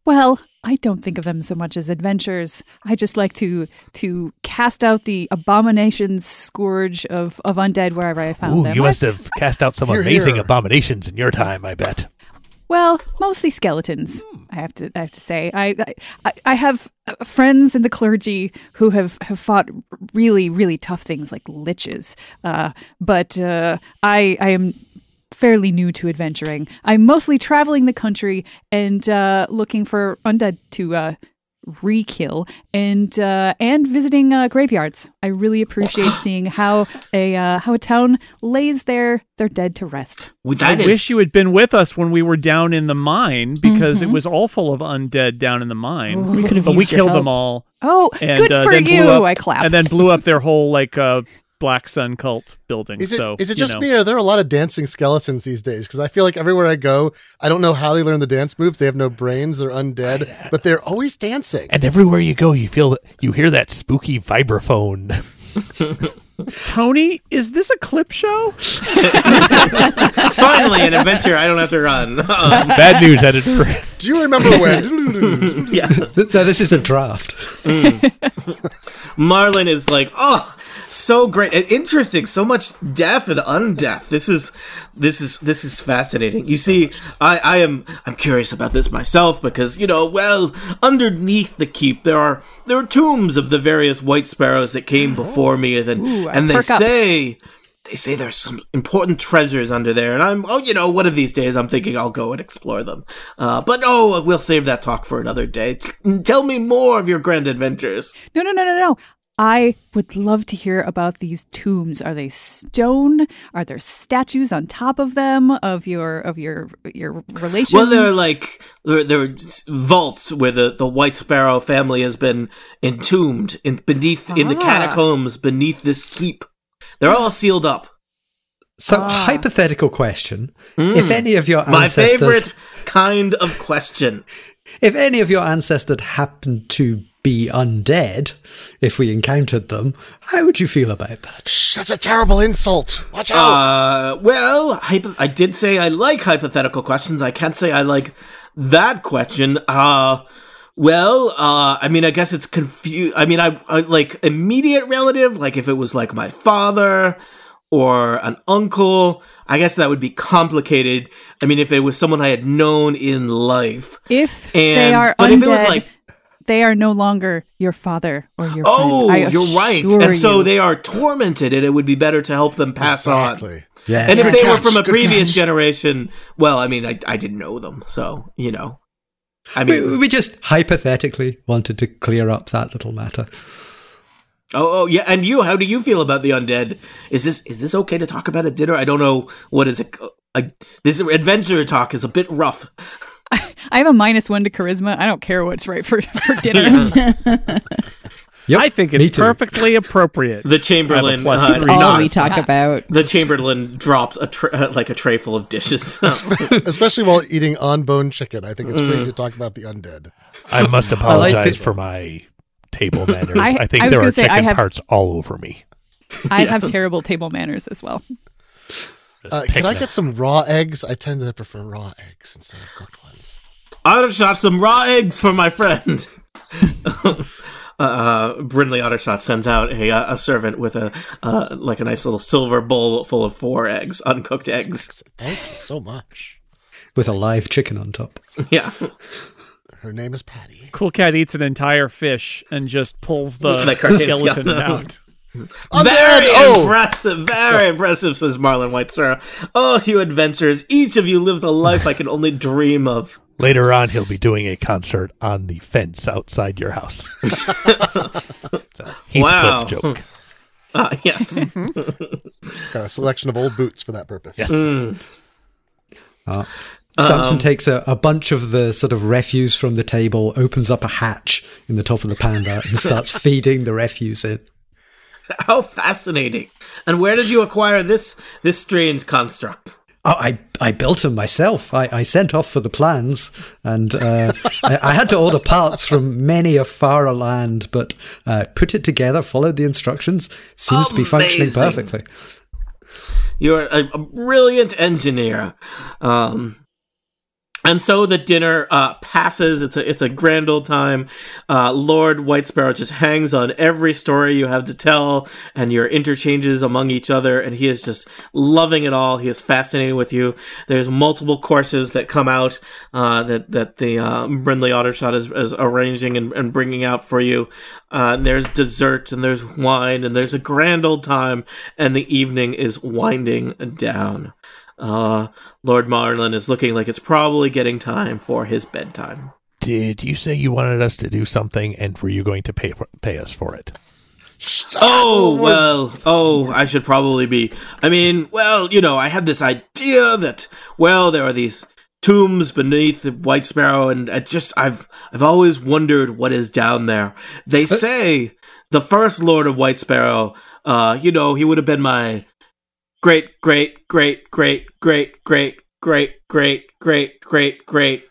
G: Well, I don't think of them so much as adventures. I just like to to cast out the abomination scourge of, of undead wherever I found
C: Ooh,
G: them.
C: you
G: I-
C: must have cast out some
F: Here,
C: amazing
F: here.
C: abominations in your time, I bet.
G: Well, mostly skeletons. I have to. I have to say, I I, I have uh, friends in the clergy who have, have fought really, really tough things like liches. Uh, but uh, I I am fairly new to adventuring. I'm mostly traveling the country and uh, looking for undead to uh, re-kill and uh, and visiting uh, graveyards. I really appreciate seeing how a uh, how a town lays their their dead to rest.
A: Well,
B: I
A: that is-
B: wish you had been with us when we were down in the mine because
G: Mm-hmm.
B: it was all full of undead down in the mine.
D: We could have
B: but we
D: used your
B: killed
D: help.
B: them all.
G: Oh,
B: And,
G: good
B: uh,
G: for
B: then
G: you!
B: Blew up,
G: I clap.
B: And then blew up their whole like uh, Black Sun cult building.
F: Is it is
B: so
F: it
B: you
F: just
B: know.
F: me or are there a lot of dancing skeletons these days? Because I feel like everywhere I go, I don't know how they learn the dance moves. They have no brains. They're
A: Oh,
F: undead, but they're always dancing.
C: And everywhere you go, you feel that you hear that spooky vibraphone.
B: Tony? Is this a clip show?
A: finally an adventure I don't have to run. Um,
C: Bad news, editor.
F: Do you remember when?
A: yeah,
E: th- no, this is a draft.
A: Marlin is like, oh, so great and interesting. So much death and undeath. This is this is this is fascinating. You see, I I am I'm curious about this myself because you know, well, underneath the keep there are there are tombs of the various white sparrows that came before me, and and they
G: Oh. perk up.
A: say they say there's some important treasures under there, and I'm, oh, you know, one of these days I'm thinking I'll go and explore them. Uh, but oh, we'll save that talk for another day. T- tell me more of your grand adventures.
G: no, no, no, no, no. I would love to hear about these tombs. Are they stone? Are there statues on top of them of your of your your relations?
A: Well, there are like there, there are s- vaults where the, the White Sparrow family has been entombed in beneath in the
G: Ah.
A: catacombs beneath this keep. They're all sealed up.
E: So, hypothetical question: If any of your
A: Ah. Hmm. My
E: ancestors,
A: favorite kind of question.
E: if any of your ancestors happened to be undead, if we encountered them, how would you feel about that?
F: Shh, that's a terrible insult. Watch
G: Oh.
F: out.
A: Uh, well, hypo- I did say I like hypothetical questions. I can't say I like that question. Uh, well, uh, I mean, I guess it's confused. I mean, I, I like immediate relative, like if it was like my father or an uncle, I guess that would be complicated. I mean, if it was someone I had known in life.
G: If they
A: And-
G: are
A: but
G: undead,
A: if it was like-
G: they are no longer your father or your
A: Oh,
G: friend. I
A: you're right.
G: assure
A: And so
G: you.
A: they are tormented, and it would be better to help them pass on.
F: exactly.
E: Yes.
A: And if
F: Good
A: they were
F: catch,
A: from a
F: good
A: previous
F: catch.
A: generation, well, I mean, I, I didn't know them, so you know, I mean,
E: we, we just hypothetically wanted to clear up that little matter.
A: oh, oh, yeah. And you, how do you feel about the undead? Is this is this okay to talk about at dinner? I don't know what is it. I, this adventure talk is a bit rough.
G: I have a minus one to charisma. I don't care what's right for, for dinner.
E: Yep,
B: I think
E: me
B: it's
E: too.
B: perfectly appropriate.
A: The Chamberlain,
B: plus
A: uh,
B: three.
A: Not-
D: All we talk about.
A: the Chamberlain drops a tr- uh, like a tray full of dishes.
F: Especially while eating on bone chicken. I think it's
A: Mm.
F: great to talk about the undead.
C: I must
E: like
C: apologize
E: that-
C: for my table manners.
G: I-
C: I, think
G: I was
C: there
G: gonna
C: are
G: say,
C: chicken
G: I have-
C: parts all over me.
G: I have terrible table manners as well.
C: Just
F: Uh,
C: pick
F: can I
C: them.
F: get some raw eggs? I tend to prefer raw eggs instead of cooked ones.
A: Ottershot some raw eggs for my friend. uh, Brindley Ottershot sends out a, uh, a servant with a uh, like a nice little silver bowl full of four eggs, uncooked eggs.
F: Thank you so much.
E: with a live chicken on top.
A: Yeah,
F: Her name is Patty.
B: Cool Cat eats an entire fish and just pulls the,
A: The cartoon
B: skeleton
A: skeleton.
B: out.
A: very
F: Undead! Oh!
A: impressive, very impressive," says Marlon White Sparrow. Oh, you adventurers! Each of you lives a life I can only dream of.
C: Later on, he'll be doing a concert on the fence outside your house. It's a Heathcliff
A: Wow.
C: joke.
A: Uh, yes,
F: Got a selection of old boots for that purpose. Mm.
A: Mm.
E: Uh, Samson takes a, a bunch of the sort of refuse from the table, opens up a hatch in the top of the panda, and starts feeding the refuse in.
A: how fascinating! And where did you acquire this this strange construct?
E: Oh, I, I built them myself. I, I sent off for the plans, and uh, I, I had to order parts from many a far land, but uh, put it together, followed the instructions, seems to be functioning
A: Amazing.
E: perfectly.
A: You're a, a brilliant engineer. Um, and so the dinner uh, passes. It's a it's a grand old time. Uh, Lord White Sparrow just hangs on every story you have to tell, and your interchanges among each other. And he is just loving it all. He is fascinated with you. There's multiple courses that come out uh, that that the uh, Brindley Ottershot is, is arranging and, and bringing out for you. Uh, and there's dessert and there's wine and there's a grand old time. And the evening is winding down. Uh, Lord Marlin is looking like it's probably getting time for his bedtime.
C: Did you say you wanted us to do something, and were you going to pay for, pay us for it?
A: Oh, well, oh, I should probably be. I mean, well, you know, I had this idea that, well, there are these tombs beneath the White Sparrow, and it's just, I've, I've always wondered what is down there. They say the first Lord of White Sparrow, uh, you know, he would have been my great, great, great, great, great, great, great, great, great, great, great,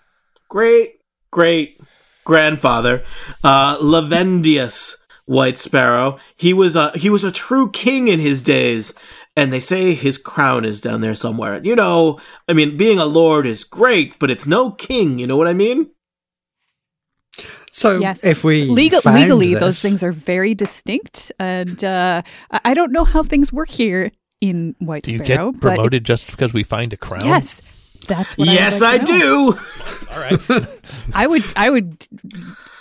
A: great, great grandfather, uh, Lavendius White Sparrow. He was a he was a true king in his days, and they say his crown is down there somewhere. You know, I mean, being a lord is great, but it's no king. You know what I mean?
E: So,
G: Yes,
E: if we
G: Legal,
E: found
G: legally,
E: this-
G: those things are very distinct, and uh, I- I don't know how things work here in White
C: Do you
G: Sparrow.
C: get promoted just because we find a
G: But
C: crown?
G: it- yes, that's what.
A: yes,
G: I,
A: I,
G: would like to know.
A: do.
C: All right.
G: I would. I would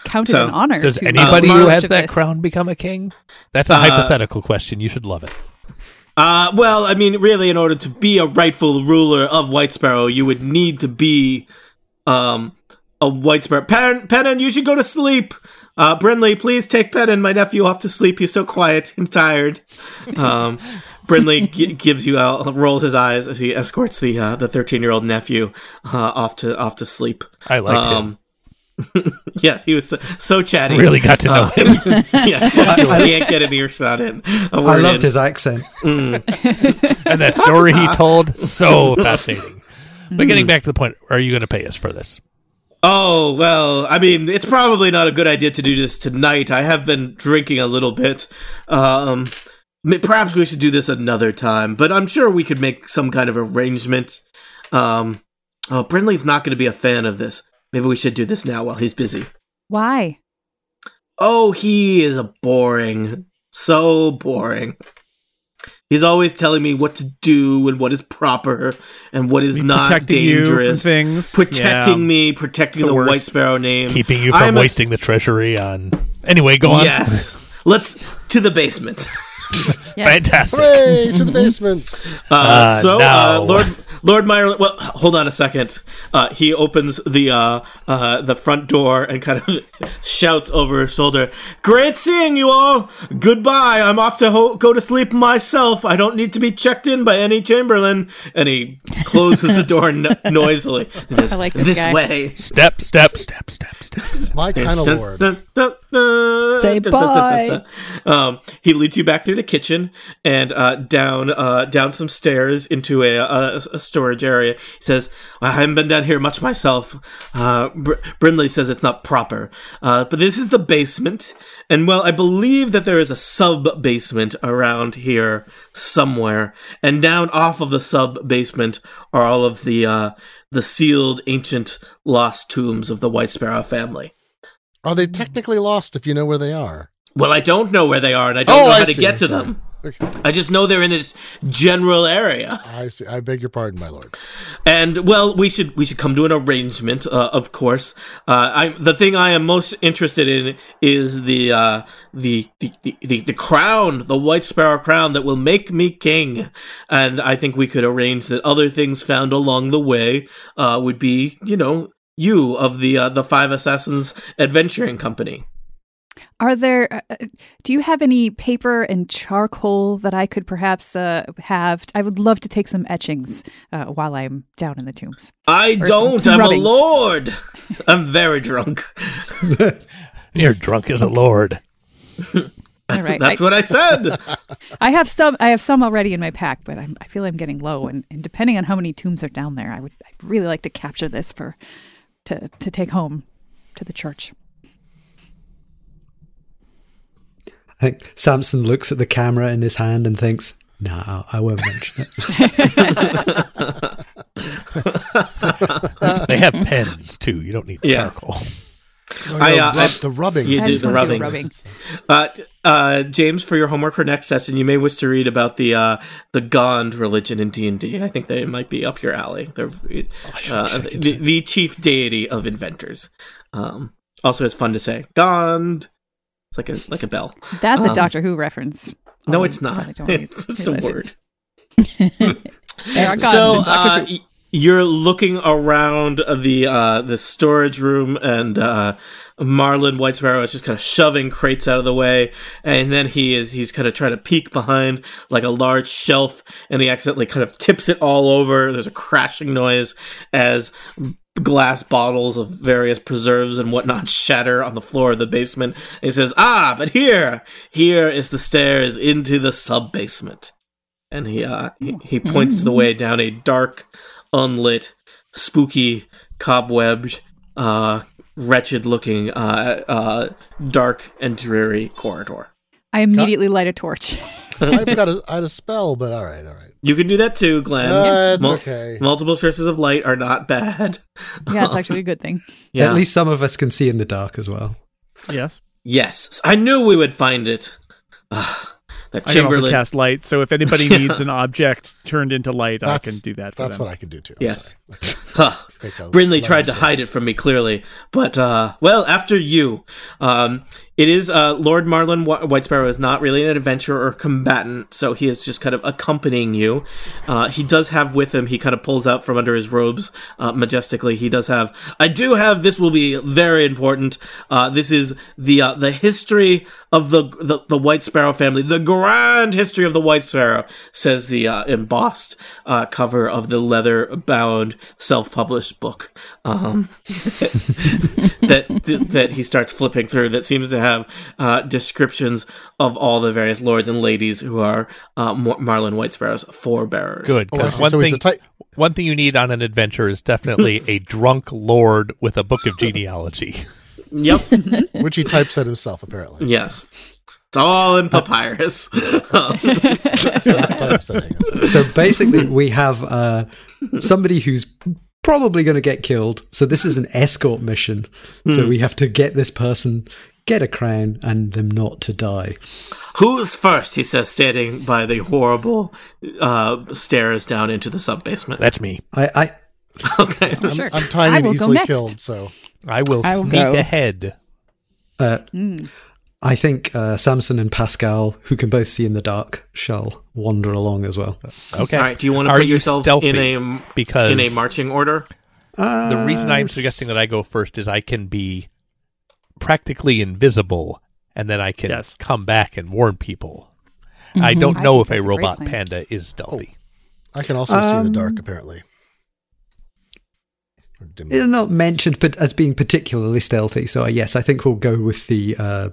G: count
A: So,
G: it an honor.
C: Does
G: to
C: anybody
G: be
C: who has
G: in charge of
C: that
G: this.
C: crown become a king? That's a hypothetical question. You should love it.
A: Uh, well, I mean, really, in order to be a rightful ruler of White Sparrow, you would need to be um, a White Sparrow. Pen, Penin, you should go to sleep. Uh, Brindley, please take Penin, my nephew, off to sleep. He's so quiet and tired. Um, Brindley g- gives you out, rolls his eyes as he escorts the uh, the thirteen year old nephew uh, off to off to sleep. Um,
C: I liked him.
A: Yes, he was so, so chatty.
C: Really got to know
A: Uh,
C: him.
A: yes, just can't get an earshot in. A
E: I
A: word
E: loved
A: in.
E: his accent.
C: and that story he told so fascinating. But getting back to the point, are you going to pay us for this?
A: Oh, well, I mean, it's probably not a good idea to do this tonight. I have been drinking a little bit. Um, m- perhaps we should do this another time, but I'm sure we could make some kind of arrangement. Um, oh, Brindley's not going to be a fan of this. Maybe we should do this now while he's busy.
G: Why?
A: Oh, he is a boring. So boring. He's always telling me what to do and what is proper and what is not
B: protecting you from
A: dangerous.
B: things.
A: Protecting
B: Yeah.
A: me, protecting
B: The
A: the, White
B: worst.
A: Sparrow name.
C: Keeping you from
A: I'm a-
C: wasting the treasury on. Anyway, go on.
A: Yes. Let's to the basement.
C: Fantastic.
F: Hooray to the basement.
A: Uh,
C: Uh,
A: so, uh,
C: no.
A: Lord Lord Myerlin. Well, hold on a second. Uh, he opens the uh, uh, the front door and kind of shouts over his shoulder, "Great seeing you all. Goodbye. I'm off to ho- go to sleep myself. I don't need to be checked in by any Chamberlain." And he closes the door no- noisily. He says,
G: I like this guy.
A: way.
C: Step, step, step, step, step.
F: My kind of
A: Dun,
F: lord.
A: dun, dun, dun,
D: Say
A: dun, dun, dun,
D: bye.
A: dun. Um, he leads you back through the kitchen and uh, down uh, down some stairs into a, a, a storage area. He says, "I haven't been down here much myself." Uh, Br- Brindley says it's not proper, uh, but this is the basement, and well, I believe that there is a sub basement around here somewhere, and down off of the sub basement are all of the uh, the sealed, ancient, lost tombs of the White Sparrow family.
F: Are they technically lost if you know where they are?
A: Well, I don't know where they are, and I don't
F: Oh,
A: know how
F: I
A: to
F: see.
A: get to
F: Sorry.
A: them.
F: Okay.
A: I just know they're in this general area.
F: I see. I beg your pardon, my lord.
A: And well, we should we should come to an arrangement, uh, of course. Uh, I, the thing I am most interested in is the, uh, the, the the the the crown, the White Sparrow crown that will make me king. And I think we could arrange that other things found along the way uh, would be, you know, you of the uh, the Five Assassins Adventuring Company.
G: Are there? Uh, uh, do you have any paper and charcoal that I could perhaps uh, have? I would love to take some etchings uh, while I'm down in the tombs.
A: I
G: Or some-
A: don't.
G: some
A: I'm
G: rubbings.
A: a lord. I'm very drunk.
C: You're drunk as a lord.
G: All right,
A: That's
G: I,
A: what I said.
G: I have some. I have some already in my pack, but I'm, I feel I'm getting low. And, and depending on how many tombs are down there, I would I'd really like to capture this for to to take home to the church.
E: I think Samson looks at the camera in his hand and thinks, "Nah, I- I won't mention it."
C: They have pens too. You don't need
A: Yeah.
C: charcoal.
F: No,
A: I,
F: no,
A: uh,
F: rub-
A: I-
F: the rubbing.
A: You
G: I
A: do
G: just
A: the
G: wanna do
A: rubbings.
G: rubbings.
A: Uh, uh, James, for your homework for next session, you may wish to read about the uh, the Gond religion in D anD. d I think they might be up your alley. They're uh, the, the chief deity of inventors. Um, also, it's fun to say Gond. It's like a like a bell.
G: That's a
A: Um,
G: Doctor Who reference.
A: No,
G: Although
A: it's
G: you probably
A: not.
G: don't
A: It's
G: realize-
A: just a
G: realize it.
A: word.
G: There are gods
A: so
G: in Doctor
A: uh,
G: Who.
A: y- you're looking around the uh, the storage room, and uh, Marlin White Sparrow is just kind of shoving crates out of the way, and then he is he's kind of trying to peek behind like a large shelf, and he accidentally kind of tips it all over. There's a crashing noise as glass bottles of various preserves and whatnot shatter on the floor of the basement. And he says, "Ah, but here, here is the stairs into the sub basement." and he uh, he, he
B: Mm-hmm.
A: points the way down a dark, unlit, spooky, cobwebbed, uh, wretched-looking, uh, uh, dark and dreary corridor.
G: I immediately light a torch.
F: I've got a, I had a spell, but all right, all right.
A: You can do that too, Glenn.
F: Uh, it's okay.
A: Multiple sources of light are not bad.
G: Yeah, it's actually a good thing.
A: Yeah.
E: At least some of us can see in the dark as well.
B: Yes.
A: yes, I knew we would find it. Ugh, that
B: I can also
A: Chamberlain.
B: cast light, so if anybody needs an object turned into light, I
F: That's-
B: can do that for
F: That's
B: them.
F: what I can do too. I'm
A: yes.
F: sorry.
A: Huh.
F: Pick a
A: Brindley
F: level
A: tried to
F: six.
A: hide it from me clearly, but uh, well, after you, um, it is uh, Lord Marlin Wh- White Sparrow is not really an adventurer or combatant, so he is just kind of accompanying you. Uh, he does have with him. He kind of pulls out from under his robes uh, majestically. He does have. I do have. This will be very important. Uh, this is the uh, the history of the, the the White Sparrow family, the grand history of the White Sparrow, says the uh, embossed uh, cover of the leather bound self published book. Um, that that he starts flipping through that seems to have uh, descriptions of all the various lords and ladies who are uh, Mar- Marlon Whitesparrow's forebearers.
C: Good.
F: Oh, I
C: 'cause
F: see.
C: one
F: So he's
C: thing,
F: a type-
C: one thing you need on an adventure is definitely a drunk lord with a book of genealogy.
A: Yep.
F: which he typeset himself apparently.
A: yes. It's all in papyrus.
F: Not typesetting. That's right.
E: So basically, we have uh, somebody who's probably going to get killed. So this is an escort mission
C: Hmm.
E: that we have to get this person, get a crown, and them not to die.
A: Who's first? He says, standing by the horrible uh, stairs down into the sub basement.
C: That's me.
E: I, I
A: Okay.
F: I'm,
G: Sure.
F: I'm
G: I
F: tiny and
G: will go
F: easily
G: next.
F: killed, so
C: I will
D: I will
C: sneak
D: go.
C: ahead.
E: uh,
C: Hmm.
E: I think uh, Samson and Pascal, who can both see in the dark, shall wander along as well.
C: Okay.
A: All right. Do you want to
C: Are
A: put
C: you
A: yourselves
C: stealthy?
A: in a
C: because
A: in a marching order?
C: the reason I'm
E: Uh,
C: suggesting that I go first is I can be practically invisible, and then I can
B: Yes.
C: come back and warn people. I don't
G: Mm-hmm. I
C: know
G: think
C: if a
G: that's a great
C: robot
G: plan.
C: panda is stealthy.
F: I can also see in the dark apparently. Or dimly.
E: It's not mentioned but as being particularly stealthy. So uh, yes, I think we'll go with the. Uh,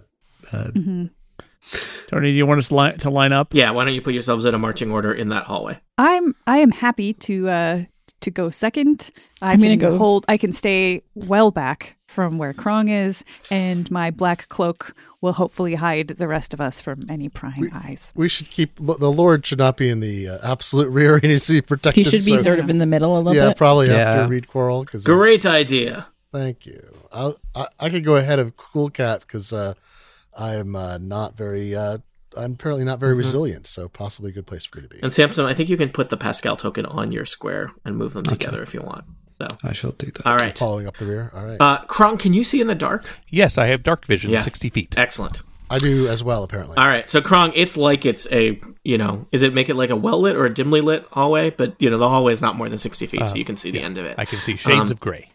B: Tony, do you want us li- to line up?
A: Yeah. Why don't you put yourselves in a marching order in that hallway?
G: I'm I am happy to uh to go second. I
D: I'm gonna
G: can
D: go-
G: hold I can stay well back from where Krong is and my black cloak will hopefully hide the rest of us from any prying eyes.
F: we should keep lo- the Lord should not be in the uh, absolute rear. He needs to be
D: He
F: protected.
D: should be
F: so-
D: sort of in the middle a little
F: yeah,
D: bit.
F: probably
E: Yeah.
F: after Reed Quarrel. Because
A: Great idea.
F: Thank you. I'll, I I could go ahead of Cool Cat because uh, I'm uh, not very. Uh, I'm apparently not very resilient, so possibly a good place for me to be.
A: And Samson, I think you can put the Pascal token on your square and move them together if you want. So,
E: I shall do that.
A: all right.
F: Following up the rear. All right,
A: Uh, Krong, can you see in the dark?
C: Yes, I have dark vision,
A: Yeah.
C: sixty feet.
A: Excellent.
F: I do as well. Apparently,
A: All right. So, Krong, it's like it's a, you know, is it make it like a well lit or a dimly lit hallway? But, you know, the hallway is not more than 60 feet, so you can see the end of it. Um,
C: Uh, I can see shades of gray.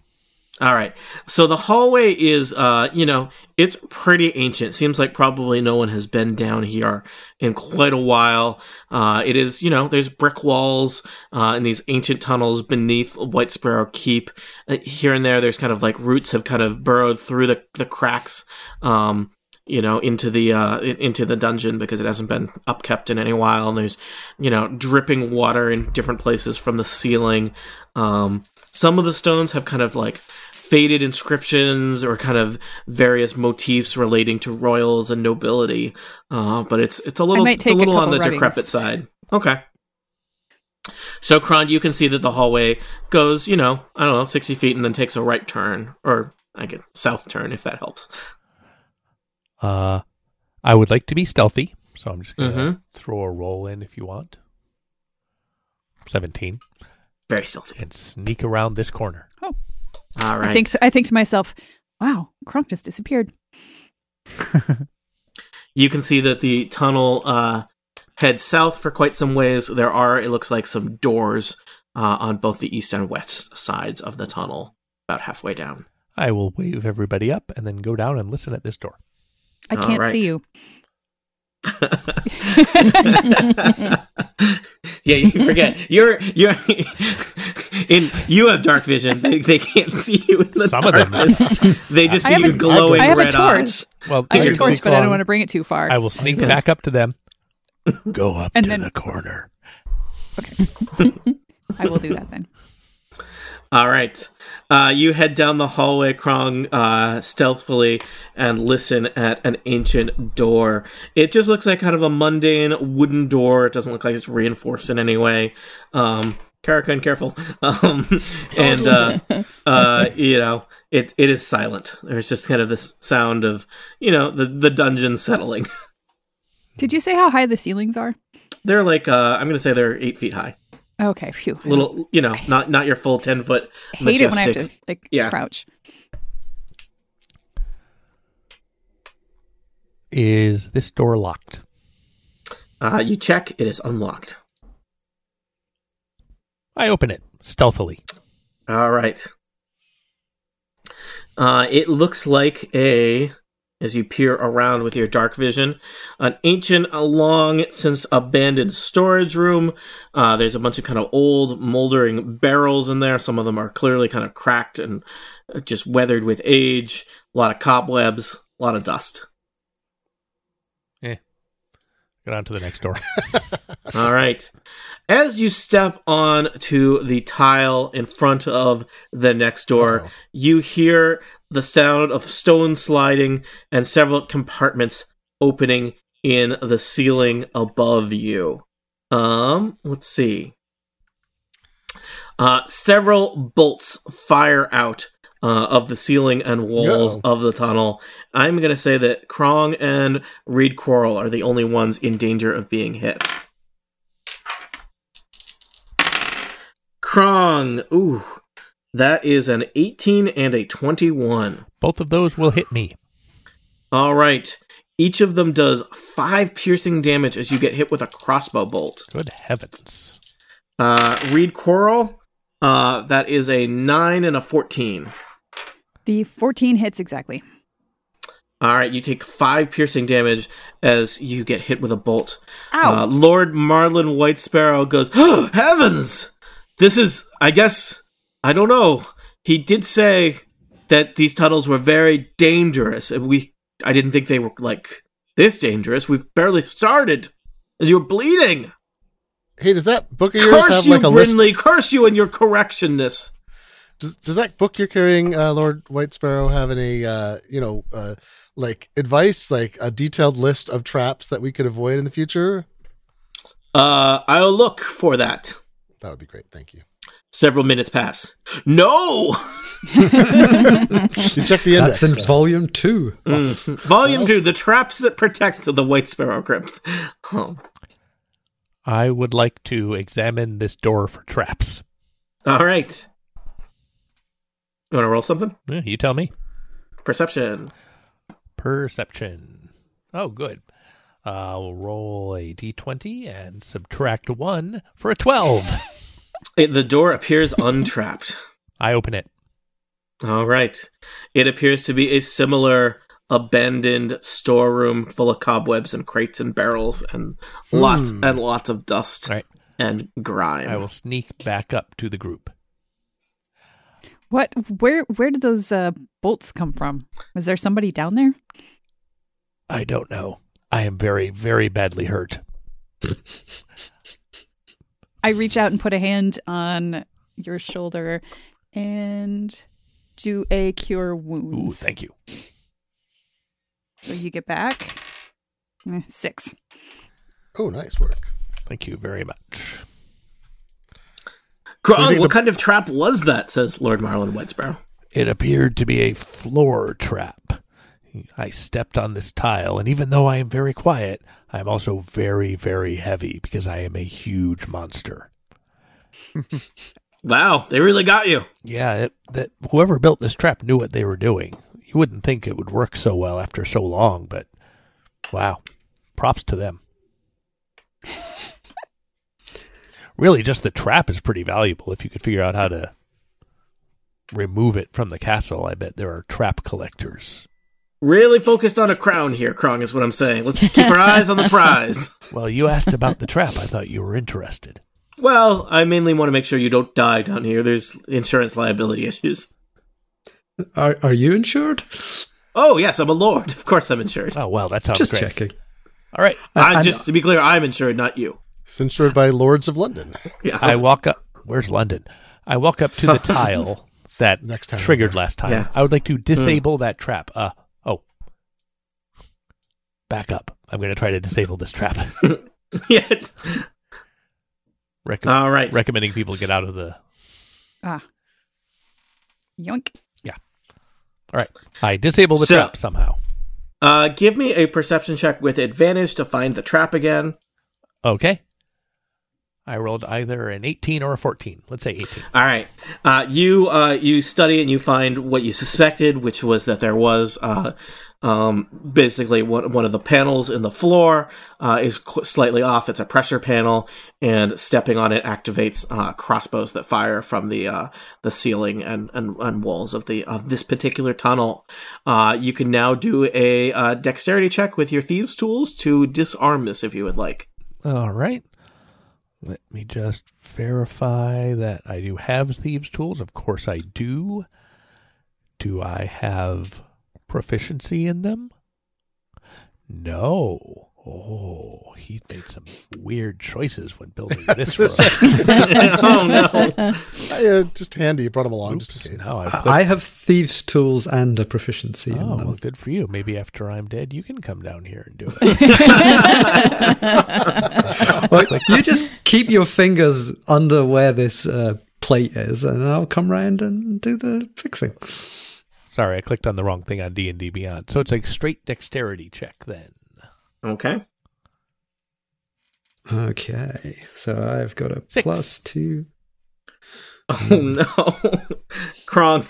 A: All right. So the hallway is, uh, you know, it's pretty ancient. Seems like probably no one has been down here in quite a while. Uh, it is, you know, there's brick walls uh, and these ancient tunnels beneath White Sparrow Keep. Uh, here and there, there's kind of like roots have kind of burrowed through the, the cracks. Um, you know into the uh in- into the dungeon because it hasn't been upkept in any while and there's you know dripping water in different places from the ceiling um some of the stones have kind of like faded inscriptions or kind of various motifs relating to royals and nobility uh but it's it's a little
G: might
A: it's a
G: take a
A: little on the
G: couple rubbings.
A: decrepit side okay so Krond, you can see that the hallway goes you know i don't know 60 feet and then takes a right turn or i guess south turn if that helps
C: Uh, I would like to be stealthy, so I'm just gonna
A: Mhm.
C: throw a roll in if you want. Seventeen
A: very stealthy
C: and sneak around this corner.
A: all right
G: I think I think to myself, wow, Krong just disappeared.
A: you can see that the tunnel uh, heads south for quite some ways. There are, it looks like, some doors uh, on both the east and west sides of the tunnel, about halfway down.
C: I will wave everybody up and then go down and listen at this door.
G: I
A: All
G: can't
A: right.
G: see you.
A: Yeah, you forget you're you're in. You have dark vision. They, they can't see you in the
C: Some of them.
A: darkness. They just
G: I
A: see
G: have
A: you
G: a-
A: glowing
G: I have a
A: red
G: torch.
A: eyes.
C: Well,
G: I have
F: can
G: a
F: see
G: torch, but I
F: Krong.
G: don't want to bring it too far.
C: I will sneak back up to them. Go up
G: And
C: to
G: then-
C: the corner.
G: I will do that then.
A: All right. Uh, you head down the hallway, Krong, uh, stealthily, and listen at an ancient door. It just looks like kind of a mundane wooden door. It doesn't look like it's reinforced in any way. Um, Karakun, careful. Um, and, uh, uh, you know, it, it is silent. There's just kind of this sound of, you know, the, the dungeon settling.
G: Did you say how high the ceilings are?
A: They're like, uh, I'm going to say they're eight feet high.
G: Okay, phew. I
A: Little, you know, not, not your full 10 foot
G: hate
A: majestic.
G: it when I have to like
A: Yeah.
G: crouch.
C: Is this door locked?
A: uh, you check, it is unlocked.
C: I open it stealthily.
A: All right. Uh, it looks like a as you peer around with your dark vision. An ancient, uh, long since abandoned storage room. Uh, there's a bunch of kind of old, moldering barrels in there. Some of them are clearly kind of cracked and uh, just weathered with age. A lot of cobwebs, a lot of dust.
C: Get on to the next door.
A: All right. As you step on to the tile in front of the next door,
F: Uh-oh.
A: you hear the sound of stone sliding and several compartments opening in the ceiling above you. Um, let's see. Uh, several bolts fire out uh, of the ceiling and walls
F: Uh-oh.
A: of the tunnel. I'm going to say that Krong and Reed Quarrel are the only ones in danger of being hit. Krong, ooh, that is an 18 and a 21.
C: Both of those will hit me.
A: All right. Each of them does five piercing damage as you get hit with a crossbow bolt.
C: Good heavens.
A: Uh, Reed Quarrel, uh, that is a 9 and a 14.
G: The 14 hits exactly.
A: All right, you take five piercing damage as you get hit with a bolt.
G: Ow.
A: Uh, Lord Marlin White Sparrow goes, oh, Heavens! This is, I guess, I don't know. He did say that these tunnels were very dangerous, and we, I didn't think they were like this dangerous. We've barely started, and you're bleeding.
F: Hey, does that book of yours
A: Curse
F: have
A: you,
F: like a list?
A: Brinley! Curse you and your correctionness.
F: Does, does that book you're carrying, uh, Lord White Sparrow, have any, uh, you know, uh, like advice, like a detailed list of traps that we could avoid in the future?
A: Uh, I'll look for that.
F: That would be great. Thank you.
A: Several minutes pass. No,
F: You check the index.
E: That's in
F: though.
E: volume two.
C: Mm.
A: volume two: the traps that protect the White Sparrow crypt. Oh,
C: I would like to examine this door for traps.
A: All right. You want to roll something?
C: Yeah, Eh, you tell me.
A: Perception.
C: Perception. Oh, good. I'll roll a d20 and subtract one for a 12.
A: It, the door appears untrapped.
C: I open it.
A: All right. It appears to be a similar abandoned storeroom full of cobwebs and crates and barrels and lots
F: Hmm.
A: and lots of dust
C: All right.
A: and grime.
C: I will sneak back up to the group.
G: what? Where? Where did those uh, bolts come from? Was there somebody down there?
C: I don't know. I am very, very badly hurt.
G: I reach out and put a hand on your shoulder and do a cure
C: Ooh,
G: wounds.
C: thank you.
G: so you get back eh, six.
F: Oh, nice work.
C: Thank you very much.
A: Grung,
F: I think
A: uh, what
F: the-
A: kind of trap was that? Says Lord Marlin Whitesparrow.
C: It appeared to be a floor trap. I stepped on this tile, and even though I am very quiet, I am also very, very heavy because I am a huge monster.
A: Wow, they really got you.
C: Yeah, it, that whoever built this trap knew what they were doing. You wouldn't think it would work so well after so long, but wow, props to them. really, just the trap is pretty valuable. If you could figure out how to remove it from the castle, I bet there are trap collectors.
A: Really focused on a crown here, Krong, is what I'm saying. Let's keep our eyes on the prize.
C: Well, you asked about the trap. I thought you were interested.
A: Well, I mainly want to make sure you don't die down here. There's insurance liability issues.
E: Are, are you insured?
A: Oh yes, I'm a lord. Of course, I'm insured.
C: Oh, well, that sounds
E: Just
C: great.
E: checking.
C: All right.
A: I, just to be clear, I'm insured, not you.
F: It's insured by Lords of London.
A: Yeah.
F: Oh.
C: I walk up. Where's London? I walk up to the tile that
F: Next time.
C: triggered last time.
A: Yeah.
C: I would like to
F: Hmm.
C: disable that trap. Uh oh. Back up. I'm going to try to disable this trap.
A: yes.
C: Recom-
A: All right.
C: Recommending people get out of the.
G: Ah, yoink.
C: All right. I disable the
A: So-
C: trap somehow.
A: Uh, give me a perception check with advantage to find the trap again.
C: Okay. I rolled either an 18 or a 14. Let's say 18.
A: All right. Uh, you uh, you study and you find what you suspected, which was that there was uh, um, basically one, one of the panels in the floor uh, is qu- slightly off. It's a pressure panel, and stepping on it activates uh, crossbows that fire from the uh, the ceiling and, and, and walls of the of this particular tunnel. Uh, you can now do a uh, dexterity check with your thieves' tools to disarm this if you would like.
C: All right. Let me just verify that I do have thieves' tools. Of course, I do. Do I have proficiency in them? No. Oh, he made some weird choices when building this room.
A: oh no.
F: I, uh, just handy. Brought him along just in
C: Oops,
F: case.
C: now I put,
E: I have thieves' tools and a proficiency
C: oh,
E: in them.
C: well, good for you. Maybe after I'm dead, you can come down here and do it.
E: Well, you just keep your fingers under where this uh, plate is, and I'll come round and do the fixing.
C: Sorry, I clicked on the wrong thing on D and D Beyond. So it's a straight dexterity check then.
A: Okay.
E: Okay, so I've got a
C: Six.
E: plus two.
A: Oh no. Krong.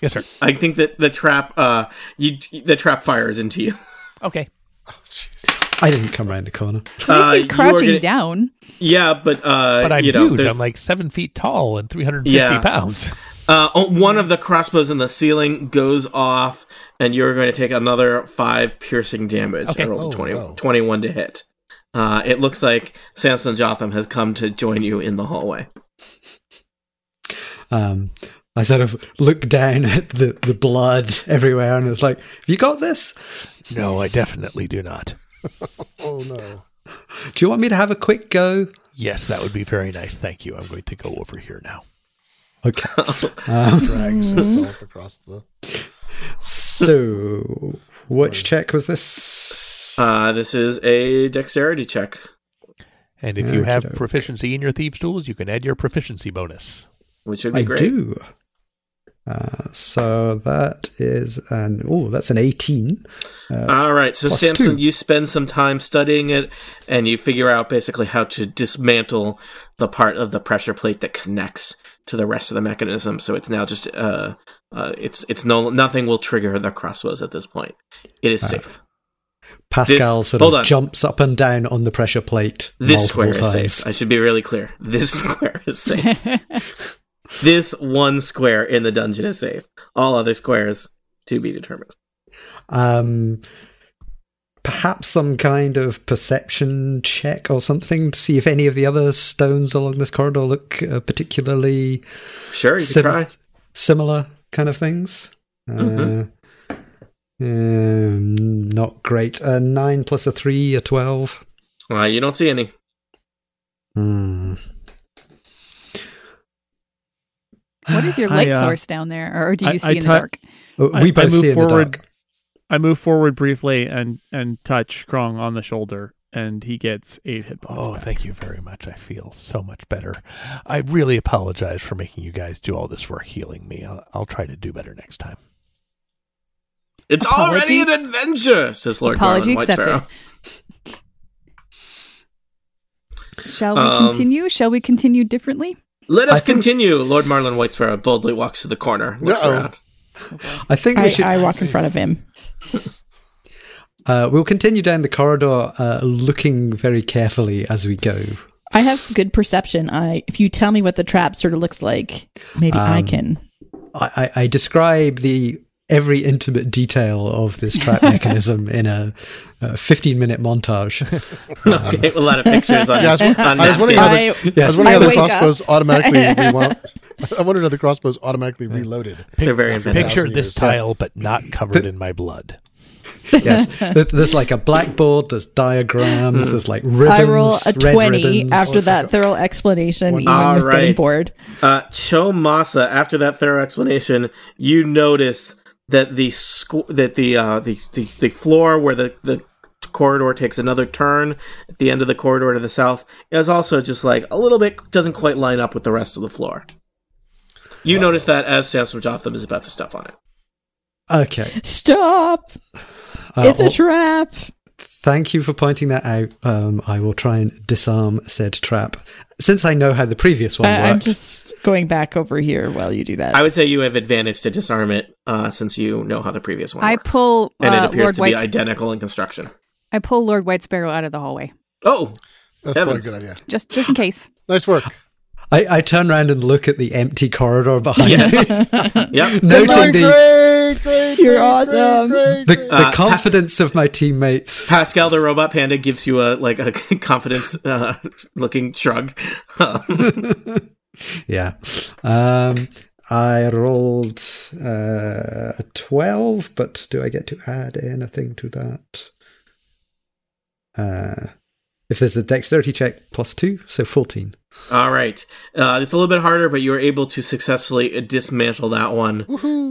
C: Yes, sir.
A: I think that the trap, uh, you the trap fires into you.
C: Okay.
E: I didn't come round the corner.
G: At least
A: Uh,
G: he's
A: you are
G: crouching
A: gonna-
G: down.
A: Yeah, but uh,
C: But I'm
A: you know,
C: huge.
A: there's-
C: I'm like seven feet tall and 350
A: Yeah.
C: pounds.
A: uh, oh, one of the crossbows in the ceiling goes off, and you're going to take another five piercing damage.
C: Okay.
A: I rolled
F: Oh,
A: a 20,
F: no.
A: 21 to hit. Uh, it looks like Samson Jotham has come to join you in the hallway.
E: Um, I sort of look down at the, the blood everywhere, and it's like, have you got this?
C: No, I definitely do not.
F: Oh no.
E: Do you want me to have a quick go?
C: Yes, that would be very nice. Thank you. I'm going to go over here now.
E: Okay.
F: Drags himself across the.
E: So, which check was this?
A: Uh, this is a dexterity check.
C: And if you have
E: Okey-doke.
C: proficiency in your thieves' tools, you can add your proficiency bonus.
A: Which would be
E: I
A: great.
E: do. Uh, so that is an oh, that's an eighteen.
A: All right, so
E: Plus
A: Samson,
E: two.
A: you spend some time studying it, and you figure out basically how to dismantle the part of the pressure plate that connects to the rest of the mechanism. So it's now just uh, uh it's it's no nothing will trigger the crossbows at this point. It
E: Uh,
A: is safe.
E: Pascal
A: This-
E: sort
A: hold
E: of
A: on.
E: jumps up and down on the pressure plate
A: This
E: multiple
A: square is
E: times.
A: safe. I should be really clear. This square is safe. this one square in the dungeon is safe. All other squares to be determined.
E: Um, perhaps some kind of perception check or something to see if any of the other stones along this corridor look uh, particularly
A: Sure, you can
E: Sim-
A: try.
E: similar kind of things. Uh,
B: Mm-hmm.
E: um, not great. A nine plus a three, a twelve.
A: Uh, you don't see any.
E: Hmm.
G: What is your
B: I,
G: light
B: uh,
G: source down there, or do you
B: I-
G: see
B: I
G: in the
B: tou-
G: dark?
E: Oh,
B: I-
E: we
B: I
E: both
B: move
E: see in the
B: forward.
E: dark.
B: I move forward briefly and and touch Krong on the shoulder, and he gets eight hit points.
C: Oh,
B: back.
C: thank you very much. I feel so much better. I really apologize for making you guys do all this work healing me. I'll, I'll try to do better next time.
A: It's already
G: Apology-
A: an adventure, says Lord
G: Apology
A: Garland White
G: accepted.
A: Sparrow.
G: Shall we
A: Um,
G: continue? Shall we continue differently?
A: Let us
E: I think-
A: continue. Lord Marlon White Sparrow boldly walks to the corner, looks
F: Uh-oh.
A: around.
E: I think we
D: I,
E: should.
D: I walk in front of him.
E: Uh, we'll continue down the corridor, uh, looking very carefully as we go.
D: I have good perception. I if you tell me what the trap sort of looks like, maybe I
E: Um,
D: can.
E: I, I, I describe the every intimate detail of this trap mechanism in a, uh 15 minute montage.
A: Okay, a lot of pictures on.
F: Yeah, I was,
A: on
F: I was wondering how
D: napkins.
F: the,
D: I-
F: I
E: yes,
F: was wondering how
D: I
F: the
D: wake up.
F: crossbows automatically. rewound. I wondered how the crossbows automatically reloaded.
A: They're very inventive.
F: Thousand
C: Picture this
F: years.
C: tile, but not covered in my blood.
E: yes. There- There's like a blackboard, there's diagrams, there's like ribbons.
D: Mm. I roll a
E: red
D: twenty
E: ribbons.
D: after that thorough explanation. Even
A: All
D: I'm getting
A: right.
D: bored.
A: Uh, Cho Masa, after that thorough explanation, you notice that the squ- that the, uh, the the the floor where the the corridor takes another turn at the end of the corridor to the south is also just like a little bit doesn't quite line up with the rest of the floor. You notice that as Samson Jotham is about to step on it.
E: Okay.
D: Stop!
E: Uh,
D: it's a
E: well,
D: trap.
E: Thank you for pointing that out. Um, I will try and disarm said trap. Since I know how the previous one
D: I, I'm
E: worked,
D: just going back over here while you do that.
A: I would say you have advantage to disarm it uh, since you know how the previous one
G: I
A: works.
G: pull
A: and it
G: uh,
A: appears
G: Lord
A: to be
G: White's
A: identical in construction.
G: I pull Lord White Sparrow out of the hallway
A: Oh,
F: That's probably a
A: Evans.
F: good idea.
G: just just in case.
F: Nice work.
E: I, I turn around and look at the empty corridor behind
A: Yeah.
E: me,
A: yep.
E: noting the,
F: great, great,
D: You're
F: great,
D: awesome.
F: Great,
E: the,
F: great, great.
E: the
A: Uh,
E: confidence of my teammates.
A: Pascal the robot panda gives you a like a confidence uh, looking shrug. Um,
E: Yeah. Um, I rolled uh, a 12, but do I get to add anything to that? Uh, if there's a dexterity check plus two, so 14.
A: All right. Uh, it's a little bit harder, but you were able to successfully dismantle that one.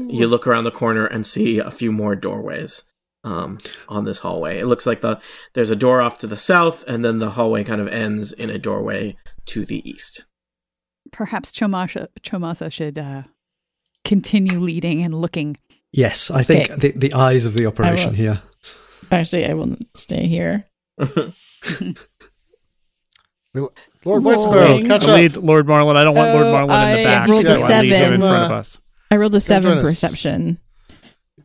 A: You look around the corner and see a few more doorways um, on this hallway. It looks like the there's a door off to the south, and then the hallway kind of ends in a doorway to the east.
G: Perhaps Chomasa Chomasa should uh, continue leading and looking.
E: Yes, I think
D: Okay.
E: the, the eyes of the operation
D: will-
E: here.
D: Actually, I will stay here.
F: Lord White Sparrow,
D: Rolling.
F: catch
B: I lead
F: up.
B: Lord Marlin. I don't want Lord
D: Oh,
B: Marlin in
D: I
B: the back,
D: rolled
B: so
F: a
B: I leave him in
F: seven.
B: front of us.
D: I rolled a seven
F: join us.
D: perception.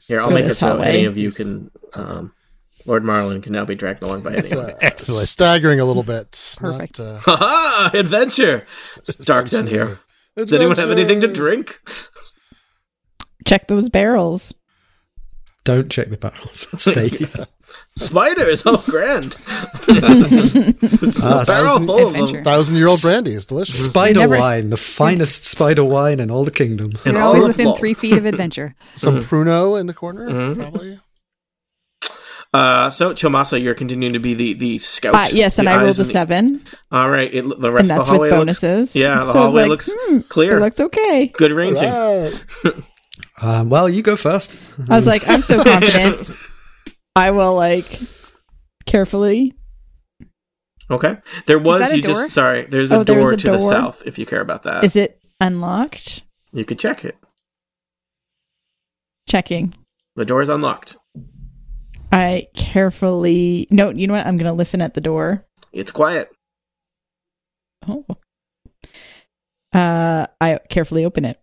A: Here, I'll
D: Go
A: make it
D: this
A: so
D: hallway.
A: any of you can. Um, Lord Marlin can now be dragged along by
F: It's,
A: anyone.
F: uh,
C: Excellent.
F: Staggering a little bit.
G: Perfect.
F: Not, uh,
A: Ha ha! Adventure! It's dark down here. Does anyone have anything to
F: Adventure.
A: drink?
D: Check those barrels.
E: Don't check the barrels. Stay.
A: Spiders! Oh, grand! it's
E: Ah,
A: a barrel
F: thousand-
A: full of
G: Adventure.
A: them.
F: Thousand year old brandy is delicious.
E: spider
D: Never-
E: wine, the finest spider wine in all the Uh, kingdom.
A: And
G: You're
A: all
G: always
A: the
G: within
A: fall.
G: three feet of adventure.
F: Some
A: Mm-hmm.
F: pruno in the corner,
A: Mhm.
F: probably.
A: Uh, so Chomasa, you're continuing to be the the scout.
D: Uh, yes, and
A: The
D: I
A: eyes
D: rolled a
A: and the-
D: seven,
A: All right, it, the
D: and
A: rest of the
D: that's
A: hallway
D: with bonuses.
A: Looks, yeah, the
D: So I was
A: hallway
D: like,
A: looks
D: hmm,
A: clear.
D: It looks okay.
A: Good ranging.
F: Right.
E: Um, well, you go first.
D: I was like, I'm so confident. I will like carefully.
A: Okay, there was
G: that a
A: you
G: door?
A: just sorry. There's a
D: Oh,
A: door
D: there's a
A: to the
D: door.
A: south if you care about that.
D: Is it unlocked?
A: you could check it.
D: Checking.
A: The door is unlocked.
D: I carefully. No, you know what? I'm gonna listen at the door.
A: It's quiet.
D: Oh. Uh, I carefully open it.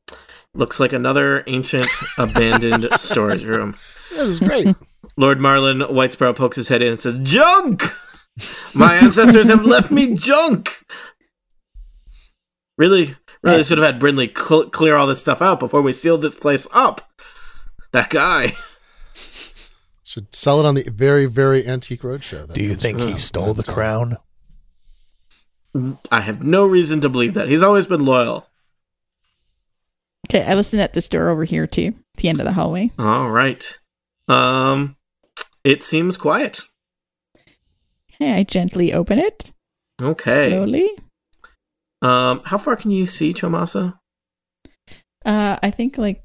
A: Looks like another ancient abandoned storage room.
F: This is great.
A: Lord Marlin Whitesparrow pokes his head in and says, "Junk! My ancestors have left me junk. Really, really should have had Brindley cl- clear all this stuff out before we sealed this place up. That guy.
F: Should sell it on the very, very antique roadshow. uh, Then.
C: Do you think he stole the crown?
A: I have no reason to believe that. He's always been loyal.
D: Okay, I listen at this door over here too, at the end of the hallway.
A: All right. Um, it seems quiet.
D: Okay, I gently open it
A: Okay.
D: slowly.
A: Um, how far can you see Chomasa?
D: Uh, I think like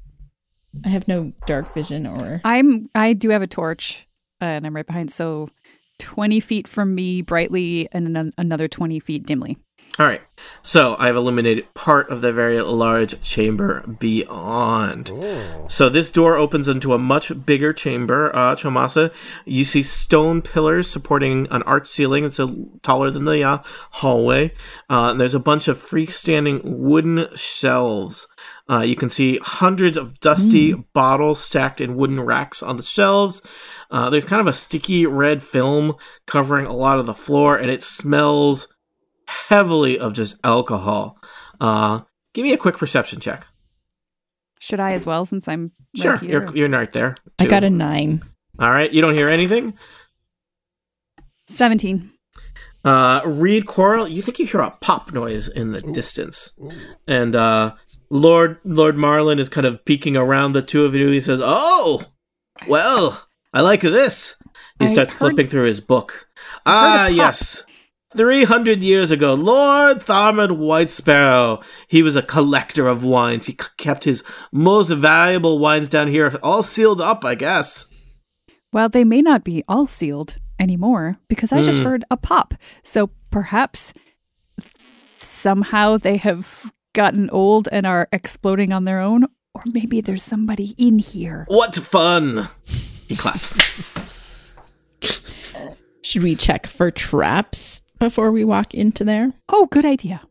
D: I have no dark vision or
G: I'm I do have a torch, uh, and I'm right behind. So twenty feet from me, brightly, and an- another twenty feet dimly.
A: All right. So I've eliminated part of the very large chamber beyond. So this door opens into a much bigger chamber, uh, Chomasa. You see stone pillars supporting an arch ceiling that's a, taller than the uh, hallway. Uh, and there's a bunch of freestanding wooden shelves. Uh, you can see hundreds of dusty bottles stacked in wooden racks on the shelves. Uh, there's kind of a sticky red film covering a lot of the floor, and it smells heavily of just alcohol. Uh, give me a quick perception check.
G: Should I as well, since I'm right
A: Sure,
G: here?
A: you're you're right there.
D: I
A: too.
D: got a nine.
A: All right, you don't hear anything.
G: Seventeen.
A: Uh, Reed Coral, you think you hear a pop noise in the distance, and uh, Lord Lord Marlin is kind of peeking around the two of you. He says, "Oh, well, I like this." He
G: I
A: starts
G: heard-
A: flipping through his book.
G: heard a
A: Ah,
G: pop.
A: yes. 300 years ago, Lord Tharmod White Sparrow, he was a collector of wines. He c- kept his most valuable wines down here, all sealed up, I guess.
G: Well, they may not be all sealed anymore because I just
A: Hmm.
G: heard a pop. So perhaps somehow they have gotten old and are exploding on their own, or maybe there's somebody in here.
A: What fun! He claps.
D: Should we check for traps before we walk into there?
G: Oh, good idea.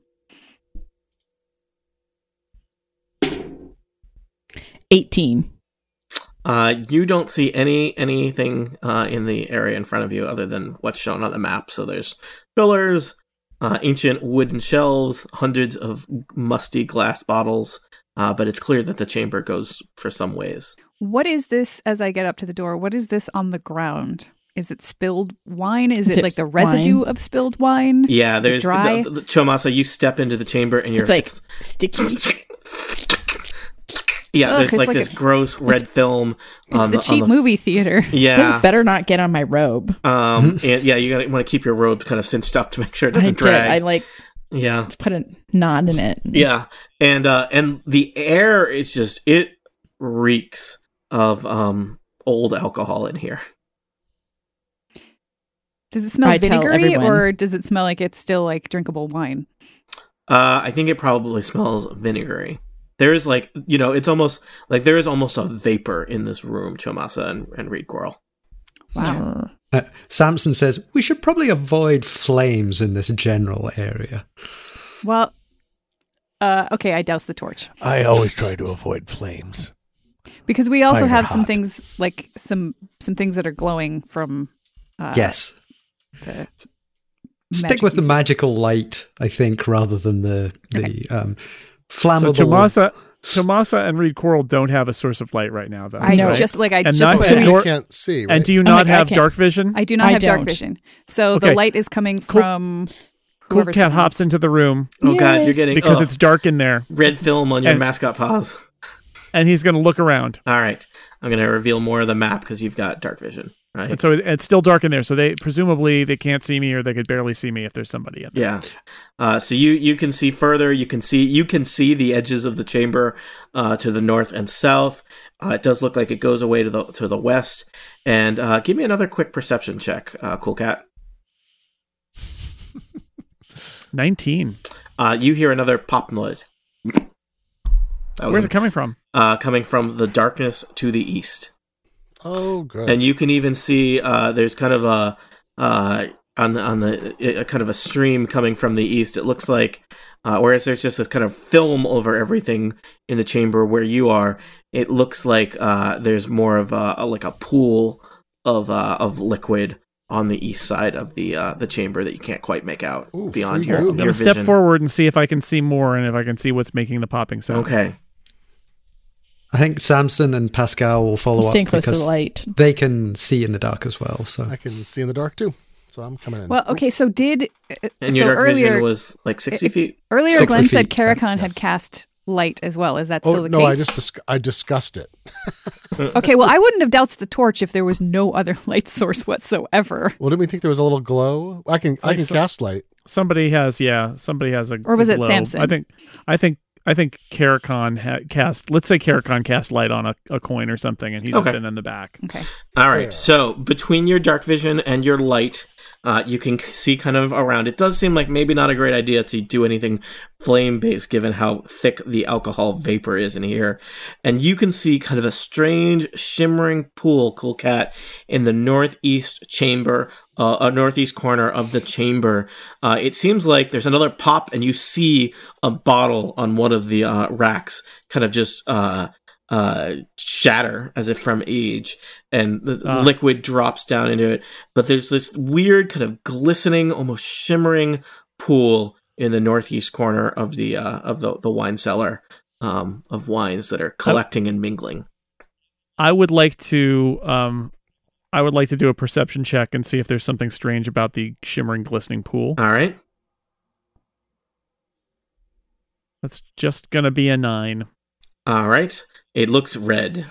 D: 18.
A: Uh, you don't see any anything uh, in the area in front of you other than what's shown on the map. So there's pillars, uh, ancient wooden shelves, hundreds of musty glass bottles. Uh, but it's clear that the chamber goes for some ways.
G: What is this as I get up to the door? What is this on the ground? Is it spilled wine? Is,
D: Is
G: it,
D: it
G: like the
D: wine?
G: residue of spilled wine?
A: Yeah,
G: Is it
A: there's
G: dry?
A: The, the, Chomasa. You step into the chamber and you're
D: It's like sticky.
A: yeah.
G: Ugh,
A: there's
G: it's
A: like,
G: like
A: this
G: a-
A: gross red film on
G: it's the, cheap movie theater.
A: Yeah,
D: This better not get on my robe.
A: um, and, yeah. You gotta want to keep your robe kind of cinched up to make sure it
D: I
A: doesn't
D: did.
A: drag.
D: I like
A: yeah.
D: put a knot in it.
A: Yeah, and uh, and the air it's just it reeks of um old alcohol in here.
G: Does it smell
D: I tell
G: vinegary
D: everyone.
G: or does it smell like it's still like drinkable wine?
A: Uh, I think it probably smells vinegary. There is like you know it's almost like there is almost a vapor in this room, Chomasa and, and Reed Coral.
G: Wow.
E: Uh, Samson says we should probably avoid flames in this general area.
G: Well, uh, okay, I douse the torch
C: I always try to avoid flames.
G: because we also
C: Fire
G: have some
C: hot.
G: things like some some things that are glowing from. Uh,
D: Ah.
E: yes,
G: the
E: stick with the
G: users.
E: magical light, I think, rather than the the um,
B: So
E: flammable.
B: Tomasa, Tomasa and Reed Coral don't have a source of light right now, though.
G: I
D: know.
B: right?
G: just like I
B: And
G: just
B: not-
F: Oh,
B: But
F: yeah,
B: you
F: you
B: nor-
F: can't see. Right?
B: and do you
D: my
B: not
D: God, I
B: have
D: can't.
B: dark vision?
G: I do not
D: I
G: have dark
D: don't.
G: vision, so the
B: Okay.
G: light is coming
B: Cool-
G: from.
B: Cool
G: whoever's
B: Cat
G: coming.
B: hops into the room
A: Oh God,
D: Yay.
A: you're getting
B: because
A: oh,
B: it's dark in there,
A: red film on your
B: and-
A: mascot paws.
B: and he's going to look around.
A: All right, I'm gonna reveal more of the map because you've got dark vision. Right?
B: And so it, it's still dark in there. So they presumably they can't see me, or they could barely see me if there's somebody in there.
A: Yeah. Uh, so you you can see further. You can see you can see the edges of the chamber uh, to the north and south. Uh, it does look like it goes away to the to the west. And uh, give me another quick perception check, uh, Cool Cat.
B: Nineteen.
A: Uh, you hear another pop noise. That
B: Where's
A: was
B: it coming from?
A: uh, coming from the darkness to the east.
F: oh, good.
A: and you can even see uh, there's kind of a uh, on the on the a kind of a stream coming from the east. It looks like, uh, whereas there's just this kind of film over everything in the chamber where you are. It looks like uh, there's more of a, a- like a pool of uh, of liquid on the east side of the uh, the chamber that you can't quite make out
F: Ooh,
A: beyond
F: free
A: your,
F: move.
B: I'm
A: your
B: going to step
A: vision.
B: forward and see if I can see more, and if I can see what's making the popping sound.
A: Okay.
E: I think Samson and Pascal will
D: I'm
E: follow
D: staying
E: up
D: close to
E: because
D: the light.
E: they can see in the dark as well. So
F: I can see in the dark too, so I'm coming in.
G: Well, okay, so did uh,
A: And
G: so
A: your dark
G: earlier
A: vision was like sixty
G: it-
A: feet.
G: earlier
E: 60
G: Glenn said
E: feet, right?
G: Karakon
E: Yes.
G: had cast light as well. Is that still
F: Oh
G: the
F: no,
G: case?
F: I just dis- I discussed it.
G: Okay, well, I wouldn't have doused the torch if there was no other light source whatsoever.
F: Well, didn't we think there was a little glow? I can I
B: Wait,
F: can
B: so-
F: cast light.
B: Somebody has, yeah, somebody has a.
G: Or was it
B: globe.
G: Samson?
B: I think, I think, I think Karakon ha- cast. Let's say Karakon cast light on a, a coin or something, and he's
A: Okay.
B: been in the back.
G: Okay.
A: All right. So between your dark vision and your light, uh, you can c- see kind of around. It does seem like maybe not a great idea to do anything flame based, given how thick the alcohol vapor is in here. And you can see kind of a strange shimmering pool, cool cat, in the northeast chamber, uh, a northeast corner of the chamber. Uh, it seems like there's another pop, and you see a bottle on one of the uh, racks, kind of just. Uh, uh shatter as if from age and the
B: Ah.
A: liquid drops down into it but there's this weird kind of glistening almost shimmering pool in the northeast corner of the uh of the, the wine cellar um of wines that are collecting and mingling
B: I would like to, um, I would like to do a perception check and see if there's something strange about the shimmering, glistening pool.
A: all right
B: That's just gonna be a nine.
A: all right it looks red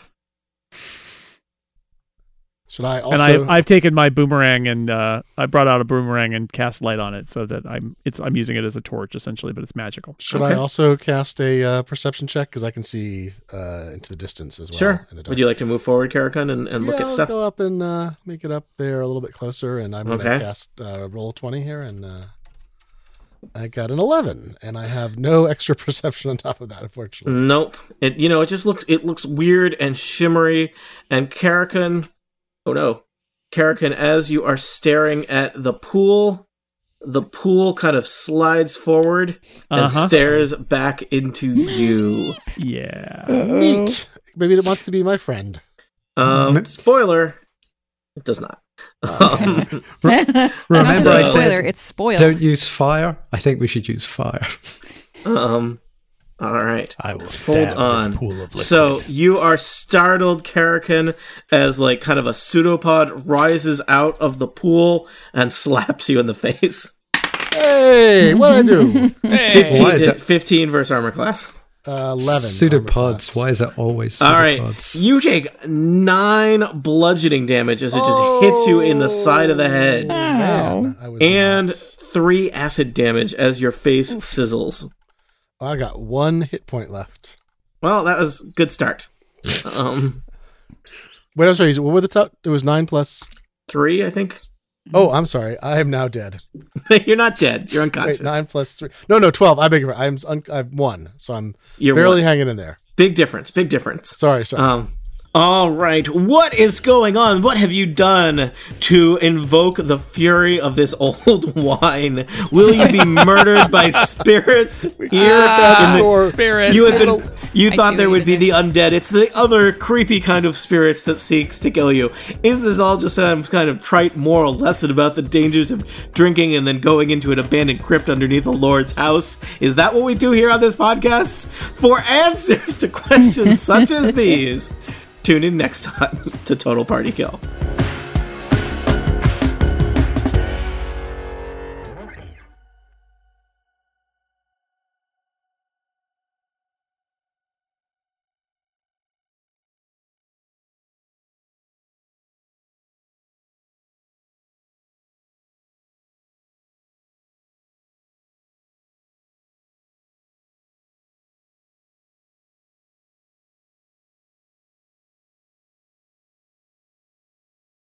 F: Should I also?
B: and I, I've taken my boomerang and uh, I brought out a boomerang and cast light on it so that I'm it's I'm using it as a torch essentially, but it's magical.
F: should I
A: okay.
F: also cast a uh, perception check because I can see uh, into the distance as well?
A: sure
F: In the dark.
A: would you like to move forward karakun and, and
F: yeah,
A: look at
F: I'll
A: stuff
F: go up and uh, make it up there a little bit closer, and I'm
A: Okay.
F: gonna cast uh, roll twenty here, and uh, I got an eleven, and I have no extra perception on top of that, unfortunately.
A: Nope. It you know it just looks it looks weird and shimmery and Karakun. Oh no, Karakin, as you are staring at the pool, the pool kind of slides forward and
B: Uh-huh.
A: stares back into you.
B: Yeah.
F: Neat. Maybe it wants to be my friend.
A: Um,
E: Mm.
A: spoiler, it does not. Um,
G: Not
E: Remember,
G: just
E: I
G: a spoiler,
E: said
G: it's spoiled.
E: don't use fire. I think we should use fire.
A: um, all right.
C: I will stab
A: on.
C: this pool of liquid.
A: So you are startled, Karakin, as like kind of a pseudopod rises out of the pool and slaps you in the face.
F: Hey, what I do?
E: Why
A: 15,
E: is
A: to,
E: that-
A: 15 versus armor class.
F: Uh, Eleven.
E: Pseudopods. Why is it always
A: All right.
E: pseudopods?
A: You take nine bludgeoning damage as it just hits you in the side of the head.
F: Oh, Man, I was
A: and
F: not-
A: three acid damage as your face sizzles.
F: I got one hit point left.
A: Well, that was a good start. Um,
F: Wait, I'm sorry. What were the top? It was nine plus.
A: Mm-hmm. three, I think.
F: Oh, I'm sorry. I am now dead.
A: you're not dead. You're unconscious.
F: Wait, nine plus three. No, no, twelve. I beg your pardon. I'm un- I've one, so I'm
A: You're
F: barely
A: one.
F: hanging in there.
A: Big difference. Big difference.
F: Sorry, sorry.
A: Um, all right. What is going on? What have you done to invoke the fury of this old wine? Will you be murdered by spirits here? in the-
F: Score.
B: Spirits.
A: you had been. You thought
G: see
A: there
G: what
A: would be
G: you
A: the undead. It's the other creepy kind of spirits that seeks to kill you. Is this all just some kind of trite moral lesson about the dangers of drinking and then going into an abandoned crypt underneath a lord's house? Is that what we do here on this podcast? For answers to questions such as these, tune in next time to Total Party Kill.